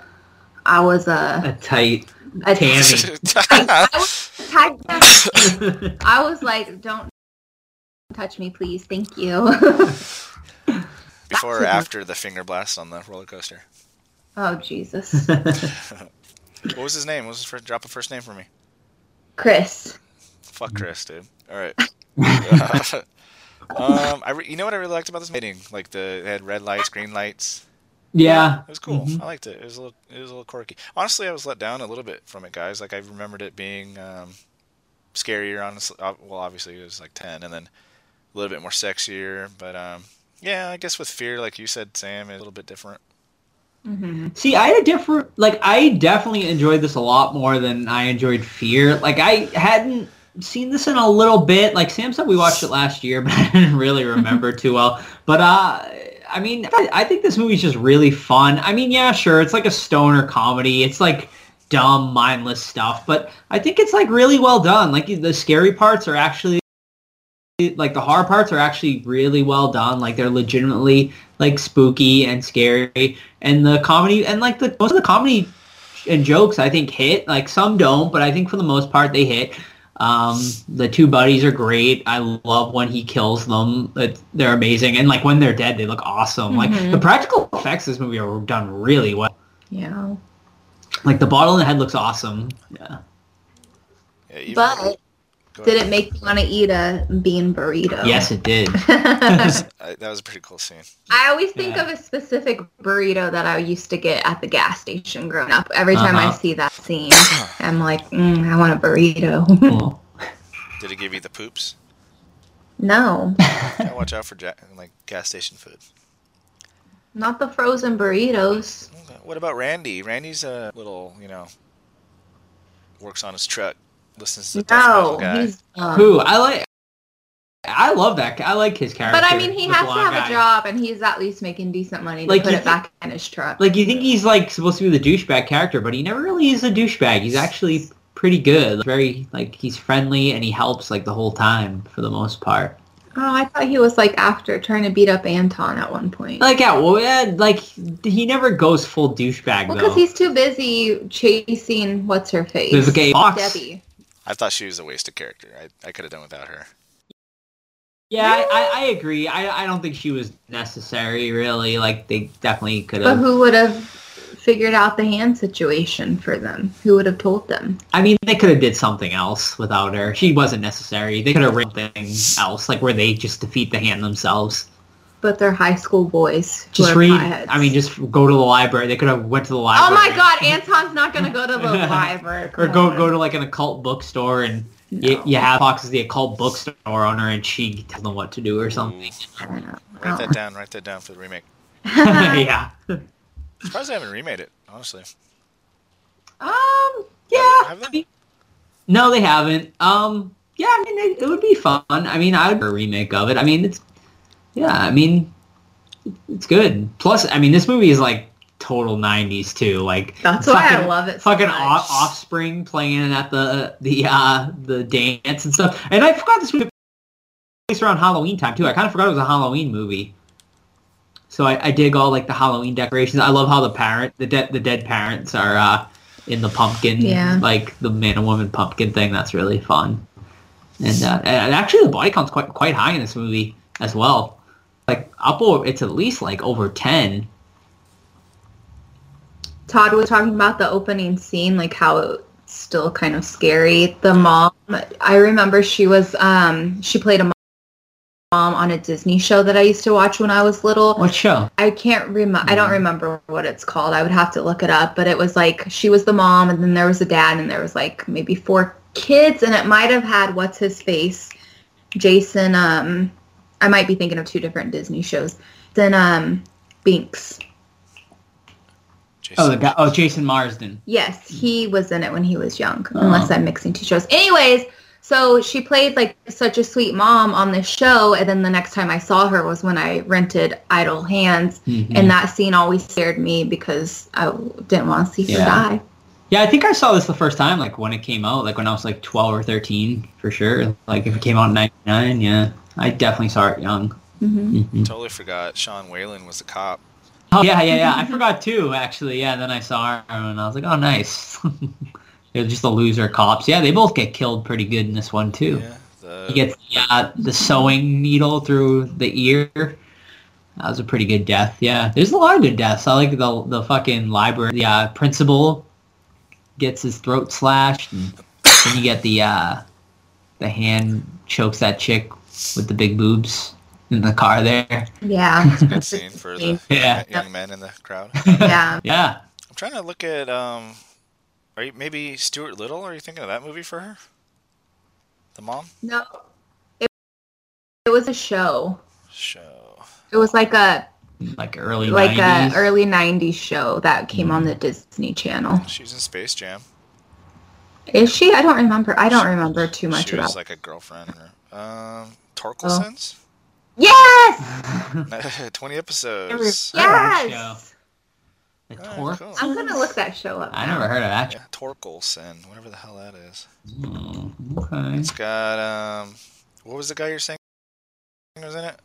Speaker 3: I was a,
Speaker 4: A tight
Speaker 2: *laughs*
Speaker 3: a
Speaker 4: Tammy.
Speaker 3: I was a tight guy. I was like, don't touch me, please. Thank you. *laughs*
Speaker 2: Before or after the finger blast on the roller coaster.
Speaker 3: oh Jesus,
Speaker 2: What was his name? What was his first, drop a first name for me?
Speaker 3: Chris.
Speaker 2: Fuck Chris, dude. All
Speaker 3: *laughs*
Speaker 2: right. *laughs* um, I re- you know what I really liked about this meeting? Like the it had red lights, green lights.
Speaker 4: yeah.
Speaker 2: It was cool. I liked it. It was a little, it was a little quirky. Honestly, I was let down a little bit from it, guys. Like I remembered it being um, scarier. Honestly, ob- well, obviously it was like ten, and then a little bit more sexier. But um, yeah, I guess with fear, like you said, Sam, it's a little bit different.
Speaker 4: See, I had a different like I definitely enjoyed this a lot more than I enjoyed Fear. Like I hadn't seen this in a little bit. Like Sam said we watched it last year, *laughs* but I didn't really remember too well. But uh I mean, I, I think this movie's just really fun. I mean, yeah, sure, it's like a stoner comedy. It's like dumb, mindless stuff, but I think it's like really well done. Like the scary parts are actually like the horror parts are actually really well done. Like they're legitimately like spooky and scary, and the comedy and like the most of the comedy and jokes I think hit. Like some don't, but I think for the most part they hit. Um, the two buddies are great. I love when he kills them. It, they're amazing, and like when they're dead, they look awesome. Like the practical effects of this movie are done really well.
Speaker 3: Yeah.
Speaker 4: Like the bottle in the head looks awesome. Yeah.
Speaker 2: Yeah, even-
Speaker 3: But
Speaker 2: Go
Speaker 3: did
Speaker 2: ahead.
Speaker 3: it make you want to eat a bean burrito?
Speaker 4: Yes, it did.
Speaker 2: I, that was a pretty cool scene.
Speaker 3: I always think
Speaker 4: Yeah.
Speaker 3: of a specific burrito that I used to get at the gas station growing up. Every time I
Speaker 4: Uh-huh.
Speaker 3: see that scene, I'm like, mm, I want a burrito. *laughs*
Speaker 4: Cool.
Speaker 2: Did it give you the poops?
Speaker 3: no,
Speaker 2: Gotta watch out for ja- like gas station food.
Speaker 3: not the frozen burritos.
Speaker 2: Okay. What about Randy? Randy's a little, you know, works on his truck, listens to the death metal
Speaker 3: No,
Speaker 2: guy.
Speaker 3: he's dumb.
Speaker 4: Who I like. I love that. guy. I like his character.
Speaker 3: But I mean, he
Speaker 4: the
Speaker 3: has to
Speaker 4: blonde
Speaker 3: have a
Speaker 4: guy.
Speaker 3: job, and he's at least making decent money to
Speaker 4: Like,
Speaker 3: put
Speaker 4: you
Speaker 3: it
Speaker 4: think-
Speaker 3: back in his truck.
Speaker 4: Like you think he's like supposed to be the douchebag character, but he never really is a douchebag. He's actually pretty good. Like, very like he's friendly and he helps like the whole time for the most part.
Speaker 3: oh, I thought he was like after trying to beat up Anton at one point.
Speaker 4: Like yeah, well, yeah, like he never goes full douchebag
Speaker 3: well,
Speaker 4: though.
Speaker 3: because he's too busy chasing what's her face,
Speaker 4: Vivica A. Fox.
Speaker 3: Debbie.
Speaker 2: I thought she was a wasted character. I, I could have done without her.
Speaker 4: yeah, I, I, I agree. I, I don't think she was necessary really. Like they definitely could
Speaker 3: *laughs* But
Speaker 4: have.
Speaker 3: who would have figured out the hand situation for them? Who would have told them?
Speaker 4: I mean, they could have did something else without her. She wasn't necessary. They could have written something else, like where they just defeat the hand themselves.
Speaker 3: But they're high school boys. who
Speaker 4: Just
Speaker 3: are
Speaker 4: read.
Speaker 3: potheads.
Speaker 4: I mean, just go to the library. They could have went to the
Speaker 3: Oh
Speaker 4: library.
Speaker 3: my God, Anton's not gonna go to the
Speaker 4: *laughs*
Speaker 3: library.
Speaker 4: Or
Speaker 3: come
Speaker 4: go
Speaker 3: on.
Speaker 4: go to like an occult bookstore and you,
Speaker 3: No.
Speaker 4: you have Fox is the occult bookstore owner and she tells them what to do or
Speaker 3: *laughs*
Speaker 4: something. *laughs*
Speaker 3: I don't know.
Speaker 2: Write that down. Write that down for the remake.
Speaker 4: yeah.
Speaker 2: Surprised they haven't remade it. Honestly,
Speaker 4: Um. Yeah.
Speaker 2: Have they?
Speaker 4: I mean- no, they haven't. Um. Yeah. I mean, it, it would be fun. I mean, I would a remake of it. I mean, it's. Yeah. I mean, it's good. Plus, I mean, this movie is like total '90s too. Like
Speaker 3: That's why I love it so
Speaker 4: fucking
Speaker 3: much.
Speaker 4: Off- Offspring playing at the the uh, the dance and stuff. And I forgot this was based around Halloween time too. I kind of forgot it was a Halloween movie. So I, I dig all like the Halloween decorations. I love how the parent, the dead, the dead parents are uh, in the pumpkin,
Speaker 3: Yeah.
Speaker 4: like the man and woman pumpkin thing. That's really fun. And, uh, and actually, the body count's quite quite high in this movie as well. Like up over, it's at least like over ten.
Speaker 3: Todd was talking about the opening scene, like how it's still kind of scary. The mom, I remember she was, um, she played a mom on a Disney show that I used to watch when I was little.
Speaker 4: What show?
Speaker 3: I can't remember. I don't remember what it's called. I would have to look it up. But it was like she was the mom, and then there was a dad, and there was like maybe four kids, and it might have had what's his face, Jason. Um, I might be thinking of two different Disney shows. Then um, Binks.
Speaker 4: Oh, the guy, oh, Jason Marsden.
Speaker 3: Yes, he was in it when he was young, unless I'm mixing two shows. Anyways, so she played like such a sweet mom on this show, and then the next time I saw her was when I rented Idle Hands, and that scene always scared me because I didn't want to see her
Speaker 4: Yeah.
Speaker 3: die.
Speaker 4: Yeah, I think I saw this the first time, like when it came out, like when I was like twelve or thirteen, for sure. Like if it came out in '99, yeah, I definitely saw it young.
Speaker 2: Totally forgot Sean Whalen was the cop.
Speaker 4: Oh yeah, yeah,
Speaker 3: *laughs*
Speaker 4: yeah. I forgot too, actually. Yeah, then I saw her and I was like, oh, nice. *laughs* They're just the loser cops. Yeah, they both get killed pretty good in this one too.
Speaker 2: The,
Speaker 4: He gets the, uh, the sewing needle through the ear. That was a pretty good death. Yeah, there's a lot of good deaths. I like the the fucking library. The uh, principal gets his throat slashed, and then you get the uh, the hand chokes that chick with the big boobs in the car there.
Speaker 3: Yeah,
Speaker 2: Good scene for
Speaker 3: *laughs*
Speaker 2: the
Speaker 4: Yeah.
Speaker 2: young men in the crowd.
Speaker 3: yeah.
Speaker 4: Yeah,
Speaker 2: I'm trying to look at um, are you maybe Stuart Little? Are you thinking of that movie for her? The mom
Speaker 3: No, it, it was a show.
Speaker 2: show.
Speaker 3: It was like a
Speaker 4: like early
Speaker 3: like
Speaker 4: 90s.
Speaker 3: a early '90s show that came on the Disney Channel.
Speaker 2: She was in Space Jam.
Speaker 3: Is she? I don't remember. I don't remember too much
Speaker 2: she
Speaker 3: about. Oh.
Speaker 2: was like a girlfriend. Or, um, Torkelson's.
Speaker 3: yes, Hmm.
Speaker 2: *laughs* Twenty episodes.
Speaker 3: yes.
Speaker 4: The
Speaker 2: Alright,
Speaker 4: torque?
Speaker 2: cool.
Speaker 3: I'm gonna look that show up.
Speaker 4: I never heard of that.
Speaker 2: Yeah, Torkelson, whatever the hell that is.
Speaker 4: Hmm, Okay.
Speaker 2: It's got um, what was the guy you're saying was in it?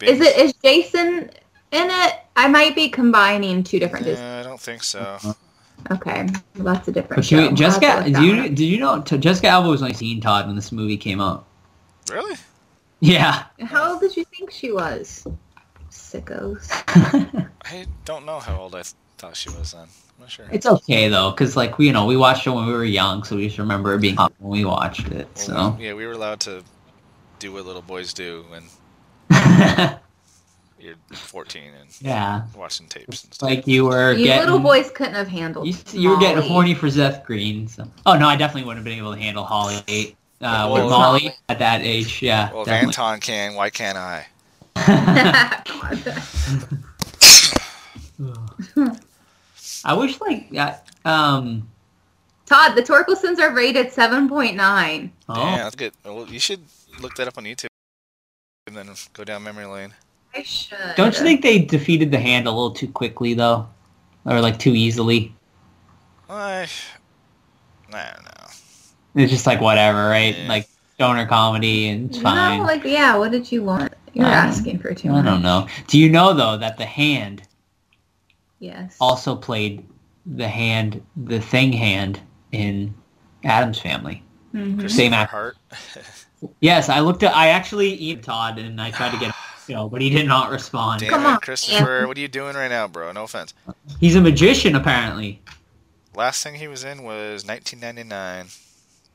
Speaker 3: Is it is Jason in it? I might be combining two different Disney.
Speaker 2: Yeah, I don't think so.
Speaker 4: Uh-huh.
Speaker 3: Okay, well, that's a different
Speaker 4: But she,
Speaker 3: show. I'll have
Speaker 4: Jessica,
Speaker 3: to
Speaker 4: did
Speaker 3: look that
Speaker 4: you
Speaker 3: one up.
Speaker 4: did you know t- Jessica Alba was only 16, Todd, when this movie came
Speaker 3: *laughs*
Speaker 4: out?
Speaker 2: Really?
Speaker 4: Yeah,
Speaker 3: How old did you think she was? Sickos.
Speaker 2: I don't know how old I th- thought she was then. I'm not sure.
Speaker 4: it's okay though, because like we you know we watched it when we were young, so we just remember it being hot when we watched it.
Speaker 2: Well,
Speaker 4: So
Speaker 2: we- yeah, we were allowed to do what little boys do when
Speaker 4: *laughs*
Speaker 2: you're 14 and
Speaker 4: yeah,
Speaker 2: watching tapes and stuff.
Speaker 4: like you were
Speaker 3: You
Speaker 4: getting
Speaker 3: little boys couldn't have handled.
Speaker 4: you, you were getting
Speaker 3: Molly.
Speaker 4: horny for Seth Green. So oh no, I definitely wouldn't have been able to handle Holly uh, with
Speaker 2: Well,
Speaker 4: Molly at that age. Yeah,
Speaker 2: well, if
Speaker 4: definitely.
Speaker 2: Anton can, why can't I?
Speaker 4: *laughs* I wish like uh, um
Speaker 3: *laughs* Todd, the Torkelsons are rated seven point nine.
Speaker 4: oh
Speaker 2: Yeah, that's good. Well, you should look that up on YouTube and then go down memory lane.
Speaker 3: I should.
Speaker 4: Don't you think they defeated the hand a little too quickly though, or like too easily?
Speaker 2: I, I don't know.
Speaker 4: It's just like whatever, right?
Speaker 2: Yeah.
Speaker 4: Like stoner comedy and it's
Speaker 3: No,
Speaker 4: fine.
Speaker 3: like mm. yeah. What did you want? You're
Speaker 4: Um,
Speaker 3: asking for too
Speaker 4: I
Speaker 3: much.
Speaker 4: don't know. Do you know though that the hand
Speaker 3: Yes.
Speaker 4: also played the hand, the thing hand in Adam's Family?
Speaker 3: Mhm.
Speaker 4: Same actor.
Speaker 2: Heart.
Speaker 4: Yes, I looked at. I actually emailed Todd and I tried to get him, you know, but he did not respond.
Speaker 2: Damn
Speaker 3: Come
Speaker 2: it,
Speaker 3: on,
Speaker 2: Christopher. What are you doing right now, bro? No offense.
Speaker 4: He's a magician apparently.
Speaker 2: Last thing he was in was 1999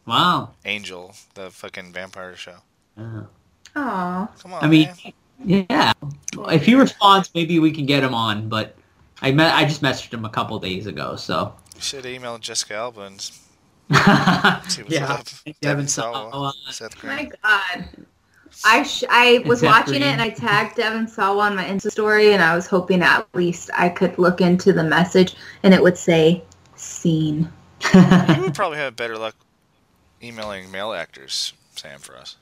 Speaker 4: Wow.
Speaker 2: Angel, the fucking vampire show.
Speaker 4: Uh,
Speaker 3: Aw.
Speaker 2: Come on,
Speaker 4: I mean,
Speaker 2: man.
Speaker 4: yeah. If he responds, maybe we can get him on. But I met. I just messaged him a couple days ago, so.
Speaker 2: You should email Jessica Alba and see what's
Speaker 4: yeah. *laughs*
Speaker 2: up. Devin Sawa, Seth
Speaker 3: Oh my
Speaker 2: Green.
Speaker 3: god. I sh- I was
Speaker 4: It's
Speaker 3: watching it
Speaker 4: happening.
Speaker 3: and I tagged Devin Sawa on my Insta story and I was hoping at least I could look into the message and it would say scene.
Speaker 2: You would probably have better luck emailing male actors, Sam, for us.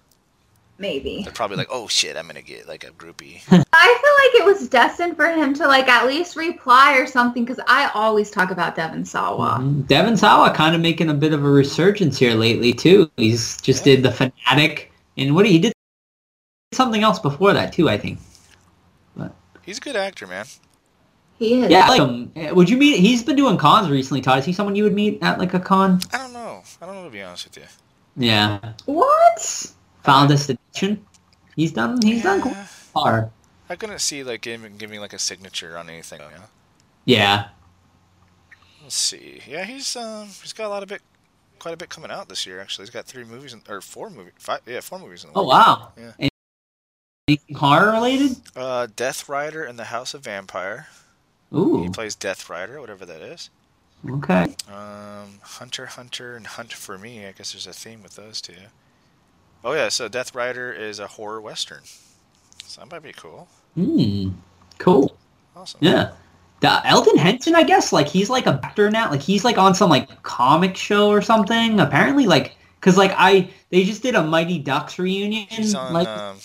Speaker 3: Maybe.
Speaker 2: They're probably like, oh shit, I'm gonna get like a
Speaker 4: *laughs*
Speaker 2: groupie.
Speaker 3: I feel like it was destined for him to like at least reply or something because I always talk about Devin Sawa.
Speaker 4: Mm-hmm. Um, Devin Sawa kind of making a bit of a resurgence here lately too. He's just did the fanatic, and what he did something else before that too. I think.
Speaker 2: He's a good actor, man.
Speaker 3: He is.
Speaker 4: Yeah. Like, um, would you meet? He's been doing cons recently, Todd. Is he someone you would meet at like a con?
Speaker 2: I don't know. I don't know to be honest with you.
Speaker 4: Yeah.
Speaker 3: What?
Speaker 4: Found this addiction. He's done. He's done quite far.
Speaker 2: I couldn't see like him giving like a signature on anything. You know?
Speaker 4: Yeah.
Speaker 2: Let's see. Yeah, he's um he's got a lot of bit, quite a bit coming out this year. Actually, he's got three movies in, or four movie, five yeah four movies in. The
Speaker 4: Oh
Speaker 2: works.
Speaker 4: wow.
Speaker 2: Yeah.
Speaker 4: And- Anything horror related?
Speaker 2: Uh, Death Rider and the House of Vampire. He
Speaker 4: Ooh.
Speaker 2: plays Death Rider, whatever that is.
Speaker 4: Okay.
Speaker 2: Um, Hunter, Hunter, and Hunt for Me. I guess there's a theme with those two. Oh yeah, so Death Rider is a horror western. So that might be cool.
Speaker 4: Hmm. Cool.
Speaker 2: Awesome.
Speaker 4: Yeah. The Elton Henson, I guess, like he's like a actor now. Like he's like on some like comic show or something. Apparently, like because like I they just did a Mighty Ducks reunion.
Speaker 2: He's on
Speaker 4: like
Speaker 2: um,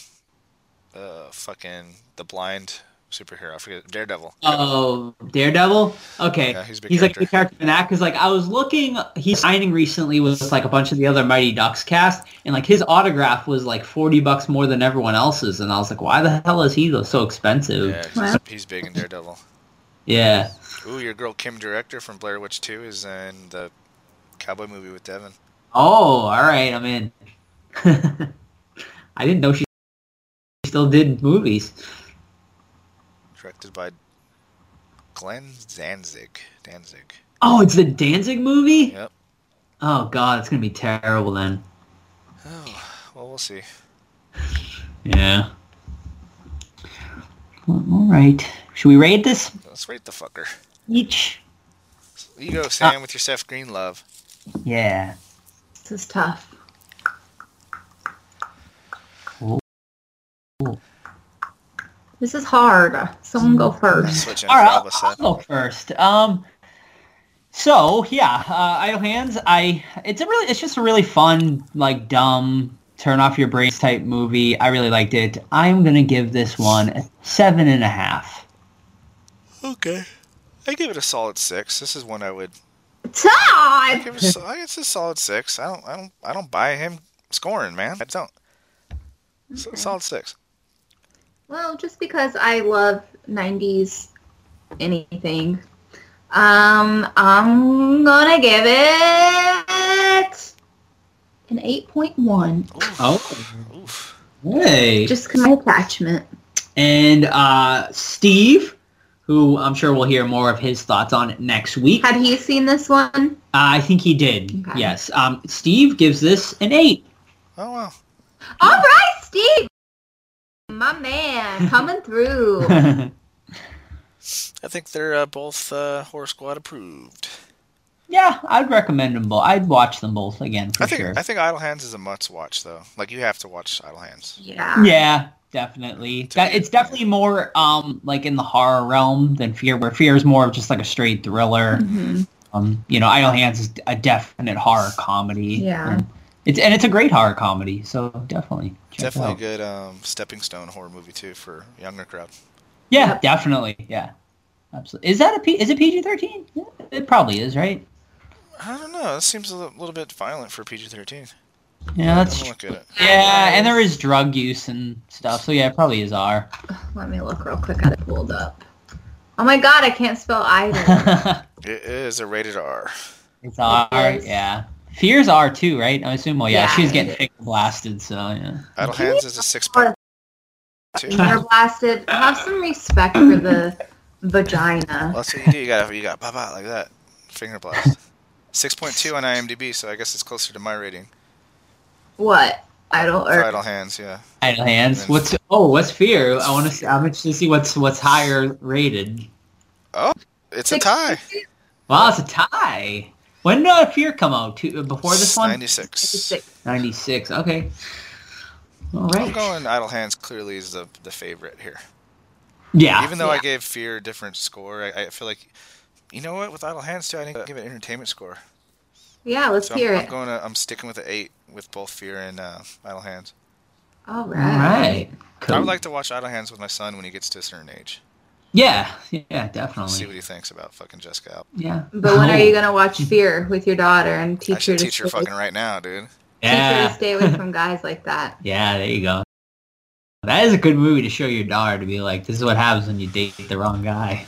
Speaker 2: uh, fucking the blind superhero. I forget Daredevil.
Speaker 4: oh Daredevil. Okay,
Speaker 2: Yeah, he's a big
Speaker 4: he's like
Speaker 2: character.
Speaker 4: the character in that because like I was looking, he's signing recently with like a bunch of the other Mighty Ducks cast, and like his autograph was like forty bucks more than everyone else's, and I was like, why the hell is he so expensive?
Speaker 2: Yeah, he's, he's big in Daredevil.
Speaker 4: yeah.
Speaker 2: Ooh, your girl Kim Director from Blair Witch 2 is in the cowboy movie with Devin.
Speaker 4: Oh, all right, I'm in. *laughs* I didn't know she still did movies.
Speaker 2: Directed by Glenn Zanzig. Danzig.
Speaker 4: Oh, it's the Danzig movie?
Speaker 2: Yep.
Speaker 4: Oh god, it's gonna be terrible then.
Speaker 2: Oh, well, we'll see.
Speaker 4: Yeah. All right. Should we raid this
Speaker 2: Let's rate the fucker.
Speaker 4: each?
Speaker 2: You
Speaker 4: Ah.
Speaker 2: go, Sam, with your Seth Green love.
Speaker 4: Yeah.
Speaker 3: This is tough. This is hard. Someone go
Speaker 4: Mm-hmm.
Speaker 3: first.
Speaker 2: Switching
Speaker 4: All right,
Speaker 2: for
Speaker 4: I'll,
Speaker 2: Alba
Speaker 4: *laughs*
Speaker 2: Seth.
Speaker 4: I'll go first. Um, so yeah, uh, Idle Hands. I it's a really it's just a really fun like dumb turn off your brains type movie. I really liked it. I'm gonna give this one a seven and a half.
Speaker 2: Okay. I give it a solid six. This is one I would
Speaker 3: Todd!
Speaker 2: give. A, so- I- it's a solid six. I don't. I don't. I don't buy him scoring, man. I don't. So, solid six.
Speaker 3: Well, just because I love 90s anything, um, I'm going to give it an 8.1.
Speaker 4: Oh,
Speaker 2: Oof.
Speaker 4: hey.
Speaker 3: Just 'cause my attachment.
Speaker 4: and uh, Steve, who I'm sure we'll hear more of his thoughts on next week.
Speaker 3: Had he seen this one?
Speaker 4: I think he did.
Speaker 3: Okay.
Speaker 4: Yes. Um, Steve gives this an eight. *laughs*
Speaker 2: Oh wow.
Speaker 3: All right, Steve! My man, coming through.
Speaker 2: I think they're uh, both uh, Horror Squad approved.
Speaker 4: yeah, I'd recommend them both. I'd watch them both again for
Speaker 2: I think
Speaker 4: sure.
Speaker 2: I think Idle Hands is a must watch though. Like you have to watch Idle Hands.
Speaker 3: Yeah.
Speaker 4: yeah, definitely. That- it's definitely more um like in the horror realm than fear, where fear is more of just like a straight thriller.
Speaker 3: Mhm.
Speaker 4: Um, you know, Idle Hands is a definite horror comedy.
Speaker 3: Yeah.
Speaker 4: Um, it's and it's a great horror comedy, so definitely. check it
Speaker 2: Definitely a
Speaker 4: out.
Speaker 2: good um, stepping stone horror movie too for younger crowd.
Speaker 4: Yeah,
Speaker 3: Yep.
Speaker 4: definitely. Yeah, absolutely. Is that a P- is it PG thirteen? Yeah, it probably is, right?
Speaker 2: I don't know. This seems a li- little bit violent for PG thirteen.
Speaker 4: Yeah, that's
Speaker 2: Don't look at it.
Speaker 4: yeah, and there is drug use and stuff. So yeah, it probably is R. *laughs*
Speaker 3: Let me look real quick at it pulled up. Oh my god, I can't spell
Speaker 4: *laughs*
Speaker 3: either.
Speaker 4: it's
Speaker 2: It is a rated R.
Speaker 4: R.
Speaker 3: is.
Speaker 4: Yeah, Fears R too, right? I assume. Well, yeah,
Speaker 3: Yeah,
Speaker 4: she was
Speaker 3: it
Speaker 4: getting
Speaker 3: is.
Speaker 4: picked blasted. So yeah.
Speaker 2: Idle Hands is a six point two. Well,
Speaker 3: Air blasted. Have some respect for the vagina.
Speaker 2: that's what you do. You gotta you got ba ba like that. Finger blast. Six point two on IMDb, so I guess it's closer to my rating.
Speaker 3: What? I don't.
Speaker 2: For
Speaker 3: Or,
Speaker 2: Idle Hands, yeah.
Speaker 4: Idle hands. What's oh, what's fear? I want to. I'm interested to see what's what's higher rated.
Speaker 2: It's a tie.
Speaker 4: Wow, it's a tie. When did uh, fear come out? Two, before this one?
Speaker 2: Ninety six.
Speaker 4: Ninety six. Okay. All
Speaker 2: I'm
Speaker 4: right.
Speaker 2: going Idle Hands clearly is the the favorite here.
Speaker 3: Ah,
Speaker 4: yeah.
Speaker 2: Even though I gave Fear a different score, I, I feel like, you know what, with Idle Hands too, I didn't give it an entertainment score.
Speaker 3: yeah, let's
Speaker 2: So
Speaker 3: hear
Speaker 2: I'm, I'm
Speaker 3: it.
Speaker 2: going to, I'm sticking with an eight with both Fear and uh, Idle Hands.
Speaker 3: All
Speaker 4: right. All right.
Speaker 2: I would like to watch Idle Hands with my son when he gets to a certain age.
Speaker 4: Yeah, yeah,
Speaker 3: Oh,
Speaker 4: definitely.
Speaker 2: See what he thinks about fucking Jessica Alba.
Speaker 4: Yeah.
Speaker 3: But when are you gonna watch Fear with your daughter and
Speaker 2: I
Speaker 3: teach her
Speaker 2: should
Speaker 3: to
Speaker 2: teach her
Speaker 3: stay,
Speaker 2: fucking right now, dude.
Speaker 3: teach her
Speaker 4: Oh, Yeah.
Speaker 3: to stay
Speaker 4: *laughs*
Speaker 3: away from guys like that?
Speaker 2: *laughs*
Speaker 4: Yeah, there you go. That is a good movie to show your daughter to be like, this is what happens when you date the wrong guy.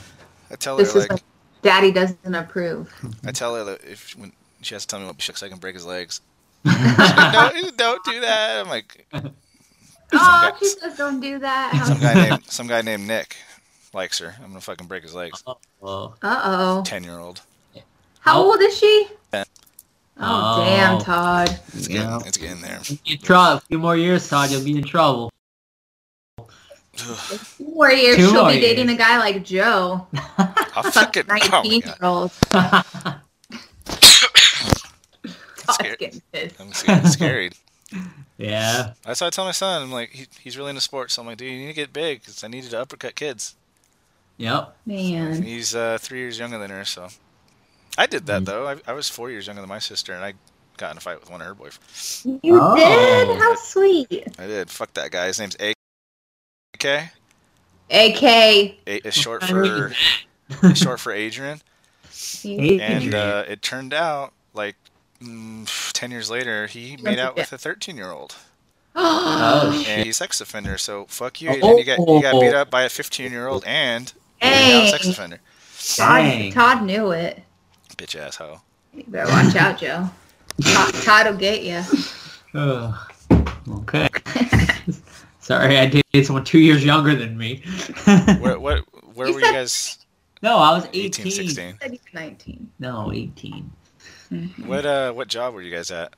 Speaker 2: I tell
Speaker 3: This
Speaker 2: her
Speaker 3: is
Speaker 2: like
Speaker 3: what Daddy doesn't approve.
Speaker 2: *laughs* I tell her that if when she has to tell me what she looks like, I can break his
Speaker 3: *laughs*
Speaker 2: legs. She's like, no, don't do that. I'm like
Speaker 3: Oh, she says don't do that.
Speaker 2: some guy named some guy named Nick likes her. I'm gonna fucking break his legs.
Speaker 4: Well,
Speaker 3: Uh oh.
Speaker 2: Ten year old.
Speaker 3: How old is she?
Speaker 2: Yeah.
Speaker 3: Oh, damn, Todd.
Speaker 4: *laughs*
Speaker 2: It's
Speaker 4: you
Speaker 2: getting
Speaker 4: know,
Speaker 2: it's getting there.
Speaker 4: you try a few more years, Todd, you'll be in trouble.
Speaker 3: Two more years,
Speaker 4: Two
Speaker 3: she'll
Speaker 4: more
Speaker 3: be dating
Speaker 4: years.
Speaker 3: a guy
Speaker 2: *laughs*
Speaker 3: like Joe.
Speaker 2: I'll fucking oh my
Speaker 3: Nineteen year
Speaker 2: God.
Speaker 4: *laughs*
Speaker 3: old.
Speaker 2: I'm scared.
Speaker 3: Getting pissed.
Speaker 2: I'm scared. I'm scared.
Speaker 4: Yeah.
Speaker 2: That's why I tell my son, I'm like, he, he's really into sports. So I'm like, dude, you need to get big because I need you to uppercut kids.
Speaker 4: Yep.
Speaker 2: And
Speaker 3: Man.
Speaker 2: he's uh, three years younger than her, so. I did that, though. I, I was four years younger than my sister, and I got in a fight with one of her boyfriends.
Speaker 3: You
Speaker 4: Oh.
Speaker 3: did? How sweet.
Speaker 2: I did. Fuck that guy. His name's A. Okay?
Speaker 3: AK.
Speaker 2: A is
Speaker 4: *laughs*
Speaker 2: short
Speaker 4: I
Speaker 2: for
Speaker 4: mean-
Speaker 2: is short for Adrian. And
Speaker 4: *laughs*
Speaker 3: *gasps*
Speaker 4: Adrian.
Speaker 2: uh, it turned out, like, mm, 10 years later, he made out with a 13 year old.
Speaker 4: oh,
Speaker 2: And
Speaker 4: shit.
Speaker 2: he's a sex offender, so fuck you,
Speaker 4: Oh.
Speaker 2: Adrian. You, got, you got beat up by a 15 year old and you're now a
Speaker 3: Hey.
Speaker 2: sex offender.
Speaker 3: Todd,
Speaker 4: Dang.
Speaker 3: Todd knew it.
Speaker 2: Bitch ass hoe.
Speaker 3: You better watch
Speaker 4: *laughs*
Speaker 3: out, Joe. Todd, Todd will get you.
Speaker 4: Ugh. okay. *laughs* Sorry, I dated someone two years younger than me.
Speaker 2: Where, what, where
Speaker 3: You
Speaker 2: were you
Speaker 3: said-
Speaker 2: guys?
Speaker 4: *laughs* no, I was 18.
Speaker 2: 18, 16.
Speaker 3: said he's 19.
Speaker 4: No, 18.
Speaker 2: What uh, what job were you guys at?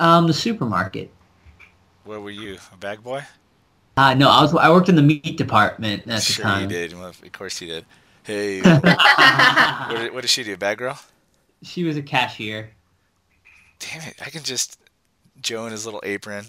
Speaker 4: Um, the supermarket.
Speaker 2: Where were you? A bag boy?
Speaker 4: Uh, no, I was. I worked in the meat department at the
Speaker 2: sure you
Speaker 4: time.
Speaker 2: did. Well, of course you did.
Speaker 4: *laughs*
Speaker 2: Hey, what, did, what did she do? Bag girl?
Speaker 4: She was a cashier.
Speaker 2: Damn it! I can just Joe in his little apron.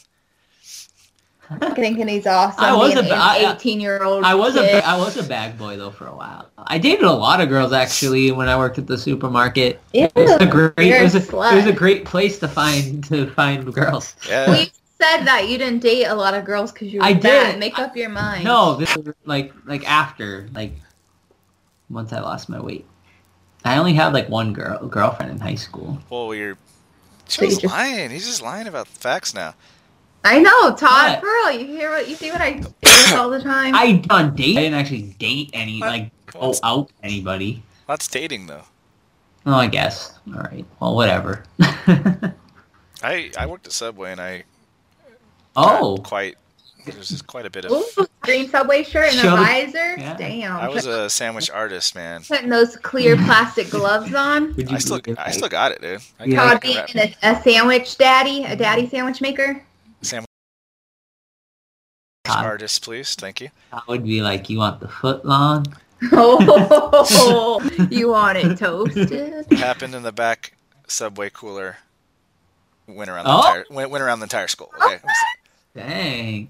Speaker 3: Thinking he's awesome.
Speaker 4: I was
Speaker 3: being
Speaker 4: a- I- I-
Speaker 3: an 18 year old.
Speaker 4: I was
Speaker 3: kid.
Speaker 4: a I was a bag boy though for a while. I dated a lot of girls actually when I worked at the supermarket. It was a
Speaker 3: Ew,
Speaker 4: great it
Speaker 3: you're
Speaker 4: was a,
Speaker 3: slut.
Speaker 4: it was a great place to find to find girls.
Speaker 2: Yeah.
Speaker 3: We said that you didn't date a lot of girls because you were
Speaker 4: I
Speaker 3: fat.
Speaker 4: did.
Speaker 3: Make up your mind.
Speaker 4: No, this was like like after like once I lost my weight. I only had like one girl girlfriend in high school.
Speaker 2: well, you're.
Speaker 3: Wait,
Speaker 2: Joe's
Speaker 3: just-
Speaker 2: lying. He's just lying about the facts now.
Speaker 3: I know,
Speaker 4: What?
Speaker 3: Todd Pearl. You hear what you see what I do this all the time.
Speaker 4: I done date. I didn't actually date any like go
Speaker 2: What?
Speaker 4: out anybody.
Speaker 2: That's dating though.
Speaker 4: Oh, I guess. All right. Well, whatever. *laughs*
Speaker 2: I I worked at Subway and I got
Speaker 4: oh,
Speaker 2: quite there's just quite a bit of.
Speaker 3: Ooh, green subway shirt and
Speaker 4: Show
Speaker 3: a
Speaker 4: the-
Speaker 3: visor.
Speaker 4: yeah.
Speaker 3: Damn.
Speaker 2: I was a sandwich artist, man.
Speaker 3: putting
Speaker 4: *laughs*
Speaker 3: those clear plastic gloves on.
Speaker 4: would
Speaker 2: I still
Speaker 4: believe
Speaker 2: I
Speaker 4: it?
Speaker 2: still got it, dude. I
Speaker 4: Yeah.
Speaker 2: got
Speaker 3: Todd being
Speaker 2: it.
Speaker 3: a, a sandwich daddy, a daddy sandwich maker.
Speaker 2: Sandwich
Speaker 4: Todd.
Speaker 2: artist, please. Thank you.
Speaker 4: I would be like, you want the foot long?
Speaker 3: Oh, you want it toasted?
Speaker 2: happened in the back subway cooler went around the
Speaker 4: Oh.
Speaker 2: entire went, went around the entire school. Okay.
Speaker 4: Dang.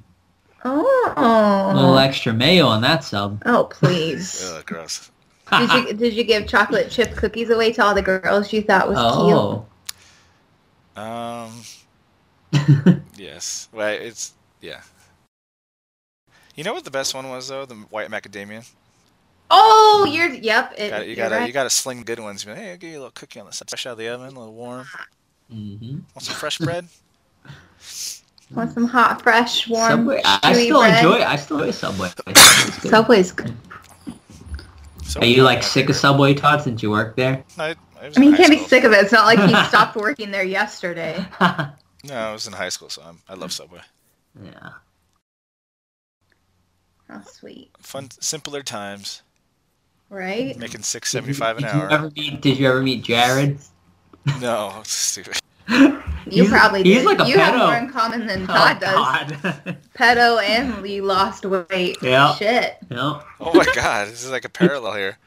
Speaker 4: A little
Speaker 3: Oh.
Speaker 4: extra mayo on that sub.
Speaker 3: Oh, please.
Speaker 2: Ugh, gross.
Speaker 3: did you did you give chocolate chip cookies away to all the girls you thought was
Speaker 4: oh.
Speaker 2: Um yes. Well it's yeah. You know what the best one was though? The white macadamia.
Speaker 3: cute? Oh, you're yep. It,
Speaker 2: Got you
Speaker 3: you're
Speaker 2: gotta
Speaker 3: right.
Speaker 2: you gotta sling good ones. Be like, hey, I'll give you a little cookie on the side. Fresh out of the oven, a little warm.
Speaker 4: Mm-hmm.
Speaker 2: Want some fresh bread?
Speaker 3: Want some hot, fresh, warm.
Speaker 4: Subway. I, I
Speaker 3: chewy
Speaker 4: still
Speaker 3: bread?
Speaker 4: enjoy. I still enjoy Subway.
Speaker 3: *coughs*
Speaker 4: It's good.
Speaker 3: Subway's good.
Speaker 2: So
Speaker 4: Are you like sick of Subway, Todd, since you work there? *laughs*
Speaker 2: I, I, was
Speaker 3: I mean,
Speaker 2: in
Speaker 3: you
Speaker 2: high
Speaker 3: can't be
Speaker 2: school.
Speaker 3: sick of it. It's not like he stopped working there yesterday.
Speaker 4: yeah.
Speaker 2: No, I was in high school, so I'm, I love Subway.
Speaker 3: How sweet,
Speaker 2: Fun, simpler times.
Speaker 3: right?
Speaker 2: Making six seventy five an
Speaker 4: did
Speaker 2: hour.
Speaker 4: *laughs* You ever meet, did you ever meet Jared?
Speaker 2: No, stupid.
Speaker 3: You
Speaker 4: He's-
Speaker 3: probably
Speaker 4: he's
Speaker 3: did.
Speaker 4: like a
Speaker 3: you have
Speaker 4: pedo. Oh,
Speaker 3: more in common than Todd does.
Speaker 4: God.
Speaker 3: Pedo and Lee lost weight.
Speaker 4: Yeah.
Speaker 3: Shit.
Speaker 4: *laughs* no.
Speaker 2: Oh
Speaker 3: *laughs*
Speaker 2: my god, this is like a parallel here.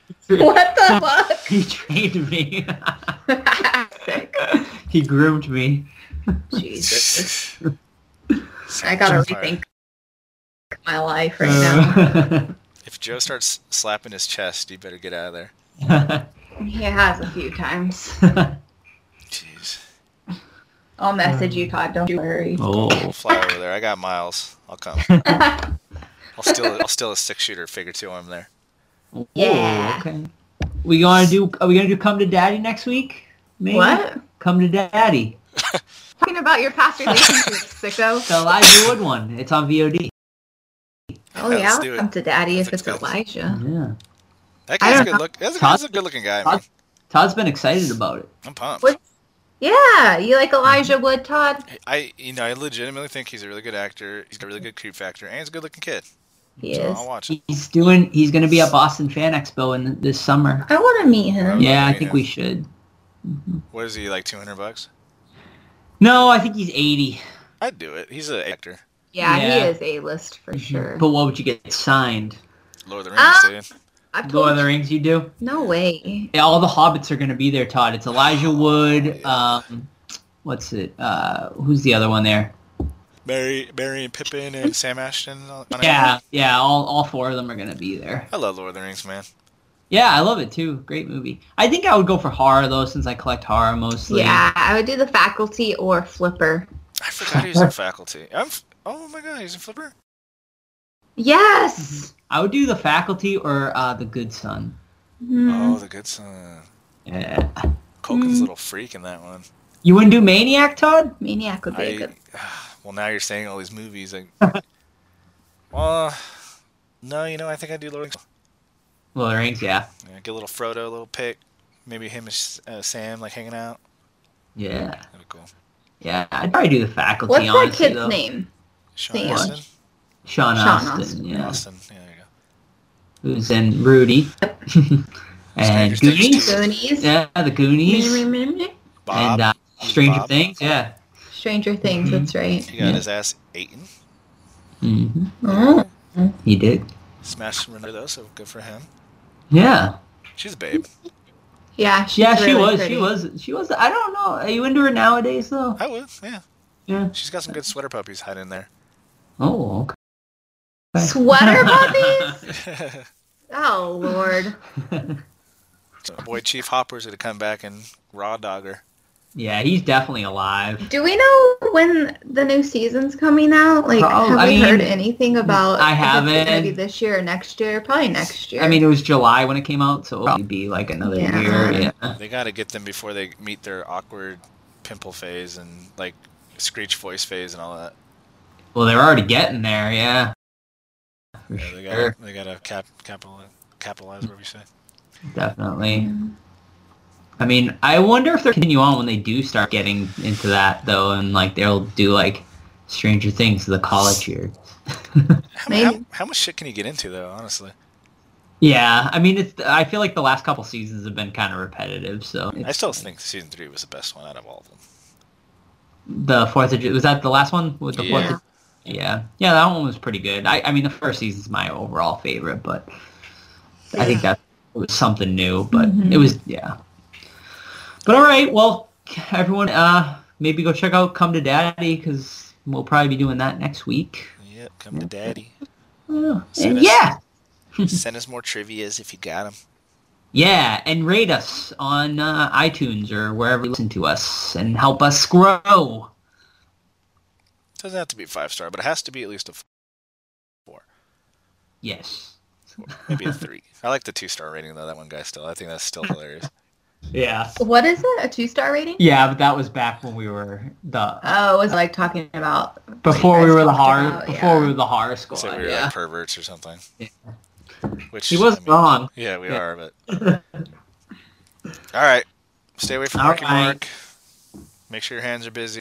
Speaker 4: *laughs*
Speaker 3: What the
Speaker 4: He trained me. *laughs*
Speaker 3: fuck? Sick.
Speaker 4: he groomed me. *laughs*
Speaker 3: Jeez. I
Speaker 2: *laughs* Sounds
Speaker 3: gotta
Speaker 2: fire.
Speaker 3: rethink my life right now.
Speaker 4: Oh.
Speaker 2: If Joe starts slapping his chest, you better get out of there.
Speaker 4: now.
Speaker 2: Uh.
Speaker 3: He has a few times.
Speaker 2: Jeez.
Speaker 3: I'll message
Speaker 2: Uh.
Speaker 3: you, Todd. Don't you worry.
Speaker 4: Oh,
Speaker 2: I'll fly over there. I got miles. I'll
Speaker 3: *laughs*
Speaker 2: come. I'll steal. I'll steal a six shooter. Figure two arm there.
Speaker 3: Yeah.
Speaker 4: Ooh, okay. We gonna do? Are we gonna do come to daddy next week? Maybe?
Speaker 3: What?
Speaker 4: Come to daddy.
Speaker 3: Talking about your
Speaker 2: *laughs*
Speaker 3: past relationships,
Speaker 4: The
Speaker 3: sicko.
Speaker 4: Elijah Wood one. It's on VOD.
Speaker 2: Yeah,
Speaker 3: Oh
Speaker 2: let's
Speaker 3: yeah,
Speaker 2: do
Speaker 3: I'll
Speaker 2: it. Mm-hmm.
Speaker 3: come to daddy if it's Elijah.
Speaker 4: Yeah.
Speaker 2: That
Speaker 3: I
Speaker 2: guy's a
Speaker 3: don't
Speaker 2: good
Speaker 3: know.
Speaker 2: look. That's a, that's a good looking guy. Man.
Speaker 4: Todd, Todd's been excited about it.
Speaker 2: I'm pumped.
Speaker 3: What- Yeah, you like Elijah Wood, Todd?
Speaker 2: I you know I legitimately think he's a really good actor. He's got a really good creep factor, and he's a good looking kid.
Speaker 3: He
Speaker 2: So
Speaker 3: is.
Speaker 2: I'll watch it.
Speaker 4: He's doing. He's gonna be at Boston Fan Expo in this summer.
Speaker 3: I want to meet him.
Speaker 4: Yeah, I
Speaker 2: Right
Speaker 4: think
Speaker 2: now.
Speaker 4: we should.
Speaker 2: What is he like? Two hundred bucks?
Speaker 4: No, I think he's 80.
Speaker 2: I'd do it. He's an actor.
Speaker 3: Yeah,
Speaker 4: Yeah.
Speaker 3: he is a list
Speaker 2: Mm-hmm.
Speaker 3: for sure.
Speaker 4: But what would you get signed?
Speaker 2: Lord of the Rings,
Speaker 3: Ah!
Speaker 2: dude.
Speaker 3: I've
Speaker 4: Lord
Speaker 3: told
Speaker 4: of the
Speaker 3: you,
Speaker 4: Rings, you do?
Speaker 3: no way.
Speaker 4: Yeah, all the hobbits are going to be there, Todd. It's Elijah Wood. Um, what's it? Uh, who's the other one there?
Speaker 2: Barry, Barry and Pippin and Sam Ashton. on- on it.
Speaker 4: Yeah, yeah, all, all four of them are going to be there.
Speaker 2: I love Lord of the Rings, man.
Speaker 4: Yeah, I love it too. Great movie. I think I would go for horror though, since I collect horror mostly.
Speaker 3: Yeah, I would do the faculty or flipper.
Speaker 2: I forgot he was in Faculty. I'm. f- Oh my god, he's a flipper.
Speaker 3: Yes.
Speaker 4: I would do The Faculty or uh, The Good Son.
Speaker 3: Hmm.
Speaker 4: Mm-hmm.
Speaker 2: Oh, the good son.
Speaker 4: Yeah.
Speaker 2: Culkin's
Speaker 4: Mm-hmm.
Speaker 3: Mm.
Speaker 2: little freak in that one.
Speaker 4: You wouldn't do Maniac, Todd?
Speaker 3: Maniac would be a
Speaker 2: Mm-hmm. I, ah,
Speaker 3: good.
Speaker 2: well, now you're saying all these movies.
Speaker 4: *laughs*
Speaker 2: Like, well, no, you know, I think I do Lord of the Rings.
Speaker 4: Lord of the Rings, yeah.
Speaker 2: Yeah, get a little Frodo, a little Pick, maybe him and uh, Sam like hanging out.
Speaker 4: Yeah.
Speaker 2: That'd be cool.
Speaker 4: Yeah, I'd probably do The Faculty,
Speaker 3: What's that
Speaker 4: honestly,
Speaker 3: kid's
Speaker 4: though.
Speaker 3: name?
Speaker 2: Sean
Speaker 3: Sam.
Speaker 2: Austin.
Speaker 4: Sean,
Speaker 3: Sean
Speaker 4: Austin,
Speaker 3: Austin.
Speaker 4: yeah.
Speaker 2: Austin. Yeah, there you
Speaker 4: Who's
Speaker 2: *laughs*
Speaker 4: in Rudy.
Speaker 2: Stranger
Speaker 4: and
Speaker 2: Things
Speaker 4: Goonies.
Speaker 2: too.
Speaker 3: Goonies.
Speaker 4: Yeah, the Goonies.
Speaker 2: go. Bob.
Speaker 4: And uh, Stranger
Speaker 2: Bob.
Speaker 4: Things, yeah.
Speaker 3: Stranger Things.
Speaker 4: Mhm.
Speaker 3: That's right.
Speaker 2: he got
Speaker 4: yeah.
Speaker 2: his ass eaten.
Speaker 4: hmm
Speaker 3: Oh,
Speaker 4: He did.
Speaker 2: Smashed some Renata, so good for him.
Speaker 4: Yeah.
Speaker 2: She's a babe.
Speaker 3: yeah. She's
Speaker 4: yeah, she
Speaker 3: really
Speaker 4: was.
Speaker 3: pretty.
Speaker 4: She was. She was. I don't know. Are you into her nowadays, though?
Speaker 2: I would, yeah.
Speaker 4: Yeah.
Speaker 2: She's got some good sweater puppies hiding there.
Speaker 4: Oh, okay. *laughs*
Speaker 3: Sweater puppies.
Speaker 2: so
Speaker 3: Oh Lord.
Speaker 2: boy, Chief Hopper's gonna come back and raw dog her.
Speaker 4: yeah, he's definitely alive.
Speaker 3: Do we know when the new season's coming out? Like,
Speaker 4: Prob-
Speaker 3: have
Speaker 4: Oh, I
Speaker 3: we heard
Speaker 4: mean,
Speaker 3: anything about?
Speaker 4: I
Speaker 3: if It's gonna be
Speaker 4: haven't.
Speaker 3: this year or next year? Probably next year.
Speaker 4: I mean, it was July when it came out, so it'll probably be like another
Speaker 3: Yeah.
Speaker 4: year. Yeah.
Speaker 2: They gotta get them before they meet their awkward pimple phase and like screech voice phase and all that.
Speaker 4: Well, they're already getting there. Yeah. For
Speaker 2: Yeah, they
Speaker 4: sure.
Speaker 2: gotta they gotta cap capitalize capitalize whatever you say.
Speaker 4: Definitely. I mean, I wonder if they'll continue on when they do start getting into that though, and like they'll do like Stranger Things the college year.
Speaker 2: How, how,
Speaker 3: Maybe.
Speaker 2: how much shit can you get into though, honestly?
Speaker 4: yeah, I mean, it's. I feel like the last couple seasons have been kind of repetitive. So
Speaker 2: I still think season three was the best one out of all of them.
Speaker 4: the Fourth of Ju- was that the last one with the
Speaker 2: Yeah.
Speaker 4: Fourth. Of, yeah, yeah, that one was pretty good. I, I mean, the first season's my overall favorite, but I think that was something new. But it was yeah. But all right, well, everyone, uh, maybe go check out Come to Daddy because we'll probably be doing that next week.
Speaker 2: Yep, come to daddy.
Speaker 4: Yeah,
Speaker 2: Send us-
Speaker 4: Uh, yeah,
Speaker 2: Send us more trivias if you got them.
Speaker 4: yeah, and rate us on uh, iTunes or wherever you listen to us, and help us grow.
Speaker 2: Doesn't have to be five star, but it has to be at least a f- four,
Speaker 4: Yes.
Speaker 2: maybe
Speaker 4: *laughs*
Speaker 2: a three. I like the two star rating though. That one guy still, I think that's still hilarious.
Speaker 4: Yeah.
Speaker 3: what is it? A two-star rating?
Speaker 4: Yeah, but that was back when we were the
Speaker 2: Ah.
Speaker 3: Oh, it was like talking about
Speaker 4: before we
Speaker 3: guys
Speaker 4: were the
Speaker 3: talked
Speaker 4: horror
Speaker 3: about,
Speaker 4: before
Speaker 3: yeah.
Speaker 4: we were the horror squad.
Speaker 2: So we were
Speaker 4: yeah,
Speaker 2: like perverts or something.
Speaker 4: Yeah.
Speaker 2: Which
Speaker 4: he was
Speaker 2: I mean,
Speaker 4: wrong.
Speaker 2: Yeah, we
Speaker 4: Yeah.
Speaker 2: are. But all right, stay away from
Speaker 4: All
Speaker 2: Marky
Speaker 4: right.
Speaker 2: Mark. Make sure your hands are
Speaker 4: *laughs*
Speaker 2: busy.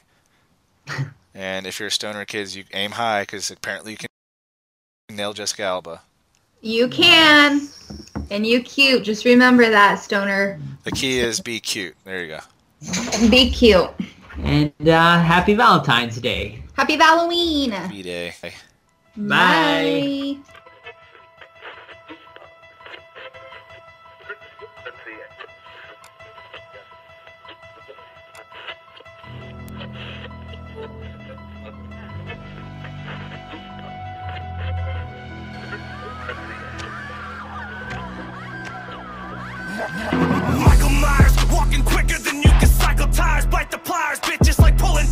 Speaker 2: and if you're a stoner, kids, you aim high because apparently you can nail Jessica Alba.
Speaker 3: you can and you cute. Just remember that, Stoner.
Speaker 2: The key is be cute. There you go.
Speaker 3: Be cute.
Speaker 4: And uh, happy Valentine's Day.
Speaker 3: Happy Halloween.
Speaker 2: B day.
Speaker 4: Bye.
Speaker 11: Michael Myers, walking quicker than you can cycle tires, bite the pliers, bitches like pulling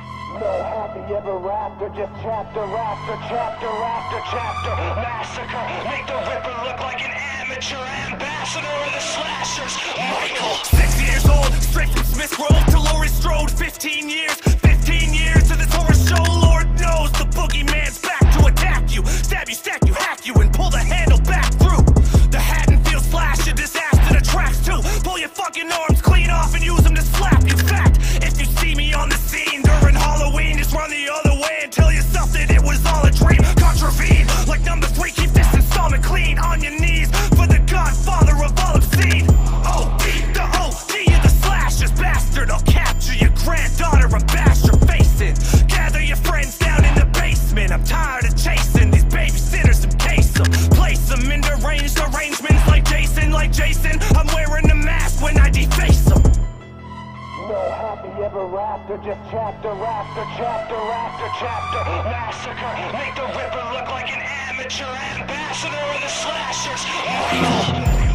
Speaker 11: chapter after just chapter after chapter after chapter. Massacre, make the Ripper look like an amateur ambassador of the slashers. Michael,
Speaker 12: 60 years old, straight from Smith Road to Laurie Strode. 15 years, 15 years to this horror show. Lord knows the boogeyman's back to attack you, stab you, stack you, hack you, and pull the handle back through. The Haddonfield slash a disaster that tracks too. Pull your fucking arms clean off and use them to slap you. Fact, if you see me on the scene during Halloween, just run the other way and tell yourself that it was all a dream. Contravene, like number three, keep this installment clean. On your knees for the godfather of all obscene. OD, the OD of the slashers, bastard. I'll capture your granddaughter and bash your face in. Gather your friends down in the basement. I'm tired of chasing these babysitters and case them. Place them in deranged arrangements like Jason, like Jason. I'm wearing a mask when I deface them.
Speaker 11: no happy ever after just chapter after chapter after chapter. Massacre, make the Ripper look like an amateur ambassador of the slashers. Michael.